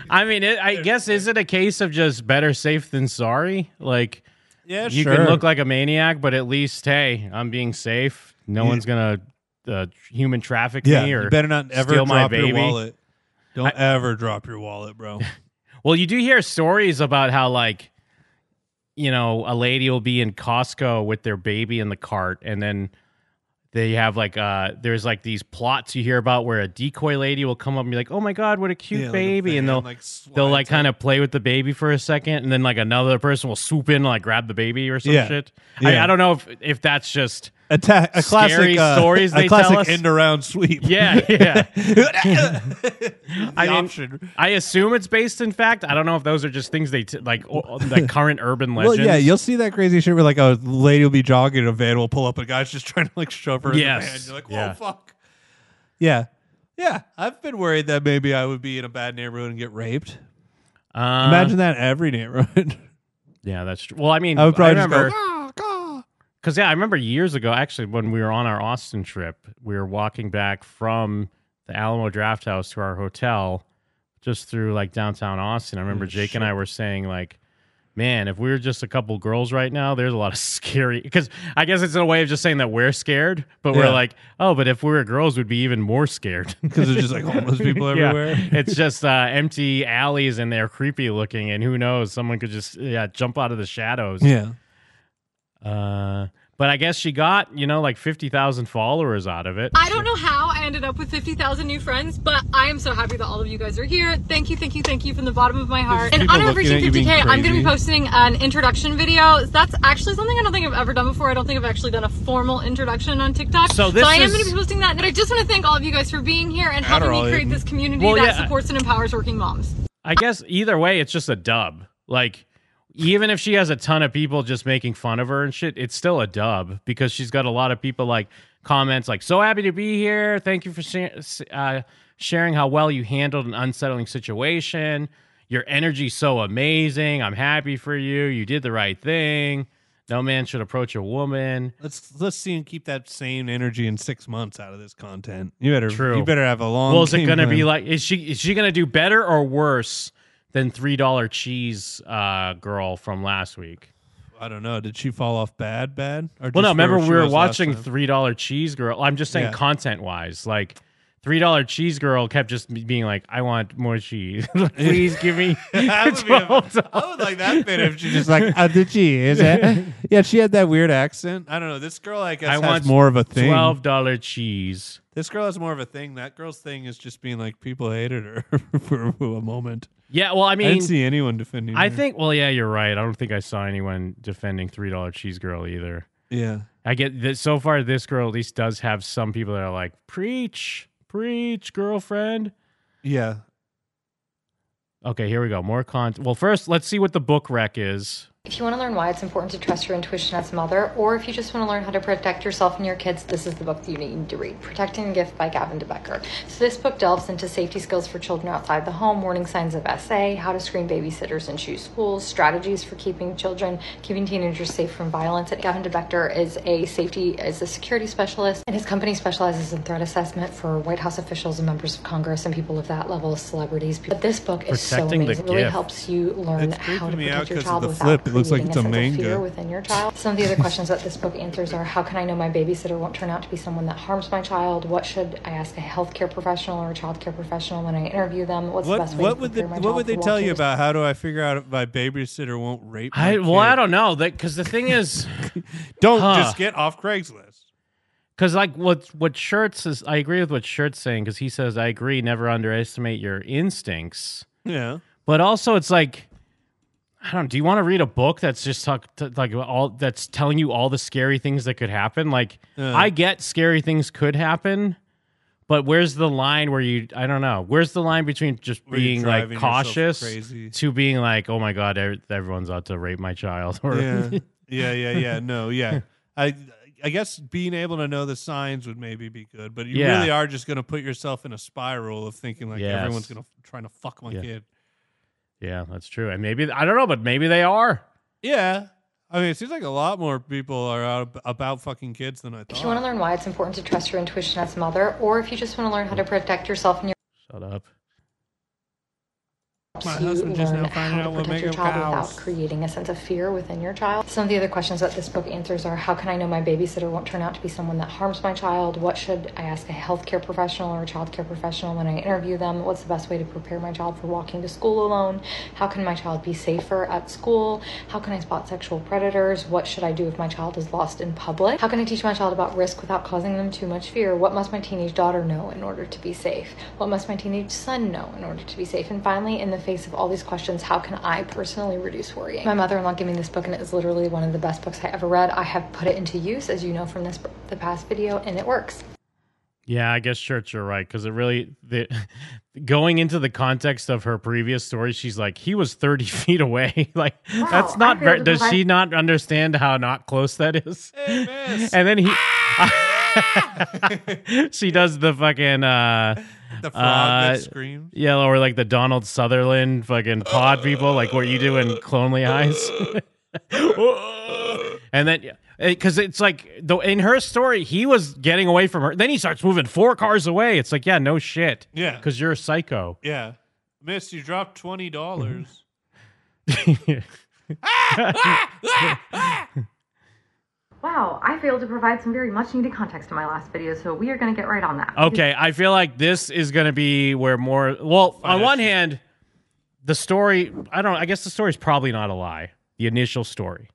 [SPEAKER 7] *laughs* I mean, it, I guess is it a case of just better safe than sorry? Like,
[SPEAKER 6] Yeah,
[SPEAKER 7] you
[SPEAKER 6] sure.
[SPEAKER 7] can look like a maniac, but at least hey, I'm being safe. No
[SPEAKER 6] Yeah.
[SPEAKER 7] one's gonna uh, human traffic
[SPEAKER 6] Yeah,
[SPEAKER 7] me or
[SPEAKER 6] you better not ever
[SPEAKER 7] steal
[SPEAKER 6] drop
[SPEAKER 7] my baby.
[SPEAKER 6] your wallet. Don't ever drop your wallet, *laughs* bro.
[SPEAKER 7] Well, you do hear stories about how like you know, a lady will be in Costco with their baby in the cart and then they have like uh there's like these plots you hear about where a decoy lady will come up and be like, "Oh my god, what a cute
[SPEAKER 6] Yeah, like a
[SPEAKER 7] baby." and they'll
[SPEAKER 6] van, like,
[SPEAKER 7] they'll like kind of play with the baby for a second and then like another person will swoop in and like grab the baby or some
[SPEAKER 6] Yeah.
[SPEAKER 7] shit. I,
[SPEAKER 6] Yeah.
[SPEAKER 7] I don't know if if that's just
[SPEAKER 6] A, ta- a
[SPEAKER 7] scary
[SPEAKER 6] classic uh,
[SPEAKER 7] stories
[SPEAKER 6] a
[SPEAKER 7] they
[SPEAKER 6] classic
[SPEAKER 7] tell us.
[SPEAKER 6] end around sweep. *laughs*
[SPEAKER 7] Yeah, yeah. I mean,
[SPEAKER 6] option.
[SPEAKER 7] I assume it's based in fact. I don't know if those are just things they t- like
[SPEAKER 6] *laughs*
[SPEAKER 7] o- like current urban
[SPEAKER 6] Well,
[SPEAKER 7] legends.
[SPEAKER 6] yeah, you'll see that crazy shit where like a lady will be jogging and a van will pull up and a guy's just trying to like shove her in the van.
[SPEAKER 7] Yes.
[SPEAKER 6] You're like, whoa,
[SPEAKER 7] Yeah.
[SPEAKER 6] fuck. Yeah. Yeah. I've been worried that maybe I would be in a bad neighborhood and get raped.
[SPEAKER 7] Uh, *laughs*
[SPEAKER 6] Imagine that *laughs* every neighborhood.
[SPEAKER 7] Yeah, that's true. Well, I mean,
[SPEAKER 6] I would probably
[SPEAKER 7] I
[SPEAKER 6] Oh, just go,
[SPEAKER 7] remember because yeah, I remember years ago actually when we were on our Austin trip, we were walking back from the Alamo Draft House to our hotel, just through like downtown Austin. I
[SPEAKER 6] Mm,
[SPEAKER 7] remember Jake and I were saying like. Man, if we were just a couple girls right now, there's a lot of *laughs* scary. Because I guess it's a way of just saying that we're scared, but we're
[SPEAKER 6] Yeah.
[SPEAKER 7] like, oh, but if we were girls, we'd be even more scared. *laughs*
[SPEAKER 6] 'Cause there's just, like, homeless people
[SPEAKER 7] Yeah.
[SPEAKER 6] everywhere.
[SPEAKER 7] *laughs* it's just uh, empty alleys and they're creepy looking, and who knows, someone could just yeah jump out of the shadows.
[SPEAKER 6] Yeah.
[SPEAKER 7] Uh, but I guess she got you know like fifty thousand followers out of it.
[SPEAKER 21] I don't know how I ended up with 50,000 new friends, but I am so happy that all of you guys are here. Thank you, thank you, thank you from the bottom of my heart.
[SPEAKER 1] There's
[SPEAKER 21] In
[SPEAKER 1] people
[SPEAKER 21] honor of
[SPEAKER 1] looking
[SPEAKER 21] reaching
[SPEAKER 1] at you being
[SPEAKER 21] 50K, I'm going to be
[SPEAKER 1] crazy.
[SPEAKER 21] posting an introduction video. That's actually something I don't think I've ever done before. I don't think I've actually done a formal introduction on TikTok.
[SPEAKER 7] So this
[SPEAKER 21] I am
[SPEAKER 7] is-
[SPEAKER 21] going to be posting that. And I just want to thank all of you guys for being here and helping
[SPEAKER 7] Adderall,
[SPEAKER 21] me create
[SPEAKER 7] isn't
[SPEAKER 21] this
[SPEAKER 7] it?
[SPEAKER 21] community
[SPEAKER 7] Well,
[SPEAKER 21] that
[SPEAKER 7] yeah.
[SPEAKER 21] supports and empowers working moms.
[SPEAKER 7] I guess either way, it's just a dub. Like even if she has a ton of people just making fun of her and shit, it's still a dub because she's got a lot of people like comments like "so happy to be here, thank you for shar- s- uh, sharing how well you handled an unsettling situation." Your energy's so amazing. I'm happy for you. You did the right thing. No man should approach a woman.
[SPEAKER 6] Let's let's see and keep that same energy in six months out of this content. You better
[SPEAKER 7] True.
[SPEAKER 6] You better have a long.
[SPEAKER 7] Well, is it
[SPEAKER 6] game
[SPEAKER 7] going to be
[SPEAKER 6] plan.
[SPEAKER 7] like? Is she is she going to do better or worse than three dollar cheese uh, girl from last week?
[SPEAKER 6] I don't know. Did she fall off bad, bad?
[SPEAKER 7] Well,
[SPEAKER 6] Or just
[SPEAKER 7] no. Remember
[SPEAKER 6] where she
[SPEAKER 7] we were
[SPEAKER 6] was last
[SPEAKER 7] watching
[SPEAKER 6] time?
[SPEAKER 7] three dollar cheese girl. I'm just saying
[SPEAKER 6] Yeah.
[SPEAKER 7] content wise, like. Three dollar cheese girl kept just be- being like, "I want more cheese. *laughs* Please give me."
[SPEAKER 6] *laughs* That would be a-
[SPEAKER 7] $12."
[SPEAKER 6] I would like that bit if she just *laughs* like, oh, did she? Is it? Yeah, she had that weird accent. I don't know. This girl, I guess,
[SPEAKER 7] I
[SPEAKER 6] has
[SPEAKER 7] want
[SPEAKER 6] more of a thing.
[SPEAKER 7] Twelve dollar cheese.
[SPEAKER 6] This girl has more of a thing. That girl's thing is just being like people hated her *laughs* for a moment.
[SPEAKER 7] Yeah, well, I mean,
[SPEAKER 6] I didn't see anyone defending.
[SPEAKER 7] I
[SPEAKER 6] her.
[SPEAKER 7] think. Well, yeah, you're right. I don't think I saw anyone defending three dollar cheese girl either.
[SPEAKER 6] Yeah.
[SPEAKER 7] I get that. So far, this girl at least does have some people that are like, preach, preach, girlfriend.
[SPEAKER 6] Yeah.
[SPEAKER 7] Okay, here we go. More content. Well, first, let's see what the book rec is.
[SPEAKER 21] If you want to learn why it's important to trust your intuition as a mother, or if you just want to learn how to protect yourself and your kids, this is the book that you need to read Protecting a Gift by Gavin DeBecker. So, this book delves into safety skills for children outside the home, warning signs of SA, how to screen babysitters and choose schools, strategies for keeping children, keeping teenagers safe from violence. And Gavin DeBecker is a safety, is a security specialist, and his company specializes in threat assessment for White House officials and members of Congress and people of that level, celebrities. But this book is so
[SPEAKER 6] Protecting the
[SPEAKER 21] amazing. It really
[SPEAKER 6] gift.
[SPEAKER 21] helps you learn
[SPEAKER 6] It's
[SPEAKER 21] how to
[SPEAKER 6] creeping me out
[SPEAKER 21] protect your
[SPEAKER 6] 'cause of
[SPEAKER 21] child
[SPEAKER 6] the
[SPEAKER 21] without
[SPEAKER 6] flip. It looks like
[SPEAKER 21] creating
[SPEAKER 6] it's a
[SPEAKER 21] sense of
[SPEAKER 6] manga.
[SPEAKER 21] fear within your child. Some of the other questions that this book answers are how can I know my babysitter won't turn out to be someone that harms my child? What should I ask a healthcare professional or a child care professional when I interview them? What's the
[SPEAKER 6] what
[SPEAKER 21] best way
[SPEAKER 6] what
[SPEAKER 21] to
[SPEAKER 6] would they
[SPEAKER 21] prepare my
[SPEAKER 6] what
[SPEAKER 21] child
[SPEAKER 6] would
[SPEAKER 21] for
[SPEAKER 6] they tell
[SPEAKER 21] walking
[SPEAKER 6] you
[SPEAKER 21] into
[SPEAKER 6] about? How do I figure out if my babysitter won't rape? my
[SPEAKER 7] I well, I
[SPEAKER 6] kid?
[SPEAKER 7] don't know that because the thing *laughs* is,
[SPEAKER 6] Don't just get off Craigslist.
[SPEAKER 7] Because like what what Shirts is, I agree with what Shirts saying because he says I agree. Never underestimate your instincts.
[SPEAKER 6] Yeah.
[SPEAKER 7] But also, it's like I don't. Do you want to read a book that's just talk, t- like all that's telling you all the scary things that could happen? Like
[SPEAKER 6] Yeah.
[SPEAKER 7] I get scary things could happen, but where's the line where you? I don't know. Where's the line between just
[SPEAKER 6] Where you're
[SPEAKER 7] being like
[SPEAKER 6] driving yourself
[SPEAKER 7] cautious
[SPEAKER 6] crazy.
[SPEAKER 7] to being like, oh my god, ev- everyone's out to rape my child? Or *laughs*
[SPEAKER 6] yeah, yeah, yeah, yeah. No, yeah. I I guess being able to know the signs would maybe be good, but you
[SPEAKER 7] Yeah.
[SPEAKER 6] really are just going to put yourself in a spiral of thinking like
[SPEAKER 7] Yes.
[SPEAKER 6] everyone's going to trying to fuck my
[SPEAKER 7] Yeah.
[SPEAKER 6] kid.
[SPEAKER 7] yeah, that's true. And maybe I don't know, but maybe they are.
[SPEAKER 6] Yeah. I mean, it seems like a lot more people are out ab- about fucking kids than I
[SPEAKER 21] If you want
[SPEAKER 6] thought.
[SPEAKER 21] to learn why it's important to trust your intuition as a mother, or if you just want to learn how to protect yourself and your
[SPEAKER 7] Shut up.
[SPEAKER 6] My
[SPEAKER 21] you
[SPEAKER 6] husband just
[SPEAKER 21] learn
[SPEAKER 6] now finding
[SPEAKER 21] how
[SPEAKER 6] out
[SPEAKER 21] to
[SPEAKER 6] what
[SPEAKER 21] protect
[SPEAKER 6] make
[SPEAKER 21] your
[SPEAKER 6] him
[SPEAKER 21] child
[SPEAKER 6] cows.
[SPEAKER 21] without creating a sense of fear within your child. Some of the other questions that this book answers are how can I know my babysitter won't turn out to be someone that harms my child? What should I ask a healthcare professional or a child care professional when I interview them? What's the best way to prepare my child for walking to school alone? How can my child be safer at school? How can I spot sexual predators? What should I do if my child is lost in public? How can I teach my child about risk without causing them too much fear? What must my teenage daughter know in order to be safe? What must my teenage son know in order to be safe? And finally, in the face of all these questions, how can I personally reduce worrying? My mother-in-law gave me this book, and it is literally one of the best books I ever read. I have put it into use, as you know from this the past video, and it works.
[SPEAKER 7] Yeah, I guess Church, you're right because it really the *laughs* going into the context of her previous story, she's like he was 30 *laughs* feet away. like that's not
[SPEAKER 23] I really
[SPEAKER 7] very, does
[SPEAKER 23] provide-
[SPEAKER 7] she not understand how not close that
[SPEAKER 6] *laughs*
[SPEAKER 7] is? and then he. *laughs* she does the fucking uh
[SPEAKER 6] The frog that
[SPEAKER 7] uh,
[SPEAKER 6] screams?
[SPEAKER 7] yeah or like the donald sutherland fucking pod people like what you do in clonely *laughs* eyes and then because it's like the, in her story he was getting away from her then he starts moving four cars away it's like yeah no shit
[SPEAKER 6] Yeah.
[SPEAKER 7] because you're a
[SPEAKER 6] *laughs*
[SPEAKER 7] psycho *laughs*
[SPEAKER 6] Yeah. Miss, you dropped twenty dollars.
[SPEAKER 21] Wow, I failed to provide some very much needed context to my last video, so we are going to get right on that.
[SPEAKER 7] okay i feel like this is gonna be where more well on one hand the story i don't i guess the story's probably not a lie the initial story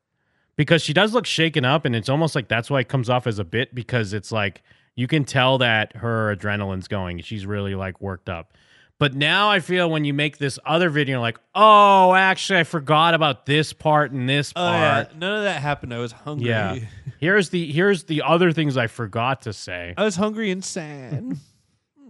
[SPEAKER 7] because she does look shaken up and it's almost like that's why it comes off as a bit because it's like you can tell that her adrenaline's going she's really like worked up but now i feel when you make this other video you're like oh actually i forgot about this part and this
[SPEAKER 6] Oh yeah,
[SPEAKER 7] part
[SPEAKER 6] none of that happened. I was hungry. *laughs*
[SPEAKER 7] yeah here's the here's the other things i forgot to say
[SPEAKER 6] I was hungry and sad.
[SPEAKER 7] *laughs*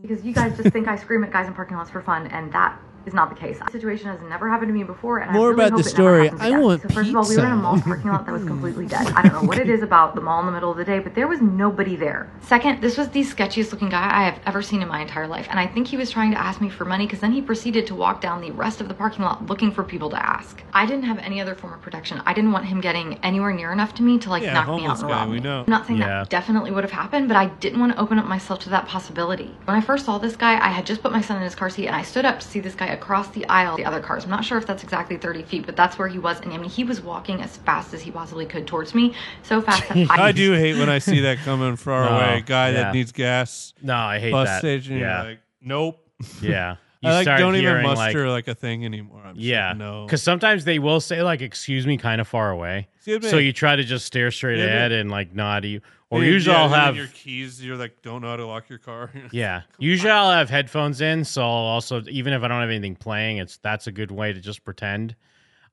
[SPEAKER 21] Because you guys just think I scream at guys in parking lots for fun, and that
[SPEAKER 1] is not the case. The situation has never happened to me before, and
[SPEAKER 9] More
[SPEAKER 1] I really
[SPEAKER 9] about
[SPEAKER 1] hope
[SPEAKER 9] the
[SPEAKER 1] it never
[SPEAKER 9] story.
[SPEAKER 1] happens
[SPEAKER 9] I
[SPEAKER 1] again.
[SPEAKER 9] want
[SPEAKER 1] So first of all, we were in a
[SPEAKER 9] pizza.
[SPEAKER 1] mall parking lot that was completely dead. I don't know what it is about the mall in the middle of the day, but there was nobody there. Second, this was the sketchiest looking guy I have ever seen in my entire life, and I think he was trying to ask me for money because then he proceeded to walk down the rest of the parking lot looking for people to ask. I didn't have any other form of protection. I didn't want him getting anywhere near enough to me to *coughs* like
[SPEAKER 9] Yeah,
[SPEAKER 1] knock me out
[SPEAKER 9] homeless
[SPEAKER 1] and
[SPEAKER 9] guy,
[SPEAKER 1] rob
[SPEAKER 9] we
[SPEAKER 1] me.
[SPEAKER 9] know.
[SPEAKER 1] I'm not saying
[SPEAKER 9] Yeah.
[SPEAKER 1] that definitely would have happened, but I didn't want to open up myself to that possibility. When I first saw this guy, I had just put my son in his car seat and I stood up to see this guy across the aisle, the other cars. I'm not sure if that's exactly 30 feet, but that's where he was. And I mean, he was walking as fast as he possibly could towards me, so
[SPEAKER 7] *laughs*
[SPEAKER 1] fast that I,
[SPEAKER 6] I do hate when I see that coming far
[SPEAKER 7] No,
[SPEAKER 6] away. Guy
[SPEAKER 7] yeah.
[SPEAKER 6] that needs gas.
[SPEAKER 7] No, I *laughs* hate
[SPEAKER 6] bus
[SPEAKER 7] that.
[SPEAKER 6] station. you're
[SPEAKER 7] Yeah.
[SPEAKER 6] like, nope.
[SPEAKER 7] Yeah.
[SPEAKER 6] *laughs*
[SPEAKER 7] You
[SPEAKER 6] I like
[SPEAKER 7] start
[SPEAKER 6] don't even
[SPEAKER 7] hearing, like-
[SPEAKER 6] muster like, a thing anymore. I'm just like,
[SPEAKER 7] yeah,
[SPEAKER 6] no.
[SPEAKER 7] Because sometimes they will say like, "Excuse me," kind of far away.
[SPEAKER 6] Excuse me.
[SPEAKER 7] So you try to just stare straight
[SPEAKER 6] Excuse me.
[SPEAKER 7] ahead and like nod. You or
[SPEAKER 6] Yeah,
[SPEAKER 7] usually
[SPEAKER 6] yeah,
[SPEAKER 7] I'll
[SPEAKER 6] and then
[SPEAKER 7] have
[SPEAKER 6] your keys. You're like, don't know how to lock your car. *laughs*
[SPEAKER 7] yeah. Usually I'll have headphones in, so I'll also even if I don't have anything playing, it's that's a good way to just pretend.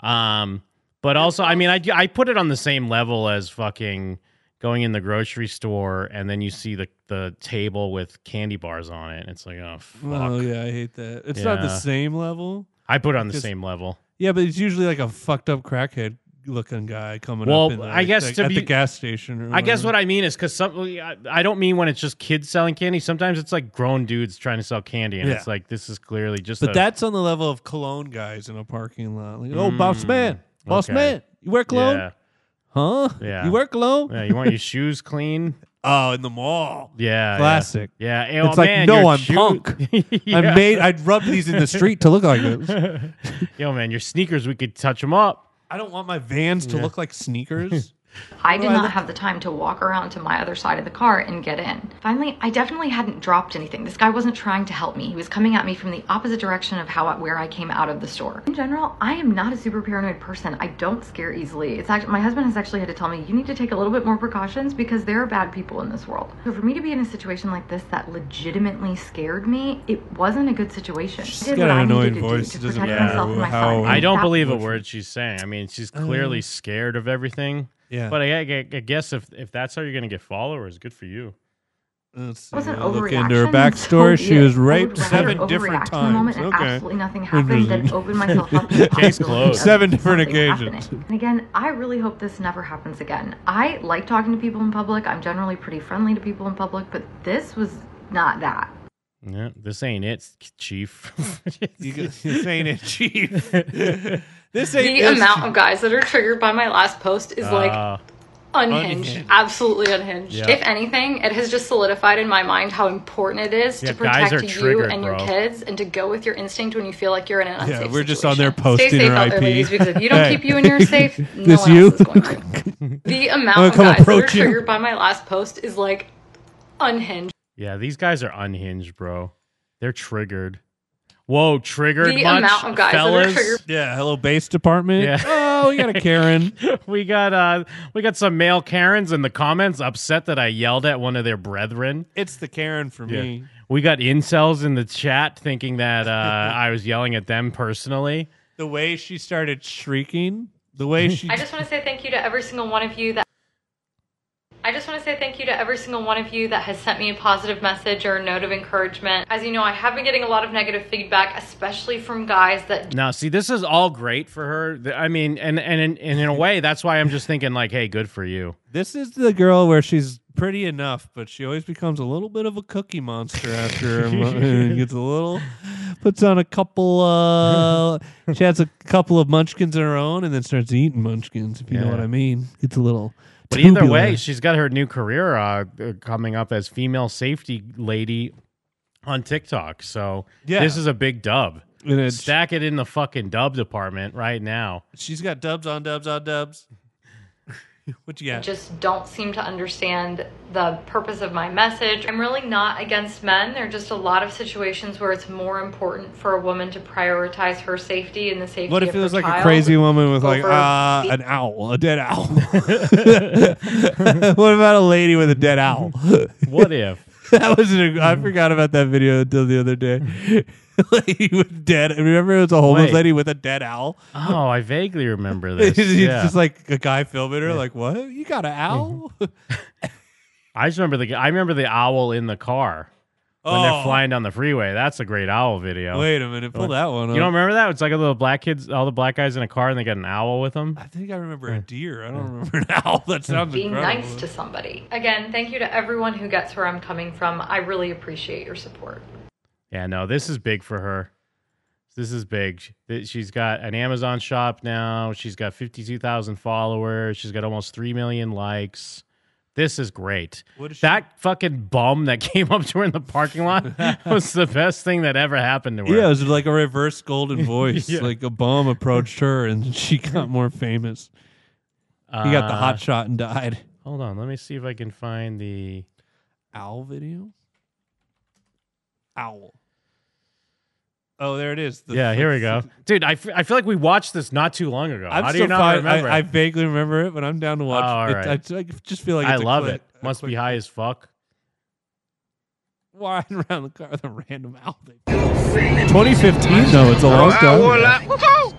[SPEAKER 7] Um, but also, I mean, I I put it on the same level as fucking going in the grocery store and then you see the the table with candy bars on it, and it's like, oh fuck.
[SPEAKER 6] Oh yeah, I hate that. It's not the
[SPEAKER 7] Yeah.
[SPEAKER 6] same level.
[SPEAKER 7] I put it on the
[SPEAKER 6] Because-
[SPEAKER 7] same level.
[SPEAKER 6] Yeah, but it's usually like a fucked up crackhead looking guy coming
[SPEAKER 7] well,
[SPEAKER 6] up. in,
[SPEAKER 7] I
[SPEAKER 6] like-
[SPEAKER 7] guess
[SPEAKER 6] like
[SPEAKER 7] to
[SPEAKER 6] at
[SPEAKER 7] be
[SPEAKER 6] the gas station. Or
[SPEAKER 7] I guess
[SPEAKER 6] whatever.
[SPEAKER 7] what I mean is because some I I don't mean when it's just kids selling candy. Sometimes it's like grown dudes trying to sell candy, and
[SPEAKER 6] Yeah.
[SPEAKER 7] it's like this is clearly just.
[SPEAKER 6] But
[SPEAKER 7] a-
[SPEAKER 6] that's on the level of cologne guys in a parking lot. Like, oh, boss
[SPEAKER 7] Mm,
[SPEAKER 6] man, boss
[SPEAKER 7] okay.
[SPEAKER 6] man, you wear cologne?
[SPEAKER 7] Yeah.
[SPEAKER 6] Huh?
[SPEAKER 7] Yeah.
[SPEAKER 6] You wear cologne?
[SPEAKER 7] Yeah, you want your shoes clean?
[SPEAKER 6] *laughs* Oh, in the mall.
[SPEAKER 7] Yeah,
[SPEAKER 6] Classic.
[SPEAKER 7] Yeah, yeah. Oh,
[SPEAKER 6] it's like
[SPEAKER 7] man,
[SPEAKER 6] no,
[SPEAKER 7] your
[SPEAKER 6] I'm
[SPEAKER 7] shoe-
[SPEAKER 6] punk.
[SPEAKER 7] *laughs* Yeah.
[SPEAKER 6] I made. I'd rub these in the street to look like this.
[SPEAKER 7] *laughs* Yo, man, your sneakers, we could touch them up.
[SPEAKER 6] I don't want my Vans to
[SPEAKER 7] Yeah.
[SPEAKER 6] look like sneakers.
[SPEAKER 1] I did
[SPEAKER 6] Well, I
[SPEAKER 1] not
[SPEAKER 6] look-
[SPEAKER 1] have the time to walk around to my other side of the car and get in. Finally, I definitely hadn't dropped anything. This guy wasn't trying to help me. He was coming at me from the opposite direction of how where I came out of the store. In general, I am not a super paranoid person. I don't scare easily. It's actually my husband has actually had to tell me you need to take a little bit more precautions because there are bad people in this world. So for me to be in a situation like this that legitimately scared me, it wasn't a good situation. I did what
[SPEAKER 6] got an
[SPEAKER 1] I needed
[SPEAKER 6] annoying
[SPEAKER 1] to do
[SPEAKER 6] voice.
[SPEAKER 1] to
[SPEAKER 6] It doesn't
[SPEAKER 1] protect
[SPEAKER 6] matter
[SPEAKER 1] myself and my
[SPEAKER 6] how-
[SPEAKER 1] son. Oh.
[SPEAKER 7] I don't
[SPEAKER 1] That-
[SPEAKER 7] believe a word she's saying. I mean, she's clearly
[SPEAKER 6] Uh,
[SPEAKER 7] scared of everything.
[SPEAKER 6] yeah.
[SPEAKER 7] But I, I I guess if if that's how you're gonna get followers, good for you.
[SPEAKER 6] Let's see.
[SPEAKER 1] was an
[SPEAKER 6] Look
[SPEAKER 1] overreaction, *laughs*
[SPEAKER 6] into her
[SPEAKER 1] so
[SPEAKER 6] backstory. She
[SPEAKER 1] be it.
[SPEAKER 6] was
[SPEAKER 1] I would
[SPEAKER 6] raped
[SPEAKER 1] rather
[SPEAKER 6] seven
[SPEAKER 1] overreact
[SPEAKER 6] different
[SPEAKER 1] in the moment
[SPEAKER 6] times.
[SPEAKER 1] and
[SPEAKER 6] Okay.
[SPEAKER 1] absolutely nothing happened than open myself
[SPEAKER 6] *laughs*
[SPEAKER 1] up to the
[SPEAKER 6] Case
[SPEAKER 1] possibility
[SPEAKER 6] closed.
[SPEAKER 1] of
[SPEAKER 6] Seven different
[SPEAKER 1] something
[SPEAKER 21] *laughs*
[SPEAKER 6] occasions.
[SPEAKER 1] happening. And again, I really hope this never happens again. I like talking to people in public. I'm generally pretty friendly to people in public, but this was not that.
[SPEAKER 7] Yeah, this ain't it, Chief.
[SPEAKER 6] *laughs* You go- this ain't it, Chief.
[SPEAKER 7] *laughs*
[SPEAKER 6] this ain't
[SPEAKER 21] the
[SPEAKER 6] it,
[SPEAKER 21] amount
[SPEAKER 6] Chief.
[SPEAKER 21] of guys that are triggered by my last post is like
[SPEAKER 7] Uh,
[SPEAKER 21] unhinged,
[SPEAKER 7] unhinged.
[SPEAKER 21] absolutely unhinged.
[SPEAKER 7] Yeah.
[SPEAKER 21] If anything, it has just solidified in my mind how important it is
[SPEAKER 7] Yeah,
[SPEAKER 21] to
[SPEAKER 7] guys are
[SPEAKER 21] protect you
[SPEAKER 7] triggered,
[SPEAKER 21] and your
[SPEAKER 7] bro.
[SPEAKER 21] kids, and to go with your instinct when you feel like you're in an unsafe.
[SPEAKER 6] Yeah,
[SPEAKER 21] situation.
[SPEAKER 6] we're just on there posting
[SPEAKER 21] Stay safe
[SPEAKER 6] her
[SPEAKER 21] out
[SPEAKER 6] IP.
[SPEAKER 21] there, ladies, because if you don't keep you and
[SPEAKER 6] *laughs*
[SPEAKER 21] yours safe, no
[SPEAKER 6] this
[SPEAKER 21] one
[SPEAKER 6] you?
[SPEAKER 21] else is going
[SPEAKER 6] *laughs*
[SPEAKER 21] to. The
[SPEAKER 6] I'm
[SPEAKER 21] amount of
[SPEAKER 6] gonna
[SPEAKER 21] guys that are
[SPEAKER 6] approach you.
[SPEAKER 21] triggered by my last post is like unhinged.
[SPEAKER 7] yeah, these guys are unhinged, bro. They're triggered. Whoa, triggered
[SPEAKER 21] The
[SPEAKER 7] much,
[SPEAKER 21] amount of guys that are
[SPEAKER 7] fellas?
[SPEAKER 21] triggered-
[SPEAKER 6] Yeah, hello base department.
[SPEAKER 7] Yeah.
[SPEAKER 6] Oh, we got a Karen.
[SPEAKER 7] *laughs* we got uh we got some male Karens in the comments upset that I yelled at one of their brethren.
[SPEAKER 6] it's the Karen for me.
[SPEAKER 7] We got incels in the chat thinking
[SPEAKER 6] *laughs*
[SPEAKER 7] that uh, I was yelling at them personally.
[SPEAKER 6] The way she started shrieking, the way
[SPEAKER 7] *laughs*
[SPEAKER 6] she
[SPEAKER 21] I just want to say thank you to every single one of you that. I just want to say thank you to every single one of you that has sent me a positive message or a note of encouragement. As you know, I have been getting a lot of negative feedback, especially from guys that
[SPEAKER 7] Now, see, this is all great for her. Th- I mean, and and in, and in a way, that's why I'm just thinking like, hey, good for you.
[SPEAKER 6] This is the girl where she's pretty enough, but she always becomes a little bit of a cookie monster after a mo- *laughs* and uh, gets a little puts on a couple *laughs* uh she has a couple of munchkins of her own and then starts eating munchkins, if you know
[SPEAKER 7] Yeah.
[SPEAKER 6] what I mean. It's a little
[SPEAKER 7] But either way,
[SPEAKER 6] tubular.
[SPEAKER 7] she's got her new career uh, uh, coming up as female safety lady on TikTok. So
[SPEAKER 6] Yeah.
[SPEAKER 7] this is a big dub.
[SPEAKER 6] And it's-
[SPEAKER 7] Stack it in the fucking dub department right now.
[SPEAKER 6] she's got dubs on dubs on dubs. *laughs* what you got?
[SPEAKER 21] just don't seem to understand the purpose of my message. I'm really not against men. There are just a lot of situations where it's more important for a woman to prioritize her safety and the safety
[SPEAKER 6] what
[SPEAKER 21] of
[SPEAKER 6] if it
[SPEAKER 21] her
[SPEAKER 6] was like a
[SPEAKER 21] child.
[SPEAKER 6] crazy woman with like
[SPEAKER 21] over
[SPEAKER 6] uh,
[SPEAKER 21] the-
[SPEAKER 6] an owl, a dead *laughs* owl? what about a lady with a dead *laughs* owl?
[SPEAKER 7] What if?
[SPEAKER 6] *laughs* that was an, I forgot about that video until the other day. *laughs* lady with dead. Remember, it was a homeless
[SPEAKER 7] Wait.
[SPEAKER 6] lady with a dead owl.
[SPEAKER 7] Oh, I vaguely
[SPEAKER 6] *laughs*
[SPEAKER 7] remember
[SPEAKER 6] It's
[SPEAKER 7] this. yeah.
[SPEAKER 6] just like a guy filming her, like, "What? You got an owl?"
[SPEAKER 7] I just remember the I remember the owl in the car. when they're
[SPEAKER 6] Oh.
[SPEAKER 7] flying down the freeway. That's a great owl video.
[SPEAKER 6] Wait a minute, pull that one
[SPEAKER 7] You
[SPEAKER 6] up.
[SPEAKER 7] don't remember that? It's like a little black kids, all the black guys in a car, and they got an owl with them.
[SPEAKER 6] I think I remember a deer. I don't remember an owl. That sounds
[SPEAKER 1] Be
[SPEAKER 7] incredible.
[SPEAKER 1] nice to somebody. Again, thank you to everyone who gets where I'm coming from. I really appreciate your support.
[SPEAKER 7] Yeah, no, this is big for her. This is big. Sh- th- She's got an Amazon shop now. She's got 52,000 followers. She's got almost 3 million likes. This is great.
[SPEAKER 6] What is she-
[SPEAKER 7] that fucking bum that *laughs* came up to her in the parking
[SPEAKER 6] *laughs*
[SPEAKER 7] lot was the best thing that ever happened to her.
[SPEAKER 6] Yeah, it was like a reverse golden
[SPEAKER 7] *laughs*
[SPEAKER 6] voice.
[SPEAKER 7] Yeah.
[SPEAKER 6] Like a bomb approached her, and *laughs*
[SPEAKER 7] *laughs*
[SPEAKER 6] she got more famous. he got the
[SPEAKER 7] Uh,
[SPEAKER 6] hot shot and died.
[SPEAKER 7] Hold on. Let me see if I can find the
[SPEAKER 6] owl video. Owl. Oh, there it is. The-
[SPEAKER 7] yeah, here we
[SPEAKER 6] *laughs*
[SPEAKER 7] go. Dude, I, f- I feel like we watched this not too long ago.
[SPEAKER 6] I'm
[SPEAKER 7] How do
[SPEAKER 6] still
[SPEAKER 7] you not
[SPEAKER 6] fine-
[SPEAKER 7] remember?
[SPEAKER 6] I, I
[SPEAKER 7] it?
[SPEAKER 6] vaguely remember it, but I'm down to watch.
[SPEAKER 7] Oh, all
[SPEAKER 6] it.
[SPEAKER 7] right.
[SPEAKER 6] I ju- I, just feel like
[SPEAKER 7] I
[SPEAKER 6] it's a
[SPEAKER 7] love
[SPEAKER 6] quick-
[SPEAKER 7] it. Must be high as fuck.
[SPEAKER 6] Walking around the car with a random owl. 2015 though, it's a
[SPEAKER 7] Oh,
[SPEAKER 6] long
[SPEAKER 4] I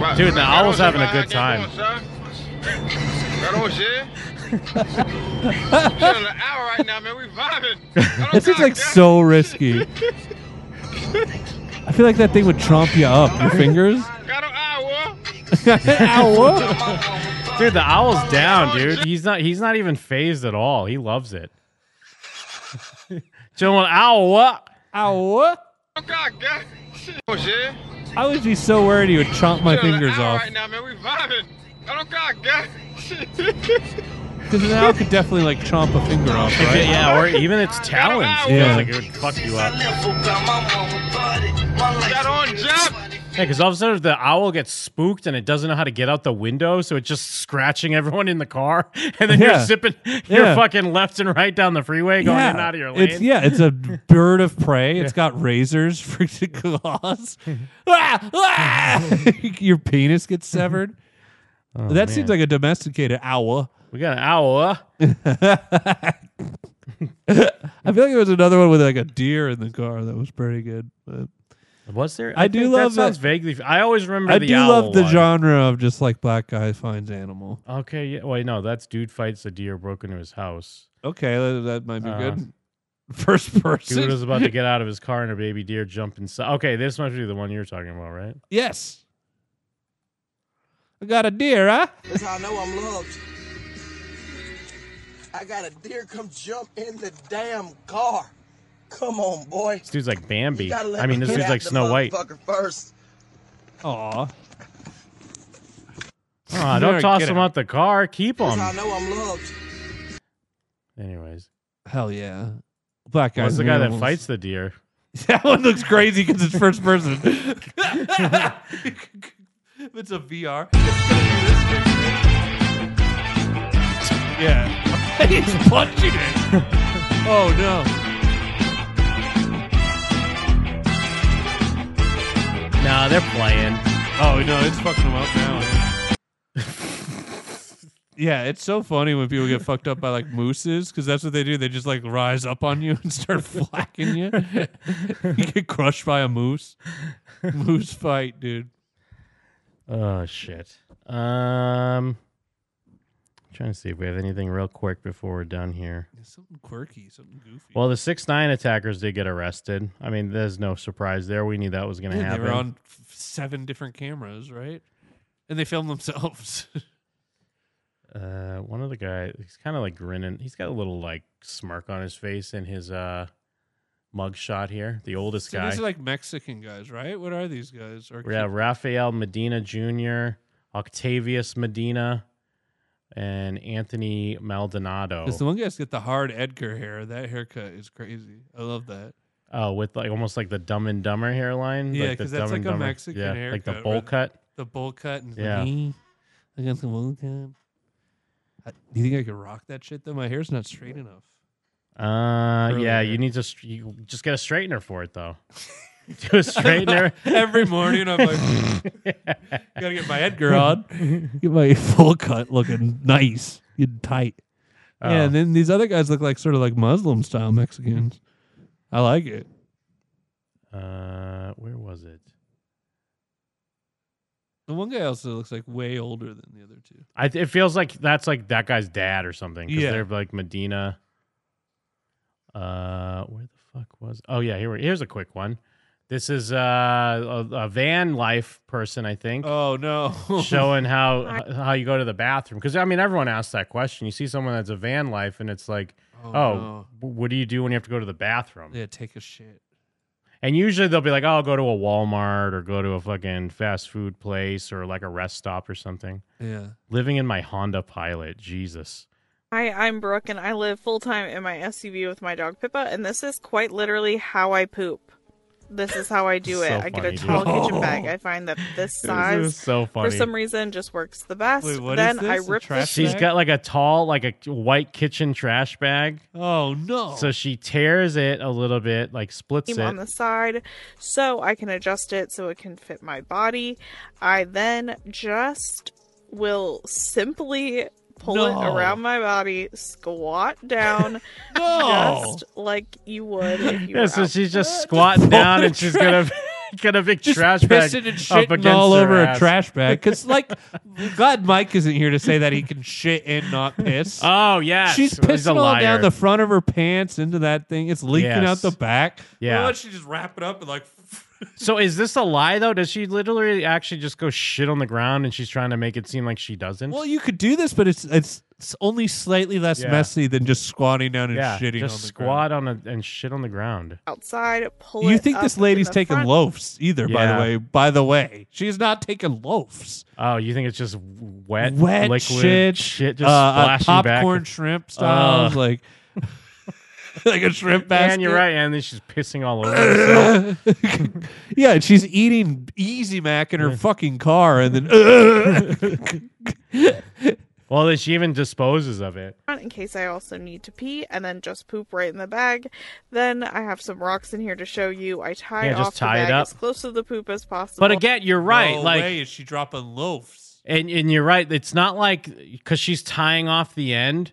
[SPEAKER 6] time.
[SPEAKER 7] Dude, the owl's having a good time.
[SPEAKER 6] That seems like so risky. I feel like that thing would tromp you up. Your fingers. *laughs*
[SPEAKER 7] dude, the owl's down, dude. He's not. He's not even phased at all. He loves it. *laughs* Chilling with owl. What?
[SPEAKER 6] Ow. I would be so worried he would chomp my fingers off. Because an owl could definitely like chomp a finger off,
[SPEAKER 7] If
[SPEAKER 6] right?
[SPEAKER 7] it- *laughs* yeah, or even its talons.
[SPEAKER 6] Yeah.
[SPEAKER 7] Yeah. Like it would fuck you up. Yeah, because all of a sudden the owl gets spooked and it doesn't know how to get out the window, so it's just scratching everyone in the car, *laughs* and then
[SPEAKER 6] Yeah.
[SPEAKER 7] you're zipping, you're
[SPEAKER 6] Yeah.
[SPEAKER 7] fucking left and right down the freeway, going in and out of your lane.
[SPEAKER 6] It's yeah, it's a *laughs* bird of prey. It's got razors for *laughs* the claws. *laughs* Ah! Ah! Your penis gets severed.
[SPEAKER 7] *laughs* Oh, man.
[SPEAKER 6] that seems like a domesticated owl.
[SPEAKER 7] *laughs* We got an owl.
[SPEAKER 6] *laughs* I feel like there was another one with like a deer in the car that was pretty good. But
[SPEAKER 7] Was there?
[SPEAKER 6] I, do
[SPEAKER 7] think
[SPEAKER 6] love
[SPEAKER 7] that. Sounds
[SPEAKER 6] it.
[SPEAKER 7] vaguely. I always remember.
[SPEAKER 6] I
[SPEAKER 7] the
[SPEAKER 6] do
[SPEAKER 7] owl
[SPEAKER 6] love the
[SPEAKER 7] one.
[SPEAKER 6] genre of just like black guy finds animal.
[SPEAKER 7] Okay. Yeah. Wait. No, that's dude fights a deer broke into his house.
[SPEAKER 6] Okay, that, that might be
[SPEAKER 7] Uh,
[SPEAKER 6] good. First person.
[SPEAKER 7] Dude was about
[SPEAKER 6] *laughs*
[SPEAKER 7] to get out of his car and a baby deer jumped inside. Okay, this must be the one you're talking about, right?
[SPEAKER 6] Yes. I got a deer, huh?
[SPEAKER 24] That's how I know I'm loved. I got a deer come jump in the damn car. Come on, boy.
[SPEAKER 7] This dude's like
[SPEAKER 24] You
[SPEAKER 7] Bambi.
[SPEAKER 24] gotta let
[SPEAKER 7] I mean,
[SPEAKER 24] me
[SPEAKER 7] this
[SPEAKER 24] get
[SPEAKER 7] dude's
[SPEAKER 24] at
[SPEAKER 7] like
[SPEAKER 24] the
[SPEAKER 7] Snow White.
[SPEAKER 24] motherfucker First.
[SPEAKER 6] Aw.
[SPEAKER 7] Aw, don't
[SPEAKER 6] Get
[SPEAKER 7] toss
[SPEAKER 6] out.
[SPEAKER 7] him out the car. Keep
[SPEAKER 24] That's how I
[SPEAKER 7] him.
[SPEAKER 24] know I'm loved.
[SPEAKER 7] Anyways,
[SPEAKER 6] Hell yeah. Black guy.
[SPEAKER 7] what's the guy that fights the deer?
[SPEAKER 6] *laughs* That one looks crazy because it's
[SPEAKER 7] *laughs*
[SPEAKER 6] first person. *laughs* it's a VR. yeah. *laughs* He's punching it. *laughs* oh no.
[SPEAKER 7] Nah, they're playing.
[SPEAKER 6] Oh no, it's fucking him up *laughs* now. yeah, it's so funny when people get fucked up by like mooses because that's what they do. They just like rise up on you *laughs* and start flacking you. you get crushed by a moose. Moose fight, dude.
[SPEAKER 7] Oh shit. Um, trying to see if we have anything real quick before we're done here.
[SPEAKER 6] Something quirky, something goofy.
[SPEAKER 7] Well, the six nine attackers did get arrested. I mean, there's no surprise there. We knew that was going to
[SPEAKER 6] Yeah,
[SPEAKER 7] happen.
[SPEAKER 6] They were on f- seven different cameras, right? And they filmed themselves. *laughs*
[SPEAKER 7] Uh, one of the guys, he's kind of like grinning. He's got a little like smirk on his face in his uh mug shot here. The oldest
[SPEAKER 6] so
[SPEAKER 7] guy,
[SPEAKER 6] these are like Mexican guys, right? What are these guys? Or
[SPEAKER 7] yeah, Rafael Medina Jr., Octavius Medina, and Anthony Maldonado.
[SPEAKER 6] Because the one guy's got the hard Edgar hair. That haircut is crazy. I love that.
[SPEAKER 7] Oh, with like almost like the Dumb and Dumber hairline.
[SPEAKER 6] yeah,
[SPEAKER 7] like the
[SPEAKER 6] because that's
[SPEAKER 7] Dumb
[SPEAKER 6] like
[SPEAKER 7] and
[SPEAKER 6] a
[SPEAKER 7] Dumber-
[SPEAKER 6] Mexican
[SPEAKER 7] yeah,
[SPEAKER 6] haircut.
[SPEAKER 7] like the
[SPEAKER 6] where
[SPEAKER 7] bowl
[SPEAKER 6] the-
[SPEAKER 7] cut.
[SPEAKER 6] The bowl cut. And yeah.
[SPEAKER 7] Yeah.
[SPEAKER 6] I got the bowl cut. I- do you think I could rock that shit though? My hair's not
[SPEAKER 7] *laughs*
[SPEAKER 6] straight enough.
[SPEAKER 7] Uh, yeah,
[SPEAKER 6] Earlier.
[SPEAKER 7] you need to str- you just get a straightener for it though. *laughs* Do a straightener
[SPEAKER 6] *laughs* Every morning I'm
[SPEAKER 7] *laughs*
[SPEAKER 6] like, gotta get my Edgar on. Get my full cut looking nice, good tight. Yeah,
[SPEAKER 7] Oh.
[SPEAKER 6] and then these other guys look like sort of like Muslim style Mexicans. I like it.
[SPEAKER 7] Uh, where was it?
[SPEAKER 6] The one guy also looks like way older than the other two.
[SPEAKER 7] I th- it feels like that's like that guy's dad or something. 'cause
[SPEAKER 6] Yeah.
[SPEAKER 7] they're like Medina. Uh, where the fuck was? Oh yeah, here we, here's a quick one. This is uh, a, a van life person, I think.
[SPEAKER 6] Oh no, *laughs*
[SPEAKER 7] showing how how you go to the bathroom because I mean everyone asks that question. You see someone that's a van life, and it's like,
[SPEAKER 6] Oh,
[SPEAKER 7] oh,
[SPEAKER 6] no.
[SPEAKER 7] w- what do you do when you have to go to the bathroom?
[SPEAKER 6] Yeah, take a shit.
[SPEAKER 7] And usually they'll be like, oh, I'll go to a Walmart or go to a fucking fast food place or like a rest stop or something.
[SPEAKER 6] Yeah.
[SPEAKER 7] Living in my Honda Pilot, Jesus.
[SPEAKER 14] Hi, I'm Brooke, and I live full time in my SUV with my dog Pippa, and this is quite literally how I poop. This is how I do
[SPEAKER 7] So
[SPEAKER 14] it. I get a
[SPEAKER 7] funny, dude.
[SPEAKER 14] tall
[SPEAKER 7] *laughs*
[SPEAKER 14] kitchen bag. I find that this
[SPEAKER 7] This
[SPEAKER 14] size,
[SPEAKER 7] is so
[SPEAKER 14] for
[SPEAKER 7] funny.
[SPEAKER 14] some reason, just works the best.
[SPEAKER 6] Wait, what is
[SPEAKER 14] then
[SPEAKER 6] this? A
[SPEAKER 14] I rip the
[SPEAKER 6] trash
[SPEAKER 7] She's
[SPEAKER 14] sheet-
[SPEAKER 7] got like a tall, like a white kitchen trash bag.
[SPEAKER 6] Oh no!
[SPEAKER 7] So she tears it a little bit, like splits it.
[SPEAKER 14] on the side so I can adjust it so it can fit my body. I then just will simply pull it
[SPEAKER 25] No.
[SPEAKER 14] around my body, squat
[SPEAKER 7] *laughs*
[SPEAKER 14] down
[SPEAKER 25] No.
[SPEAKER 14] just like you would if you
[SPEAKER 7] yeah,
[SPEAKER 14] were
[SPEAKER 7] so
[SPEAKER 14] out
[SPEAKER 7] she's just squatting down and she's gonna *laughs* got a big trash bag
[SPEAKER 6] pissing and
[SPEAKER 7] up
[SPEAKER 6] shitting
[SPEAKER 7] against
[SPEAKER 6] all
[SPEAKER 7] her
[SPEAKER 6] over
[SPEAKER 7] ass.
[SPEAKER 6] a trash bag. Because,
[SPEAKER 7] *laughs*
[SPEAKER 6] like, God, Mike isn't here to say that he can *laughs* shit and not piss.
[SPEAKER 7] Oh yeah,
[SPEAKER 6] She's pissing all down the front of her pants into that thing. It's leaking out
[SPEAKER 7] Yes.
[SPEAKER 6] the back.
[SPEAKER 7] Yeah.
[SPEAKER 6] Why don't you just wrap it up and like?
[SPEAKER 14] *laughs*
[SPEAKER 7] So is this a lie though? Does she literally actually just go shit on the ground and she's trying to make it seem like she doesn't?
[SPEAKER 6] Well, you could do this, but it's it's, it's only slightly less
[SPEAKER 7] Yeah.
[SPEAKER 6] messy than just squatting down and
[SPEAKER 7] yeah,
[SPEAKER 6] shitting
[SPEAKER 7] just
[SPEAKER 6] on the
[SPEAKER 7] squat on a, and shit on the ground.
[SPEAKER 14] outside, pull
[SPEAKER 6] You
[SPEAKER 14] it
[SPEAKER 6] think
[SPEAKER 14] up
[SPEAKER 6] this
[SPEAKER 14] in
[SPEAKER 6] lady's
[SPEAKER 14] the
[SPEAKER 6] taking
[SPEAKER 14] front.
[SPEAKER 6] loafs either? By the
[SPEAKER 7] Yeah.
[SPEAKER 6] way, by the way, she is not taking loafs.
[SPEAKER 7] Oh, you think it's just wet,
[SPEAKER 6] Wet
[SPEAKER 7] liquid
[SPEAKER 6] shit,
[SPEAKER 7] shit just
[SPEAKER 6] uh, uh,
[SPEAKER 7] splashing back?
[SPEAKER 6] popcorn shrimp styles,
[SPEAKER 7] Ugh.
[SPEAKER 6] like *laughs* like a shrimp basket.
[SPEAKER 7] And you're right, and then she's pissing all over herself.
[SPEAKER 6] *laughs* Yeah, and she's eating Easy Mac in her fucking car, and then *laughs*
[SPEAKER 7] well, then she even disposes of it.
[SPEAKER 14] front in case I also need to pee and then just poop right in the bag. Then I have some rocks in here to show you. I tie
[SPEAKER 7] Yeah,
[SPEAKER 14] off
[SPEAKER 7] just tie
[SPEAKER 14] the
[SPEAKER 7] it
[SPEAKER 14] bag
[SPEAKER 7] up.
[SPEAKER 14] as close to the poop as possible.
[SPEAKER 7] But again, you're *laughs* right.
[SPEAKER 6] No
[SPEAKER 7] like,
[SPEAKER 6] way is she dropping loafs?
[SPEAKER 7] and and you're right. It's not like because she's tying off the end,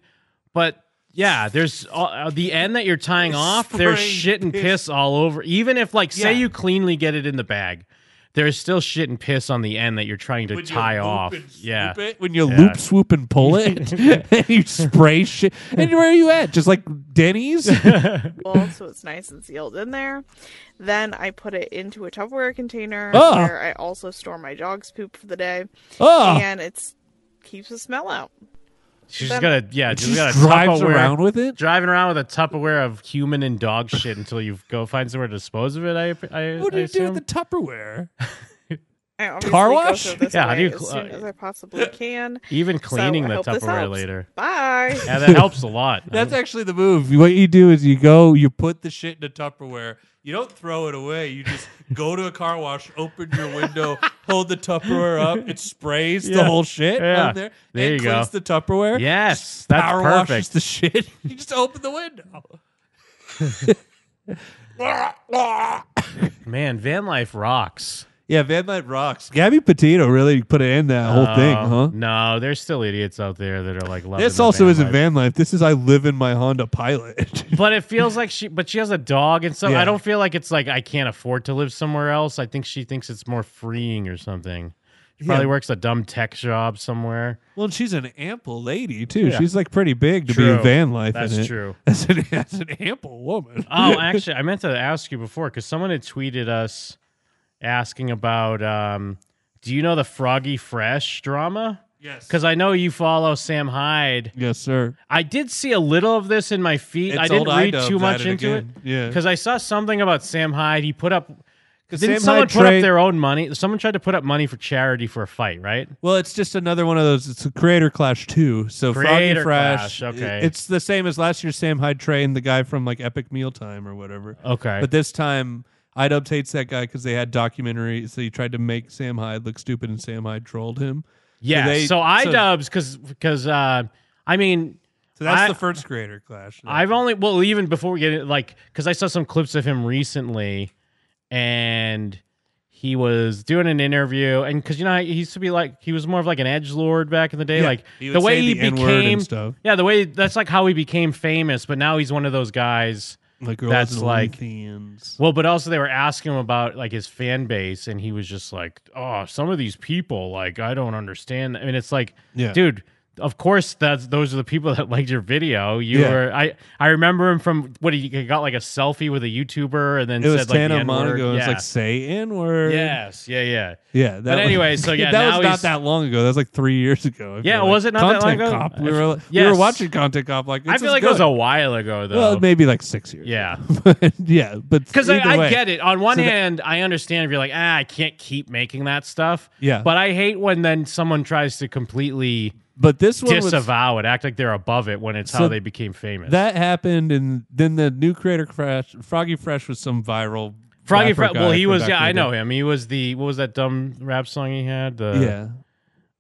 [SPEAKER 7] but yeah, there's uh, the end that you're tying off. There's shit and piss all over. Even if like say
[SPEAKER 6] Yeah.
[SPEAKER 7] you cleanly get it in the bag, there's still shit and piss on the end that you're trying to
[SPEAKER 6] When you
[SPEAKER 7] tie
[SPEAKER 6] loop
[SPEAKER 7] off.
[SPEAKER 6] and swoop
[SPEAKER 7] yeah,
[SPEAKER 6] it, when you
[SPEAKER 7] Yeah.
[SPEAKER 6] loop, swoop,
[SPEAKER 7] *laughs*
[SPEAKER 6] and pull it, *laughs* and you spray shit. And where are you at? Just like
[SPEAKER 7] *laughs*
[SPEAKER 6] Denny's?
[SPEAKER 14] well, so it's nice and sealed in there. Then I put it into a Tupperware container
[SPEAKER 7] Ah.
[SPEAKER 6] Oh.
[SPEAKER 14] where I also store my dog's poop for the day.
[SPEAKER 7] Ah.
[SPEAKER 6] Oh.
[SPEAKER 14] And it's keeps the smell out.
[SPEAKER 7] she's
[SPEAKER 14] Then-
[SPEAKER 7] got to yeah.
[SPEAKER 6] She
[SPEAKER 7] She's got a
[SPEAKER 6] just drives
[SPEAKER 7] Tupperware-
[SPEAKER 6] around with it?
[SPEAKER 7] driving around with a Tupperware of human and dog shit until you go find somewhere to dispose of it. I I,
[SPEAKER 6] What do
[SPEAKER 7] I
[SPEAKER 6] you do
[SPEAKER 7] assume.
[SPEAKER 6] with the Tupperware?
[SPEAKER 14] I obviously
[SPEAKER 7] Car
[SPEAKER 14] go
[SPEAKER 7] wash?
[SPEAKER 14] through this
[SPEAKER 7] Yeah, how
[SPEAKER 14] way
[SPEAKER 7] do you
[SPEAKER 14] as
[SPEAKER 7] cl-
[SPEAKER 14] soon
[SPEAKER 7] uh,
[SPEAKER 14] as I possibly can.
[SPEAKER 7] Even
[SPEAKER 14] So
[SPEAKER 7] cleaning
[SPEAKER 14] I
[SPEAKER 7] the
[SPEAKER 14] hope this
[SPEAKER 7] Tupperware
[SPEAKER 14] helps.
[SPEAKER 7] later.
[SPEAKER 14] Bye.
[SPEAKER 7] Yeah, that helps a lot.
[SPEAKER 6] *laughs* That's actually the move. What you do is you go, you *laughs* put the shit in a Tupperware. You don't throw it away. You just go to a car wash, open your
[SPEAKER 7] *laughs*
[SPEAKER 6] window, hold the Tupperware up. It sprays the
[SPEAKER 7] Yeah.
[SPEAKER 6] whole shit
[SPEAKER 7] Yeah.
[SPEAKER 6] on there.
[SPEAKER 7] There
[SPEAKER 6] and
[SPEAKER 7] you go.
[SPEAKER 6] cleans the *laughs* Tupperware.
[SPEAKER 7] Yes, that's
[SPEAKER 6] power
[SPEAKER 7] perfect.
[SPEAKER 6] washes the shit. You just open the window.
[SPEAKER 7] *laughs* Man, van life rocks.
[SPEAKER 6] Yeah, Van Life rocks. Gabby Petito really put it in that whole thing,
[SPEAKER 7] No,
[SPEAKER 6] huh?
[SPEAKER 7] Oh, No, there's still idiots out there that are like loving
[SPEAKER 6] This
[SPEAKER 7] the
[SPEAKER 6] also
[SPEAKER 7] van
[SPEAKER 6] isn't
[SPEAKER 7] life.
[SPEAKER 6] van life. This is I live in my Honda Pilot.
[SPEAKER 7] But it feels like she, but she has a dog and stuff.
[SPEAKER 6] Yeah.
[SPEAKER 7] I don't feel like it's like I can't afford to live somewhere else. I think she thinks it's more freeing or something. She probably
[SPEAKER 6] Yeah.
[SPEAKER 7] works a dumb tech job somewhere.
[SPEAKER 6] well, and she's an ample lady too.
[SPEAKER 7] Yeah.
[SPEAKER 6] She's like pretty big to be a
[SPEAKER 7] True.
[SPEAKER 6] van life.
[SPEAKER 7] That's
[SPEAKER 6] in it.
[SPEAKER 7] true.
[SPEAKER 6] *laughs* That's an, that's an ample woman. *laughs*
[SPEAKER 7] Oh, actually, I meant to ask you before because someone had tweeted us asking about, um, do you know the Froggy Fresh drama?
[SPEAKER 6] Yes.
[SPEAKER 7] Because I know you follow Sam Hyde.
[SPEAKER 6] Yes, sir.
[SPEAKER 7] I did see a little of this in my feed.
[SPEAKER 6] It's
[SPEAKER 7] I didn't
[SPEAKER 6] old
[SPEAKER 7] read
[SPEAKER 6] iDubbbz
[SPEAKER 7] too
[SPEAKER 6] at
[SPEAKER 7] much
[SPEAKER 6] it
[SPEAKER 7] into
[SPEAKER 6] again.
[SPEAKER 7] it.
[SPEAKER 6] Yeah.
[SPEAKER 7] Because I saw something about Sam Hyde. He put up.
[SPEAKER 6] 'Cause
[SPEAKER 7] Didn't
[SPEAKER 6] Sam
[SPEAKER 7] someone
[SPEAKER 6] Hyde
[SPEAKER 7] put
[SPEAKER 6] trade-
[SPEAKER 7] up their own money? Someone tried to put up money for charity for a fight, right?
[SPEAKER 6] Well, it's just another one of those. It's a Creator Clash too. So Froggy
[SPEAKER 7] Creator
[SPEAKER 6] Fresh.
[SPEAKER 7] Clash, okay.
[SPEAKER 6] It's the same as last year's Sam Hyde train, the guy from like Epic Mealtime or whatever.
[SPEAKER 7] Okay.
[SPEAKER 6] But this time, Idubbbz hates that guy because they had documentaries. So he tried to make Sam Hyde look stupid, and Sam Hyde trolled him.
[SPEAKER 7] Yeah. So,
[SPEAKER 6] they-
[SPEAKER 7] iDubbbz, because because uh, I mean,
[SPEAKER 6] So that's
[SPEAKER 7] I-
[SPEAKER 6] the first Creator Clash.
[SPEAKER 7] I've only well even before we get it like because I saw some clips of him recently, and he was doing an interview and because you know he used to be like he was more of like an edge lord back in the day
[SPEAKER 6] Yeah,
[SPEAKER 7] like
[SPEAKER 6] he would
[SPEAKER 7] the way
[SPEAKER 6] say
[SPEAKER 7] he
[SPEAKER 6] the N-word and
[SPEAKER 7] became
[SPEAKER 6] stuff.
[SPEAKER 7] yeah the way that's like how he became famous but now he's one of those guys
[SPEAKER 6] Like, girls
[SPEAKER 7] that's
[SPEAKER 6] and
[SPEAKER 7] like
[SPEAKER 6] Olympians.
[SPEAKER 7] well but also they were asking him about like his fan base and he was just like oh some of these people like I don't understand I mean it's like
[SPEAKER 6] Yeah.
[SPEAKER 7] dude of course that's those are the people *laughs* that liked your video. You
[SPEAKER 6] Yeah.
[SPEAKER 7] were I I remember him from what he he got like a selfie with a YouTuber and then
[SPEAKER 6] it
[SPEAKER 7] said
[SPEAKER 6] was
[SPEAKER 7] like the
[SPEAKER 6] Tana
[SPEAKER 7] N-word.
[SPEAKER 6] Monaco. and It's
[SPEAKER 7] Yeah.
[SPEAKER 6] like say N word.
[SPEAKER 7] Yes, yeah, yeah.
[SPEAKER 6] Yeah.
[SPEAKER 7] But
[SPEAKER 6] *laughs*
[SPEAKER 7] anyway, so yeah,
[SPEAKER 6] that
[SPEAKER 7] now
[SPEAKER 6] was
[SPEAKER 7] he's-
[SPEAKER 6] not that long ago. That was like three years ago.
[SPEAKER 7] Yeah,
[SPEAKER 6] I feel like.
[SPEAKER 7] was it not that
[SPEAKER 6] Content
[SPEAKER 7] long ago?
[SPEAKER 6] Cop. We
[SPEAKER 7] I-
[SPEAKER 6] were we were
[SPEAKER 7] yes.
[SPEAKER 6] watching Content Cop. Like
[SPEAKER 7] I
[SPEAKER 6] this
[SPEAKER 7] feel
[SPEAKER 6] is
[SPEAKER 7] like
[SPEAKER 6] good.
[SPEAKER 7] it was a while ago though.
[SPEAKER 6] Well, maybe like six years.
[SPEAKER 7] Yeah.
[SPEAKER 6] *laughs* But, yeah, but
[SPEAKER 7] Because I,
[SPEAKER 6] either
[SPEAKER 7] I
[SPEAKER 6] way.
[SPEAKER 7] get it. On one
[SPEAKER 6] So that-
[SPEAKER 7] hand, I understand if you're like, ah, I can't keep making that stuff.
[SPEAKER 6] Yeah.
[SPEAKER 7] But I hate when then someone tries to completely
[SPEAKER 6] but this one was-
[SPEAKER 7] disavow it, act like they're above it when it's
[SPEAKER 6] So
[SPEAKER 7] how they became famous.
[SPEAKER 6] That happened, and then the new creator fresh, Froggy Fresh was some viral.
[SPEAKER 7] Froggy
[SPEAKER 6] rapper
[SPEAKER 7] Fre- well,
[SPEAKER 6] guy
[SPEAKER 7] he
[SPEAKER 6] from
[SPEAKER 7] was
[SPEAKER 6] back
[SPEAKER 7] yeah,
[SPEAKER 6] in
[SPEAKER 7] I
[SPEAKER 6] the
[SPEAKER 7] know
[SPEAKER 6] day.
[SPEAKER 7] him. He was the what was that dumb rap song he had? The,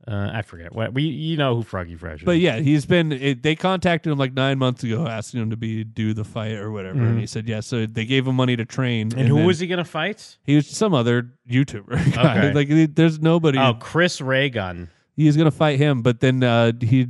[SPEAKER 7] yeah. Uh, I forget what we you know who Froggy Fresh is.
[SPEAKER 6] But yeah, he's been. It, they contacted him like nine months ago, asking him to be do the fight or whatever,
[SPEAKER 7] Mhm.
[SPEAKER 6] and he said yes. So they gave him money to train.
[SPEAKER 7] and, who
[SPEAKER 6] then
[SPEAKER 7] was he gonna fight?
[SPEAKER 6] He was some other YouTuber. *laughs* guy.
[SPEAKER 7] Okay.
[SPEAKER 6] like he- there's nobody.
[SPEAKER 7] Oh, Chris Raygun.
[SPEAKER 6] He's gonna fight him, but then uh, he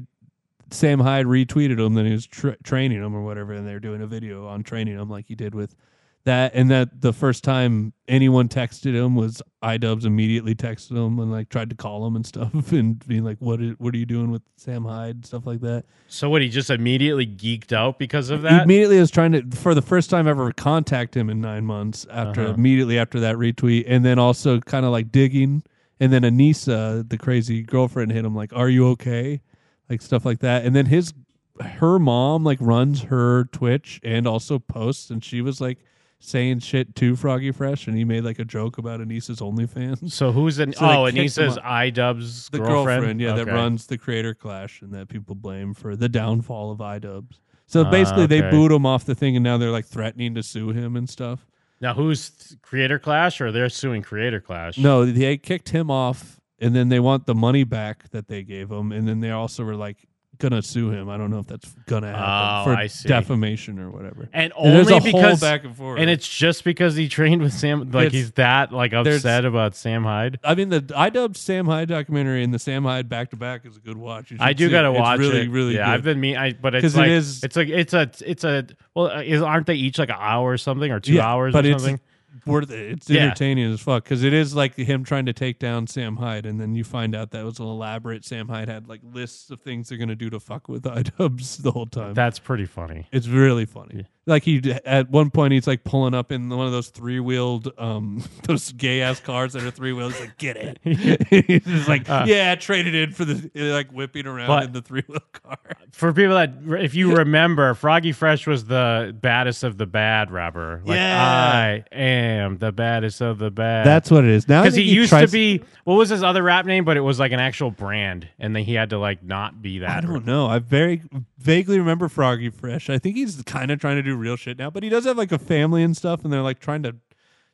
[SPEAKER 6] Sam Hyde retweeted him. Then he was tra- training him or whatever, and they're doing a video on training him, like he did with that. And that the first time anyone texted him was iDubbbz immediately texted him and like tried to call him and stuff, *laughs* and being like, "What? Is, what are you doing with Sam Hyde?" Stuff like that.
[SPEAKER 7] So what? He just immediately geeked out because of that.
[SPEAKER 6] Immediately, I was trying to, for the first time ever, contact him in nine months after
[SPEAKER 7] Uh-huh.
[SPEAKER 6] immediately after that retweet, and then also kind of like digging, and then Anissa, the crazy girlfriend, hit him like, "Are you okay?" Like stuff like that, and then his her mom like runs her Twitch and also posts, and she was like saying shit to Froggy Fresh, and he made like a joke about Anissa's OnlyFans.
[SPEAKER 7] So who's an
[SPEAKER 6] So they
[SPEAKER 7] oh, and he
[SPEAKER 6] kicked him
[SPEAKER 7] says
[SPEAKER 6] out.
[SPEAKER 7] iDubbbz
[SPEAKER 6] the
[SPEAKER 7] girlfriend,
[SPEAKER 6] yeah, that
[SPEAKER 7] Okay.
[SPEAKER 6] runs the Creator Clash and that people blame for the downfall of iDubbbz. So basically,
[SPEAKER 7] Ah,
[SPEAKER 6] they
[SPEAKER 7] okay.
[SPEAKER 6] boot him off the thing, and now they're like threatening to sue him and stuff.
[SPEAKER 7] Now who's th- Creator Clash or they're suing Creator Clash?
[SPEAKER 6] No, they kicked him off, and then they want the money back that they gave him, and then they also were like gonna sue him. I don't know if that's gonna happen
[SPEAKER 7] Oh,
[SPEAKER 6] for
[SPEAKER 7] I see.
[SPEAKER 6] defamation or whatever.
[SPEAKER 7] And
[SPEAKER 6] there's
[SPEAKER 7] only
[SPEAKER 6] a whole
[SPEAKER 7] because
[SPEAKER 6] back and forth.
[SPEAKER 7] and it's just because he trained with Sam. Like
[SPEAKER 6] It's-
[SPEAKER 7] he's that like
[SPEAKER 6] there's-
[SPEAKER 7] upset about Sam Hyde.
[SPEAKER 6] I mean, the iDub Sam Hyde documentary and the Sam Hyde back to back is a good watch. You
[SPEAKER 7] I
[SPEAKER 6] should
[SPEAKER 7] do
[SPEAKER 6] see
[SPEAKER 7] gotta
[SPEAKER 6] it.
[SPEAKER 7] watch
[SPEAKER 6] it's really,
[SPEAKER 7] it.
[SPEAKER 6] Really,
[SPEAKER 7] yeah.
[SPEAKER 6] good.
[SPEAKER 7] I've been mean. I but it's
[SPEAKER 6] 'Cause
[SPEAKER 7] like
[SPEAKER 6] it is.
[SPEAKER 7] it's like it's a it's a well uh, is, aren't they each like an hour or something or two
[SPEAKER 6] Yeah,
[SPEAKER 7] hours
[SPEAKER 6] but
[SPEAKER 7] or
[SPEAKER 6] it's
[SPEAKER 7] something?
[SPEAKER 6] worth it. It's
[SPEAKER 7] Yeah.
[SPEAKER 6] *laughs* entertaining as fuck because it is like him trying to take down Sam Hyde, and then you find out that was an elaborate. Sam Hyde had like lists of things they're gonna do to fuck with iDubbbz the whole time.
[SPEAKER 7] That's pretty funny.
[SPEAKER 6] It's really funny. Like he at one point he's like pulling up in one of those three wheeled um *laughs* those gay ass cars that are three wheels. Like get *laughs* it.
[SPEAKER 7] *laughs*
[SPEAKER 6] he's just like
[SPEAKER 7] Uh.
[SPEAKER 6] yeah, I traded in for the like whipping around
[SPEAKER 7] But-
[SPEAKER 6] in the three wheel car.
[SPEAKER 7] For people that, if you remember, Froggy Fresh was the baddest of the bad rapper. Like,
[SPEAKER 6] Yeah.
[SPEAKER 7] I am the baddest of the bad.
[SPEAKER 6] That's what it is. Now I
[SPEAKER 7] because he,
[SPEAKER 6] think he
[SPEAKER 7] used
[SPEAKER 6] tries-
[SPEAKER 7] to be what was his other rap name, but it was like an actual brand, and then he had to like not be that.
[SPEAKER 6] I don't know. I very vaguely remember Froggy Fresh. I think he's kind of trying to do real shit now, but he does have like a family and stuff, and they're like trying to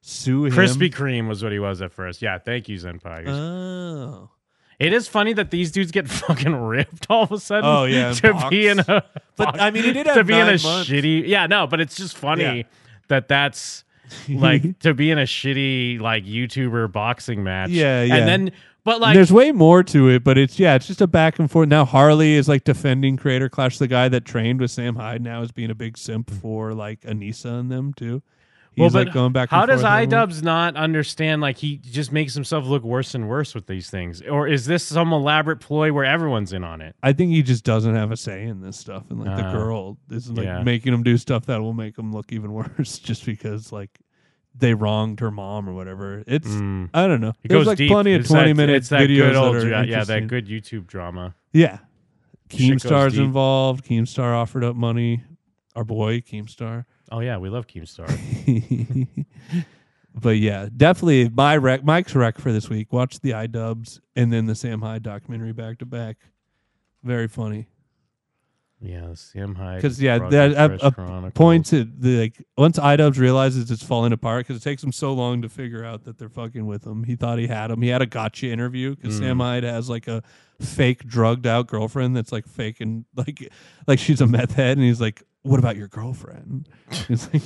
[SPEAKER 6] sue him.
[SPEAKER 7] Krispy Kreme was what he was at first. Yeah, thank you, Zenpai.
[SPEAKER 6] Oh.
[SPEAKER 7] It is funny that these dudes get *laughs* fucking ripped all of a sudden.
[SPEAKER 6] Oh, yeah,
[SPEAKER 7] *laughs* to
[SPEAKER 6] box.
[SPEAKER 7] be in a
[SPEAKER 6] But, I mean, he did
[SPEAKER 7] *laughs*
[SPEAKER 6] have
[SPEAKER 7] to be in
[SPEAKER 6] nine
[SPEAKER 7] a
[SPEAKER 6] months.
[SPEAKER 7] shitty. Yeah, no, but it's just funny
[SPEAKER 6] Yeah.
[SPEAKER 7] that
[SPEAKER 6] *laughs*
[SPEAKER 7] that's like to be in a shitty like YouTuber boxing match.
[SPEAKER 6] Yeah, yeah.
[SPEAKER 7] And then, but
[SPEAKER 6] And
[SPEAKER 7] like
[SPEAKER 6] there's way more to it, but it's yeah, it's just a back and forth. Now Harley is like defending Creator Clash. The guy that trained with Sam Hyde now is being a big simp for like Anissa and them too. He's
[SPEAKER 7] Mm-hmm. but
[SPEAKER 6] like going back.
[SPEAKER 7] How
[SPEAKER 6] and
[SPEAKER 7] does
[SPEAKER 6] forth with them.
[SPEAKER 7] iDubbbz not understand? Like he just makes himself look worse and worse with these things, or is this some elaborate ploy where everyone's in on it?
[SPEAKER 6] I think he just doesn't have a say in this stuff, and like the
[SPEAKER 7] Uh,
[SPEAKER 6] girl is like
[SPEAKER 7] yeah.
[SPEAKER 6] making him do stuff that will make him look even *laughs* worse, just because like they wronged her mom or whatever. It's
[SPEAKER 7] Mm.
[SPEAKER 6] I don't know.
[SPEAKER 7] It
[SPEAKER 6] There's
[SPEAKER 7] goes
[SPEAKER 6] like
[SPEAKER 7] deep.
[SPEAKER 6] plenty of
[SPEAKER 7] It's
[SPEAKER 6] twenty
[SPEAKER 7] that,
[SPEAKER 6] minute
[SPEAKER 7] it's that
[SPEAKER 6] videos
[SPEAKER 7] good old,
[SPEAKER 6] that are
[SPEAKER 7] dra- yeah, that
[SPEAKER 6] interesting.
[SPEAKER 7] good YouTube drama.
[SPEAKER 6] Yeah.
[SPEAKER 7] Shit goes
[SPEAKER 6] Keemstar's
[SPEAKER 7] deep.
[SPEAKER 6] involved. Keemstar offered up money. Our
[SPEAKER 7] *laughs*
[SPEAKER 6] boy Keemstar.
[SPEAKER 7] Oh yeah, we love
[SPEAKER 6] *laughs*
[SPEAKER 7] Keemstar.
[SPEAKER 6] but yeah, definitely my rec, Mike's rec for this week. Watch the iDubbbz and then the Sam Hyde documentary back to back. Very funny.
[SPEAKER 7] yeah, Sam Hyde.
[SPEAKER 6] because yeah,
[SPEAKER 7] Froggy
[SPEAKER 6] that uh,
[SPEAKER 7] Fresh
[SPEAKER 6] up,
[SPEAKER 7] Chronicles.
[SPEAKER 6] up points at the like once iDubbbz realizes it's falling apart because it takes him so long to figure out that they're fucking with him. He thought he had him. He had a gotcha interview because
[SPEAKER 7] Mm.
[SPEAKER 6] Sam Hyde has like a fake drugged out girlfriend that's like fake and like like she's a meth head, and he's like, "What about your *laughs* girlfriend?"
[SPEAKER 7] *laughs*
[SPEAKER 6] It's like,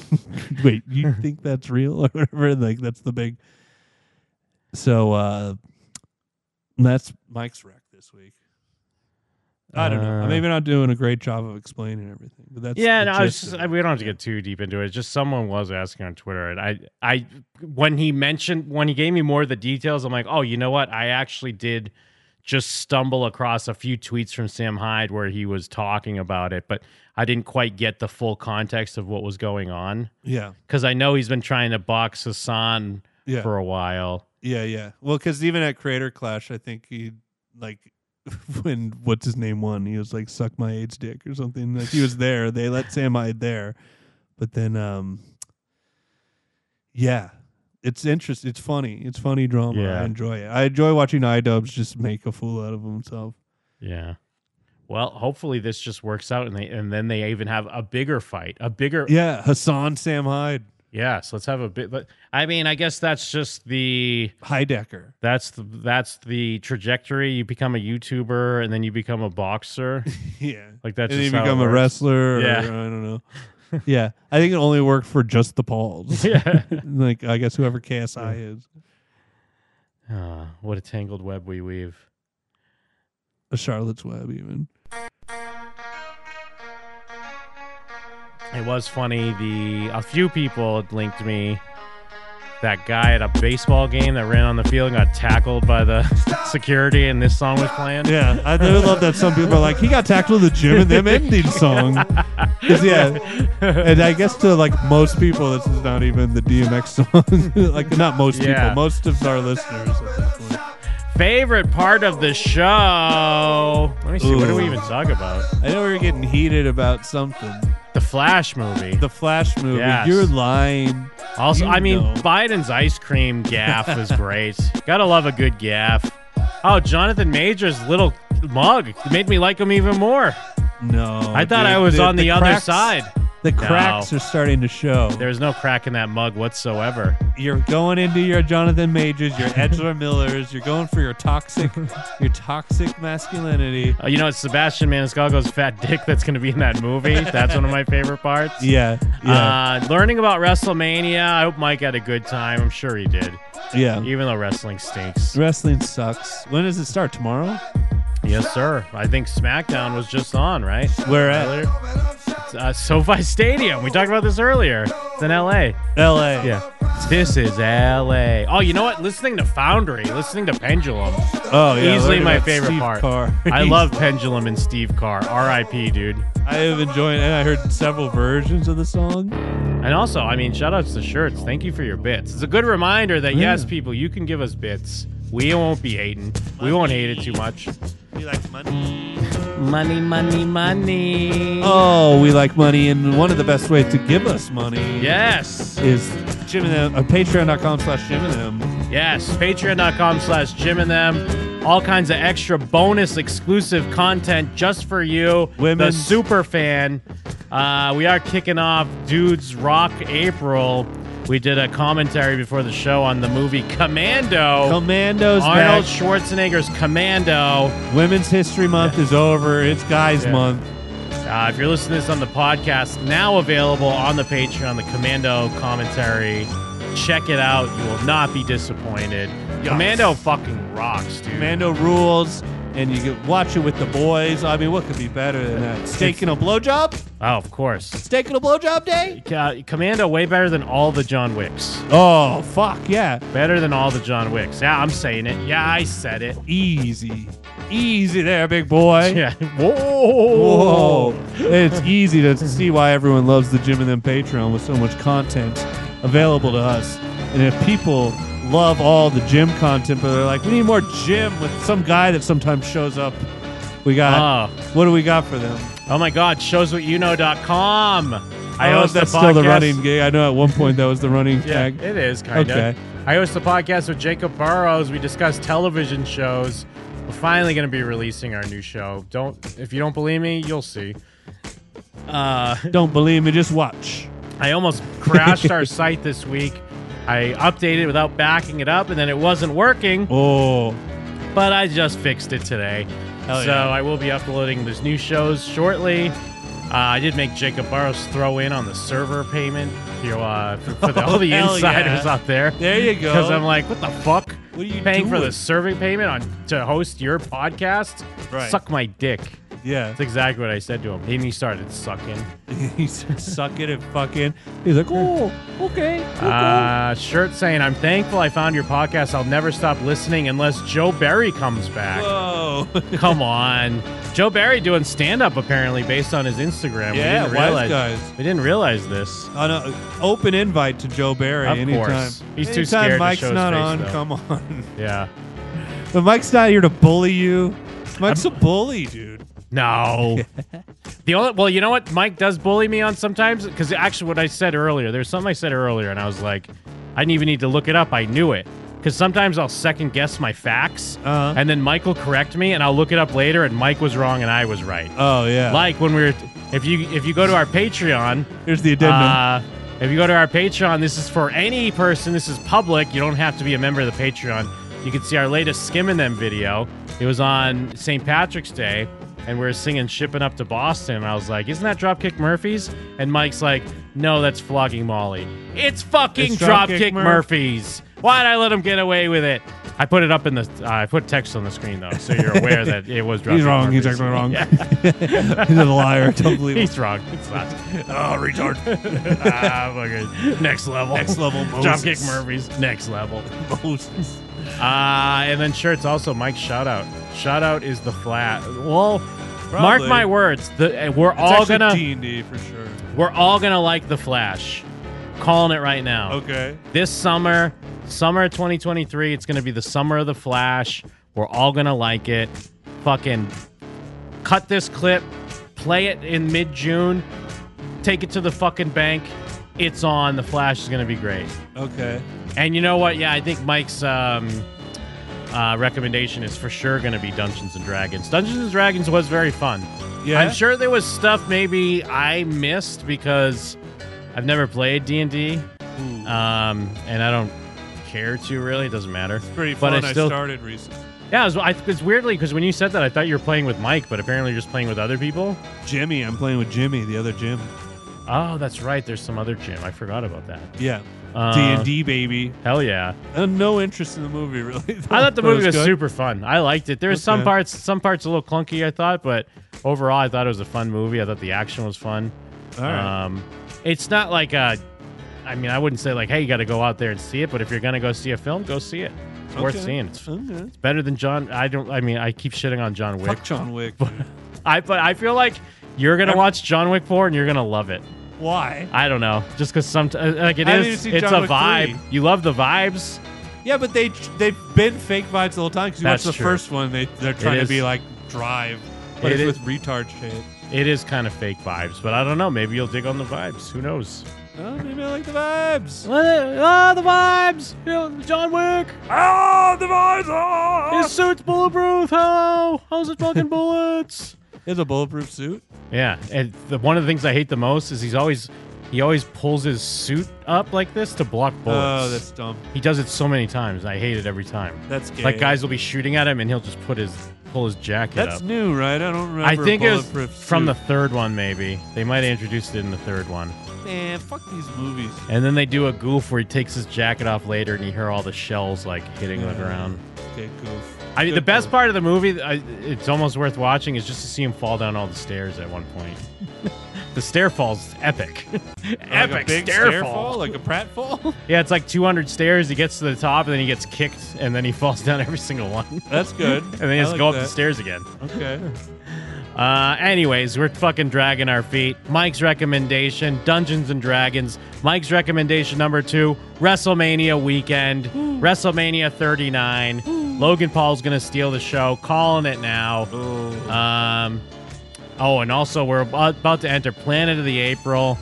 [SPEAKER 6] "Wait, you think that's real or whatever?" Like that's the big. So uh that's Mike's wreck this week. I don't know.
[SPEAKER 7] Uh,
[SPEAKER 6] Maybe not doing a great job of explaining everything, but that's
[SPEAKER 7] yeah,
[SPEAKER 6] the
[SPEAKER 7] no, I was
[SPEAKER 6] gist
[SPEAKER 7] just,
[SPEAKER 6] of
[SPEAKER 7] I, we don't have to get too deep into it. Just someone was asking on Twitter, and I, I, when he mentioned when he gave me more of the details, I'm like, oh, you know what? I actually did just stumble across a few tweets from Sam Hyde where he was talking about it, but I didn't quite get the full context of what was going on.
[SPEAKER 6] Yeah.
[SPEAKER 7] Because I know he's been trying to box Hassan
[SPEAKER 6] Yeah.
[SPEAKER 7] for a while.
[SPEAKER 6] Yeah, yeah. Well, because even at Creator Clash, I think he like when what's his name won, he was like suck my AIDS dick or something. Like he was there.
[SPEAKER 7] *laughs*
[SPEAKER 6] They let Sam Hyde there, but then um, yeah, it's interesting. It's funny. It's funny drama.
[SPEAKER 7] Yeah.
[SPEAKER 6] I enjoy it. I enjoy watching iDubbbz just make a fool out of himself.
[SPEAKER 7] Yeah. Well, hopefully this just works out and they and then they even have a bigger fight, a bigger
[SPEAKER 6] Yeah, Hassan
[SPEAKER 7] *laughs*
[SPEAKER 6] Sam Hyde.
[SPEAKER 7] Yes, let's have a bit. But I mean, I guess that's just the
[SPEAKER 6] Heidecker.
[SPEAKER 7] That's the that's the trajectory. You become a YouTuber and then you become a boxer.
[SPEAKER 6] *laughs* Yeah.
[SPEAKER 7] like that's
[SPEAKER 6] and
[SPEAKER 7] just
[SPEAKER 6] he
[SPEAKER 7] how it
[SPEAKER 6] become a
[SPEAKER 7] works.
[SPEAKER 6] wrestler.
[SPEAKER 7] Yeah,
[SPEAKER 6] Yeah, I don't know. yeah, I think it only worked for just the Pauls.
[SPEAKER 7] Yeah.
[SPEAKER 6] *laughs* like I guess whoever KSI is,
[SPEAKER 7] Ah, what a tangled web we weave.
[SPEAKER 6] a Charlotte's Web even.
[SPEAKER 7] It was funny. The a few people had linked me that guy at a baseball game that ran on the field and got tackled by the *laughs* security, and this song was playing.
[SPEAKER 6] Yeah, I do love that some people are like, he got tackled at the gym and them ending song.
[SPEAKER 7] *laughs*
[SPEAKER 6] 'Cause, yeah, and I guess to like most people, this is not even the DMX *laughs* song. like not most
[SPEAKER 7] Yeah.
[SPEAKER 6] people, most of our listeners. at this point.
[SPEAKER 7] Favorite part of the show. Let me see. What do we
[SPEAKER 6] Ooh.
[SPEAKER 7] even talk about?
[SPEAKER 6] I know we were getting heated about something.
[SPEAKER 7] The Flash movie.
[SPEAKER 6] The Flash movie.
[SPEAKER 7] Yes.
[SPEAKER 6] You're lying.
[SPEAKER 7] Also,
[SPEAKER 6] You
[SPEAKER 7] I mean,
[SPEAKER 6] know.
[SPEAKER 7] Biden's ice cream gaff was
[SPEAKER 6] *laughs*
[SPEAKER 7] great. Gotta love a good gaff. Oh, Jonathan Major's little mug made me like him even more.
[SPEAKER 6] No.
[SPEAKER 7] I thought
[SPEAKER 6] Oh, dude,
[SPEAKER 7] I was
[SPEAKER 6] the-
[SPEAKER 7] on the,
[SPEAKER 6] the
[SPEAKER 7] other
[SPEAKER 6] cracks-
[SPEAKER 7] side.
[SPEAKER 6] The cracks are starting to show.
[SPEAKER 7] There's no crack in that mug whatsoever.
[SPEAKER 6] You're going into your Jonathan Majors,
[SPEAKER 7] *laughs*
[SPEAKER 6] your Edler Millers. You're going for your toxic, your toxic masculinity.
[SPEAKER 7] Uh, you know, it's Sebastian Maniscalco's fat *laughs* dick that's going to be in that movie. That's one of my favorite parts.
[SPEAKER 6] Yeah,
[SPEAKER 7] Uh, learning about WrestleMania. I hope Mike had a good time. I'm sure he did.
[SPEAKER 6] Yeah.
[SPEAKER 7] Even though wrestling stinks.
[SPEAKER 6] Wrestling sucks. When does it start? Tomorrow?
[SPEAKER 7] Yes, sir. I think SmackDown was just on, right?
[SPEAKER 6] Where at?
[SPEAKER 7] Earlier. It's, Uh, SoFi Stadium. We talked about this earlier. It's in LA.
[SPEAKER 6] LA.
[SPEAKER 7] Yeah. This is LA. Oh, you know what? Listening to Foundry, listening to Pendulum.
[SPEAKER 6] Oh, yeah,
[SPEAKER 7] Easily
[SPEAKER 6] learning
[SPEAKER 7] my
[SPEAKER 6] about
[SPEAKER 7] favorite
[SPEAKER 6] Steve
[SPEAKER 7] part.
[SPEAKER 6] Carr.
[SPEAKER 7] I
[SPEAKER 6] *laughs*
[SPEAKER 7] love Pendulum and Steve Carr. R.I.P., dude.
[SPEAKER 6] I have enjoyed, and I heard several versions of the song.
[SPEAKER 7] And also, I mean, shout outs to shirts. Thank you for your bits. It's a good reminder that,
[SPEAKER 6] Yeah.
[SPEAKER 7] yes, people, you can give us bits. We won't be hating. We won't hate it too much.
[SPEAKER 6] We like money.
[SPEAKER 7] Money, money, money.
[SPEAKER 6] Oh, we like money, and one of the best ways to give us money.
[SPEAKER 7] Yes.
[SPEAKER 6] Is Jim and them, uh, patreon.com slash Jim and them.
[SPEAKER 7] Yes, patreon.com slash Jim and them. All kinds of extra bonus exclusive content just for you. Women. The super fan. Uh, we are kicking off Dudes Rock April. We did a commentary before the show on the movie Commando.
[SPEAKER 6] Commando's
[SPEAKER 7] Arnold
[SPEAKER 6] back.
[SPEAKER 7] Schwarzenegger's Commando.
[SPEAKER 6] Women's History Month is over. It's Guys
[SPEAKER 7] Yeah.
[SPEAKER 6] Month.
[SPEAKER 7] Uh, if you're listening to this on the podcast, now available on the Patreon, the Commando commentary. Check it out. You will not be disappointed. Commando fucking rocks, dude.
[SPEAKER 6] Commando rules, and you get watch it with the boys. I mean, what could be better than that? Steak and a blowjob?
[SPEAKER 7] Oh, of course.
[SPEAKER 6] Steak and a blowjob day?
[SPEAKER 7] Uh, Commando way better than all the John Wicks.
[SPEAKER 6] Oh, fuck, yeah.
[SPEAKER 7] Better than all the John Wicks. Yeah, I'm saying it. Yeah, I said it.
[SPEAKER 6] Easy. Easy there, big boy.
[SPEAKER 7] *laughs* Yeah. Whoa.
[SPEAKER 6] Whoa. It's easy to see why everyone loves the Jim and Them Patreon with so much content available to us. And if people love all the Jim content, but they're like, we need more Jim with some guy that sometimes shows up. We
[SPEAKER 7] Ah.
[SPEAKER 6] got, what do we got for them?
[SPEAKER 7] Oh my God, showswhatyouknow.com. I
[SPEAKER 6] don't know if
[SPEAKER 7] host
[SPEAKER 6] Oh, that's
[SPEAKER 7] the podcast.
[SPEAKER 6] still the running gig. I know at one point that was the running
[SPEAKER 7] Yeah,
[SPEAKER 6] tag.
[SPEAKER 7] it is kind of.
[SPEAKER 6] Okay.
[SPEAKER 7] I host the podcast with Jacob Burrows. We discuss television shows. We're finally going to be releasing our new show. Don't if you don't believe me, you'll see. Uh,
[SPEAKER 6] Don't believe me, just watch.
[SPEAKER 7] I almost crashed our *laughs* site this week. I updated it without backing it up, and then it wasn't working.
[SPEAKER 6] Oh,
[SPEAKER 7] but I just fixed it today.
[SPEAKER 6] Hell
[SPEAKER 7] so
[SPEAKER 6] yeah.
[SPEAKER 7] I will be uploading those new shows shortly. Uh, I did make Jacob Burrows throw in on the server payment you know, uh, for, for the, all the
[SPEAKER 6] *laughs* Hell
[SPEAKER 7] insiders
[SPEAKER 6] yeah.
[SPEAKER 7] out there.
[SPEAKER 6] There you go.
[SPEAKER 7] Because I'm like, what the fuck?
[SPEAKER 6] What are you
[SPEAKER 7] paying for
[SPEAKER 6] doing?
[SPEAKER 7] the serving payment on to host your podcast?
[SPEAKER 6] Right.
[SPEAKER 7] Suck my dick.
[SPEAKER 6] Yeah.
[SPEAKER 7] That's exactly what I said to him. And he started sucking.
[SPEAKER 6] *laughs* he said, suck it and fucking. He's like, oh, okay.
[SPEAKER 7] Uh, shirt saying, I'm thankful I found your podcast. I'll never stop listening unless Joe Barry comes back.
[SPEAKER 6] Whoa. *laughs* no.
[SPEAKER 7] Come on. Joe Barry doing stand up apparently based on his Instagram. we didn't
[SPEAKER 6] Yeah, wise
[SPEAKER 7] realize,
[SPEAKER 6] guys.
[SPEAKER 7] We didn't realize this.
[SPEAKER 6] On a, open invite to Joe Barry
[SPEAKER 7] Of
[SPEAKER 6] anytime.
[SPEAKER 7] course. He's too
[SPEAKER 6] anytime
[SPEAKER 7] scared to
[SPEAKER 6] Mike's
[SPEAKER 7] show his
[SPEAKER 6] not
[SPEAKER 7] face,
[SPEAKER 6] on,
[SPEAKER 7] though.
[SPEAKER 6] come on.
[SPEAKER 7] Yeah.
[SPEAKER 6] But Mike's not here to bully you. Mike's a bully, dude.
[SPEAKER 7] No. *laughs* the only well, you know what? Mike does bully me on sometimes because actually, what I said earlier, there's something I said earlier, and I was like, I didn't even need to look it up. I knew it because sometimes I'll second guess my facts,
[SPEAKER 6] Uh-huh.
[SPEAKER 7] and then Mike will correct me, and I'll look it up later, and Mike was wrong and I was right.
[SPEAKER 6] Oh yeah.
[SPEAKER 7] Like when we were, if you if you go to our Patreon,
[SPEAKER 6] here's the addendum.
[SPEAKER 7] Uh, if you go to our Patreon, this is for any person. This is public. You don't have to be a member of the Patreon. You can see our latest skimming them video. It was on St. Patrick's Day, and we were singing "Shipping Up to Boston." And I was like, "Isn't that Dropkick Murphys?" And Mike's like, "No, that's Flogging Molly." It's fucking
[SPEAKER 6] It's Dropkick
[SPEAKER 7] Dropkick,
[SPEAKER 6] Murph.
[SPEAKER 7] Murphys. Why'd I let him get away with it? I put it up in the. Uh, I put text on the screen though, so you're aware that it was. Dropkick
[SPEAKER 6] *laughs* He's wrong. He's
[SPEAKER 7] Murphys.
[SPEAKER 6] actually wrong.
[SPEAKER 7] Yeah.
[SPEAKER 6] *laughs* He's a liar. Don't believe him.
[SPEAKER 7] He's wrong. It's
[SPEAKER 6] *laughs*
[SPEAKER 7] not.
[SPEAKER 6] Oh, retard.
[SPEAKER 7] *laughs* ah, fucking next level. *laughs*
[SPEAKER 6] Next level Moses.
[SPEAKER 7] Dropkick Murphys. Next level.
[SPEAKER 6] *laughs* Moses.
[SPEAKER 7] Uh, and then shirts also. Mike's shout out. Shout out is the flat. Well, mark
[SPEAKER 6] Probably.
[SPEAKER 7] my words. The, uh, we're
[SPEAKER 6] It's
[SPEAKER 7] all
[SPEAKER 6] actually
[SPEAKER 7] gonna.
[SPEAKER 6] D&D for sure.
[SPEAKER 7] We're all gonna like the Flash. Calling it right now.
[SPEAKER 6] Okay.
[SPEAKER 7] This summer, summer 2023, it's gonna be the summer of the Flash. We're all gonna like it. Fucking cut this clip, play it in mid June, take it to the fucking bank. It's on. The Flash is gonna be great.
[SPEAKER 6] Okay.
[SPEAKER 7] And you know what? Yeah, I think Mike's um, uh, recommendation is for sure going to be Dungeons and Dragons. Dungeons and Dragons was very fun.
[SPEAKER 6] Yeah?
[SPEAKER 7] I'm sure there was stuff maybe I missed because I've never played D and D,
[SPEAKER 6] Hmm.
[SPEAKER 7] Um, and I don't care to really. It doesn't matter. It's
[SPEAKER 6] Pretty
[SPEAKER 7] but
[SPEAKER 6] fun.
[SPEAKER 7] I
[SPEAKER 6] I,
[SPEAKER 7] still
[SPEAKER 6] started recently.
[SPEAKER 7] yeah. It was, I, it's weirdly because when you said that, I thought you were playing with Mike, but apparently you're just playing with other people.
[SPEAKER 6] Jimmy, I'm playing with Jimmy, the other Jim.
[SPEAKER 7] Oh, that's right. There's some other gym. I forgot about that.
[SPEAKER 6] Yeah.
[SPEAKER 7] Uh,
[SPEAKER 6] D&D, baby.
[SPEAKER 7] Hell yeah.
[SPEAKER 6] Uh, no interest in the movie, really. *laughs*
[SPEAKER 7] I thought the
[SPEAKER 6] But it
[SPEAKER 7] movie was
[SPEAKER 6] good.
[SPEAKER 7] super fun. I liked it. There was some
[SPEAKER 6] Okay.
[SPEAKER 7] parts, some parts a little clunky, I thought, but overall, I thought it was a fun movie. I thought the action was fun.
[SPEAKER 6] All right.
[SPEAKER 7] Um, it's not like a, I mean, I wouldn't say like, hey, you got to go out there and see it, but if you're gonna go see a film, go see it. It's worth
[SPEAKER 6] Okay.
[SPEAKER 7] seeing. It's,
[SPEAKER 6] Okay.
[SPEAKER 7] it's better than John. I don't. I mean, I keep shitting on John Wick.
[SPEAKER 6] Fuck John Wick. dude.
[SPEAKER 7] *laughs* I but I feel like you're gonna watch John Wick four and you're gonna love it.
[SPEAKER 6] Why?
[SPEAKER 7] I don't know. Just because sometimes like it
[SPEAKER 6] I didn't
[SPEAKER 7] is,
[SPEAKER 6] see
[SPEAKER 7] it's
[SPEAKER 6] John
[SPEAKER 7] a
[SPEAKER 6] Wick
[SPEAKER 7] vibe.
[SPEAKER 6] three.
[SPEAKER 7] You love the vibes.
[SPEAKER 6] Yeah, but they they've been fake vibes the whole time because you watch
[SPEAKER 7] That's
[SPEAKER 6] the
[SPEAKER 7] true.
[SPEAKER 6] first one, they they're
[SPEAKER 7] It
[SPEAKER 6] trying to
[SPEAKER 7] is-
[SPEAKER 6] be like Drive, but
[SPEAKER 7] It
[SPEAKER 6] it's
[SPEAKER 7] is-
[SPEAKER 6] with retard shit.
[SPEAKER 7] It is kind of fake vibes, but I don't know. Maybe you'll dig on the vibes. Who knows?
[SPEAKER 6] Oh, maybe I like the vibes.
[SPEAKER 7] Ah, the vibes. You know, John Wick.
[SPEAKER 6] Oh, the vibes. Oh!
[SPEAKER 7] His suit's bulletproof. How? How's it
[SPEAKER 6] *laughs*
[SPEAKER 7] fucking bullets?
[SPEAKER 6] It's a bulletproof suit.
[SPEAKER 7] Yeah, and the, one of the things I hate the most is he's always he always pulls his suit up like this to block bullets.
[SPEAKER 6] Oh, that's dumb.
[SPEAKER 7] he does it so many times, and I hate it every time.
[SPEAKER 6] That's gay.
[SPEAKER 7] Like guys will be shooting at him, and he'll just put his pull his jacket
[SPEAKER 6] That's
[SPEAKER 7] up.
[SPEAKER 6] new, right? I don't remember.
[SPEAKER 7] I think
[SPEAKER 6] a
[SPEAKER 7] it was
[SPEAKER 6] bulletproof
[SPEAKER 7] from the
[SPEAKER 6] suit.
[SPEAKER 7] third one, maybe. They might have introduced it in the third one.
[SPEAKER 6] man. Fuck these movies.
[SPEAKER 7] And then they do a goof where he takes his jacket off later, and you hear all the shells like hitting the ground.
[SPEAKER 6] Okay, goof.
[SPEAKER 7] I mean, the
[SPEAKER 6] Good
[SPEAKER 7] best
[SPEAKER 6] goof.
[SPEAKER 7] part of the movie, I, it's almost worth watching, is just to see him fall down all the stairs at one
[SPEAKER 6] *laughs*
[SPEAKER 7] point. the stair falls is epic.
[SPEAKER 6] Like
[SPEAKER 7] epic
[SPEAKER 6] a big
[SPEAKER 7] stair,
[SPEAKER 6] stair
[SPEAKER 7] fall.
[SPEAKER 6] fall, like a pratfall.
[SPEAKER 7] yeah, it's like 200 stairs. He gets to the top, and then he gets kicked, and then he falls down every single one.
[SPEAKER 6] *laughs* That's
[SPEAKER 7] *laughs*
[SPEAKER 6] good.
[SPEAKER 7] and then he
[SPEAKER 6] I
[SPEAKER 7] has
[SPEAKER 6] like
[SPEAKER 7] to go up
[SPEAKER 6] that.
[SPEAKER 7] the stairs again. *laughs*
[SPEAKER 6] Okay.
[SPEAKER 7] Uh, anyways, we're fucking dragging our feet. Mike's recommendation: Dungeons and Dragons. Mike's recommendation number two: WrestleMania weekend, WrestleMania 39. Logan Paul's gonna steal the show. Calling it now. Um, oh, and also we're about, about to enter Planet of the April.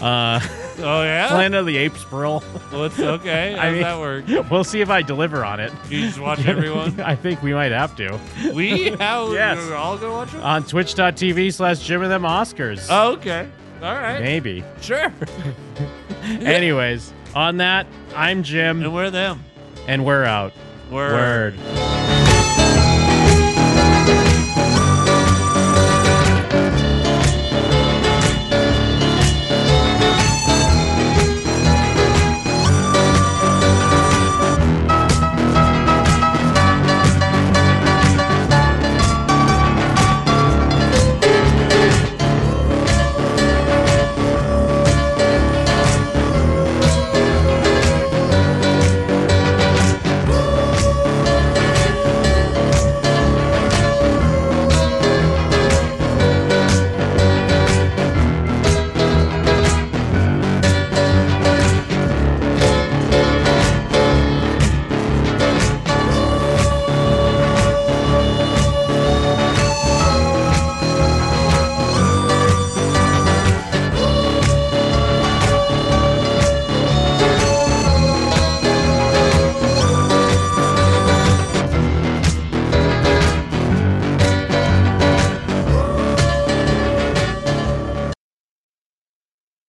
[SPEAKER 7] Uh,
[SPEAKER 6] Oh
[SPEAKER 7] *laughs*
[SPEAKER 6] yeah.
[SPEAKER 7] Planet of the Apes, April.
[SPEAKER 6] What's okay?
[SPEAKER 7] *laughs*
[SPEAKER 6] How
[SPEAKER 7] I
[SPEAKER 6] does
[SPEAKER 7] mean-
[SPEAKER 6] that work?
[SPEAKER 7] We'll see if I deliver on it.
[SPEAKER 6] You just watch
[SPEAKER 7] *laughs*
[SPEAKER 6] everyone.
[SPEAKER 7] I think we might have to.
[SPEAKER 6] We?
[SPEAKER 7] *laughs*
[SPEAKER 6] How?
[SPEAKER 7] Yes.
[SPEAKER 6] We're all gonna watch it.
[SPEAKER 7] On twitch.tv slash Jim and them Oscars.
[SPEAKER 6] Oh, okay. All right.
[SPEAKER 7] Maybe. *laughs*
[SPEAKER 6] Sure.
[SPEAKER 7] Anyways, on that, I'm Jim.
[SPEAKER 6] And we're them.
[SPEAKER 7] And we're out.
[SPEAKER 6] Word.
[SPEAKER 7] Word.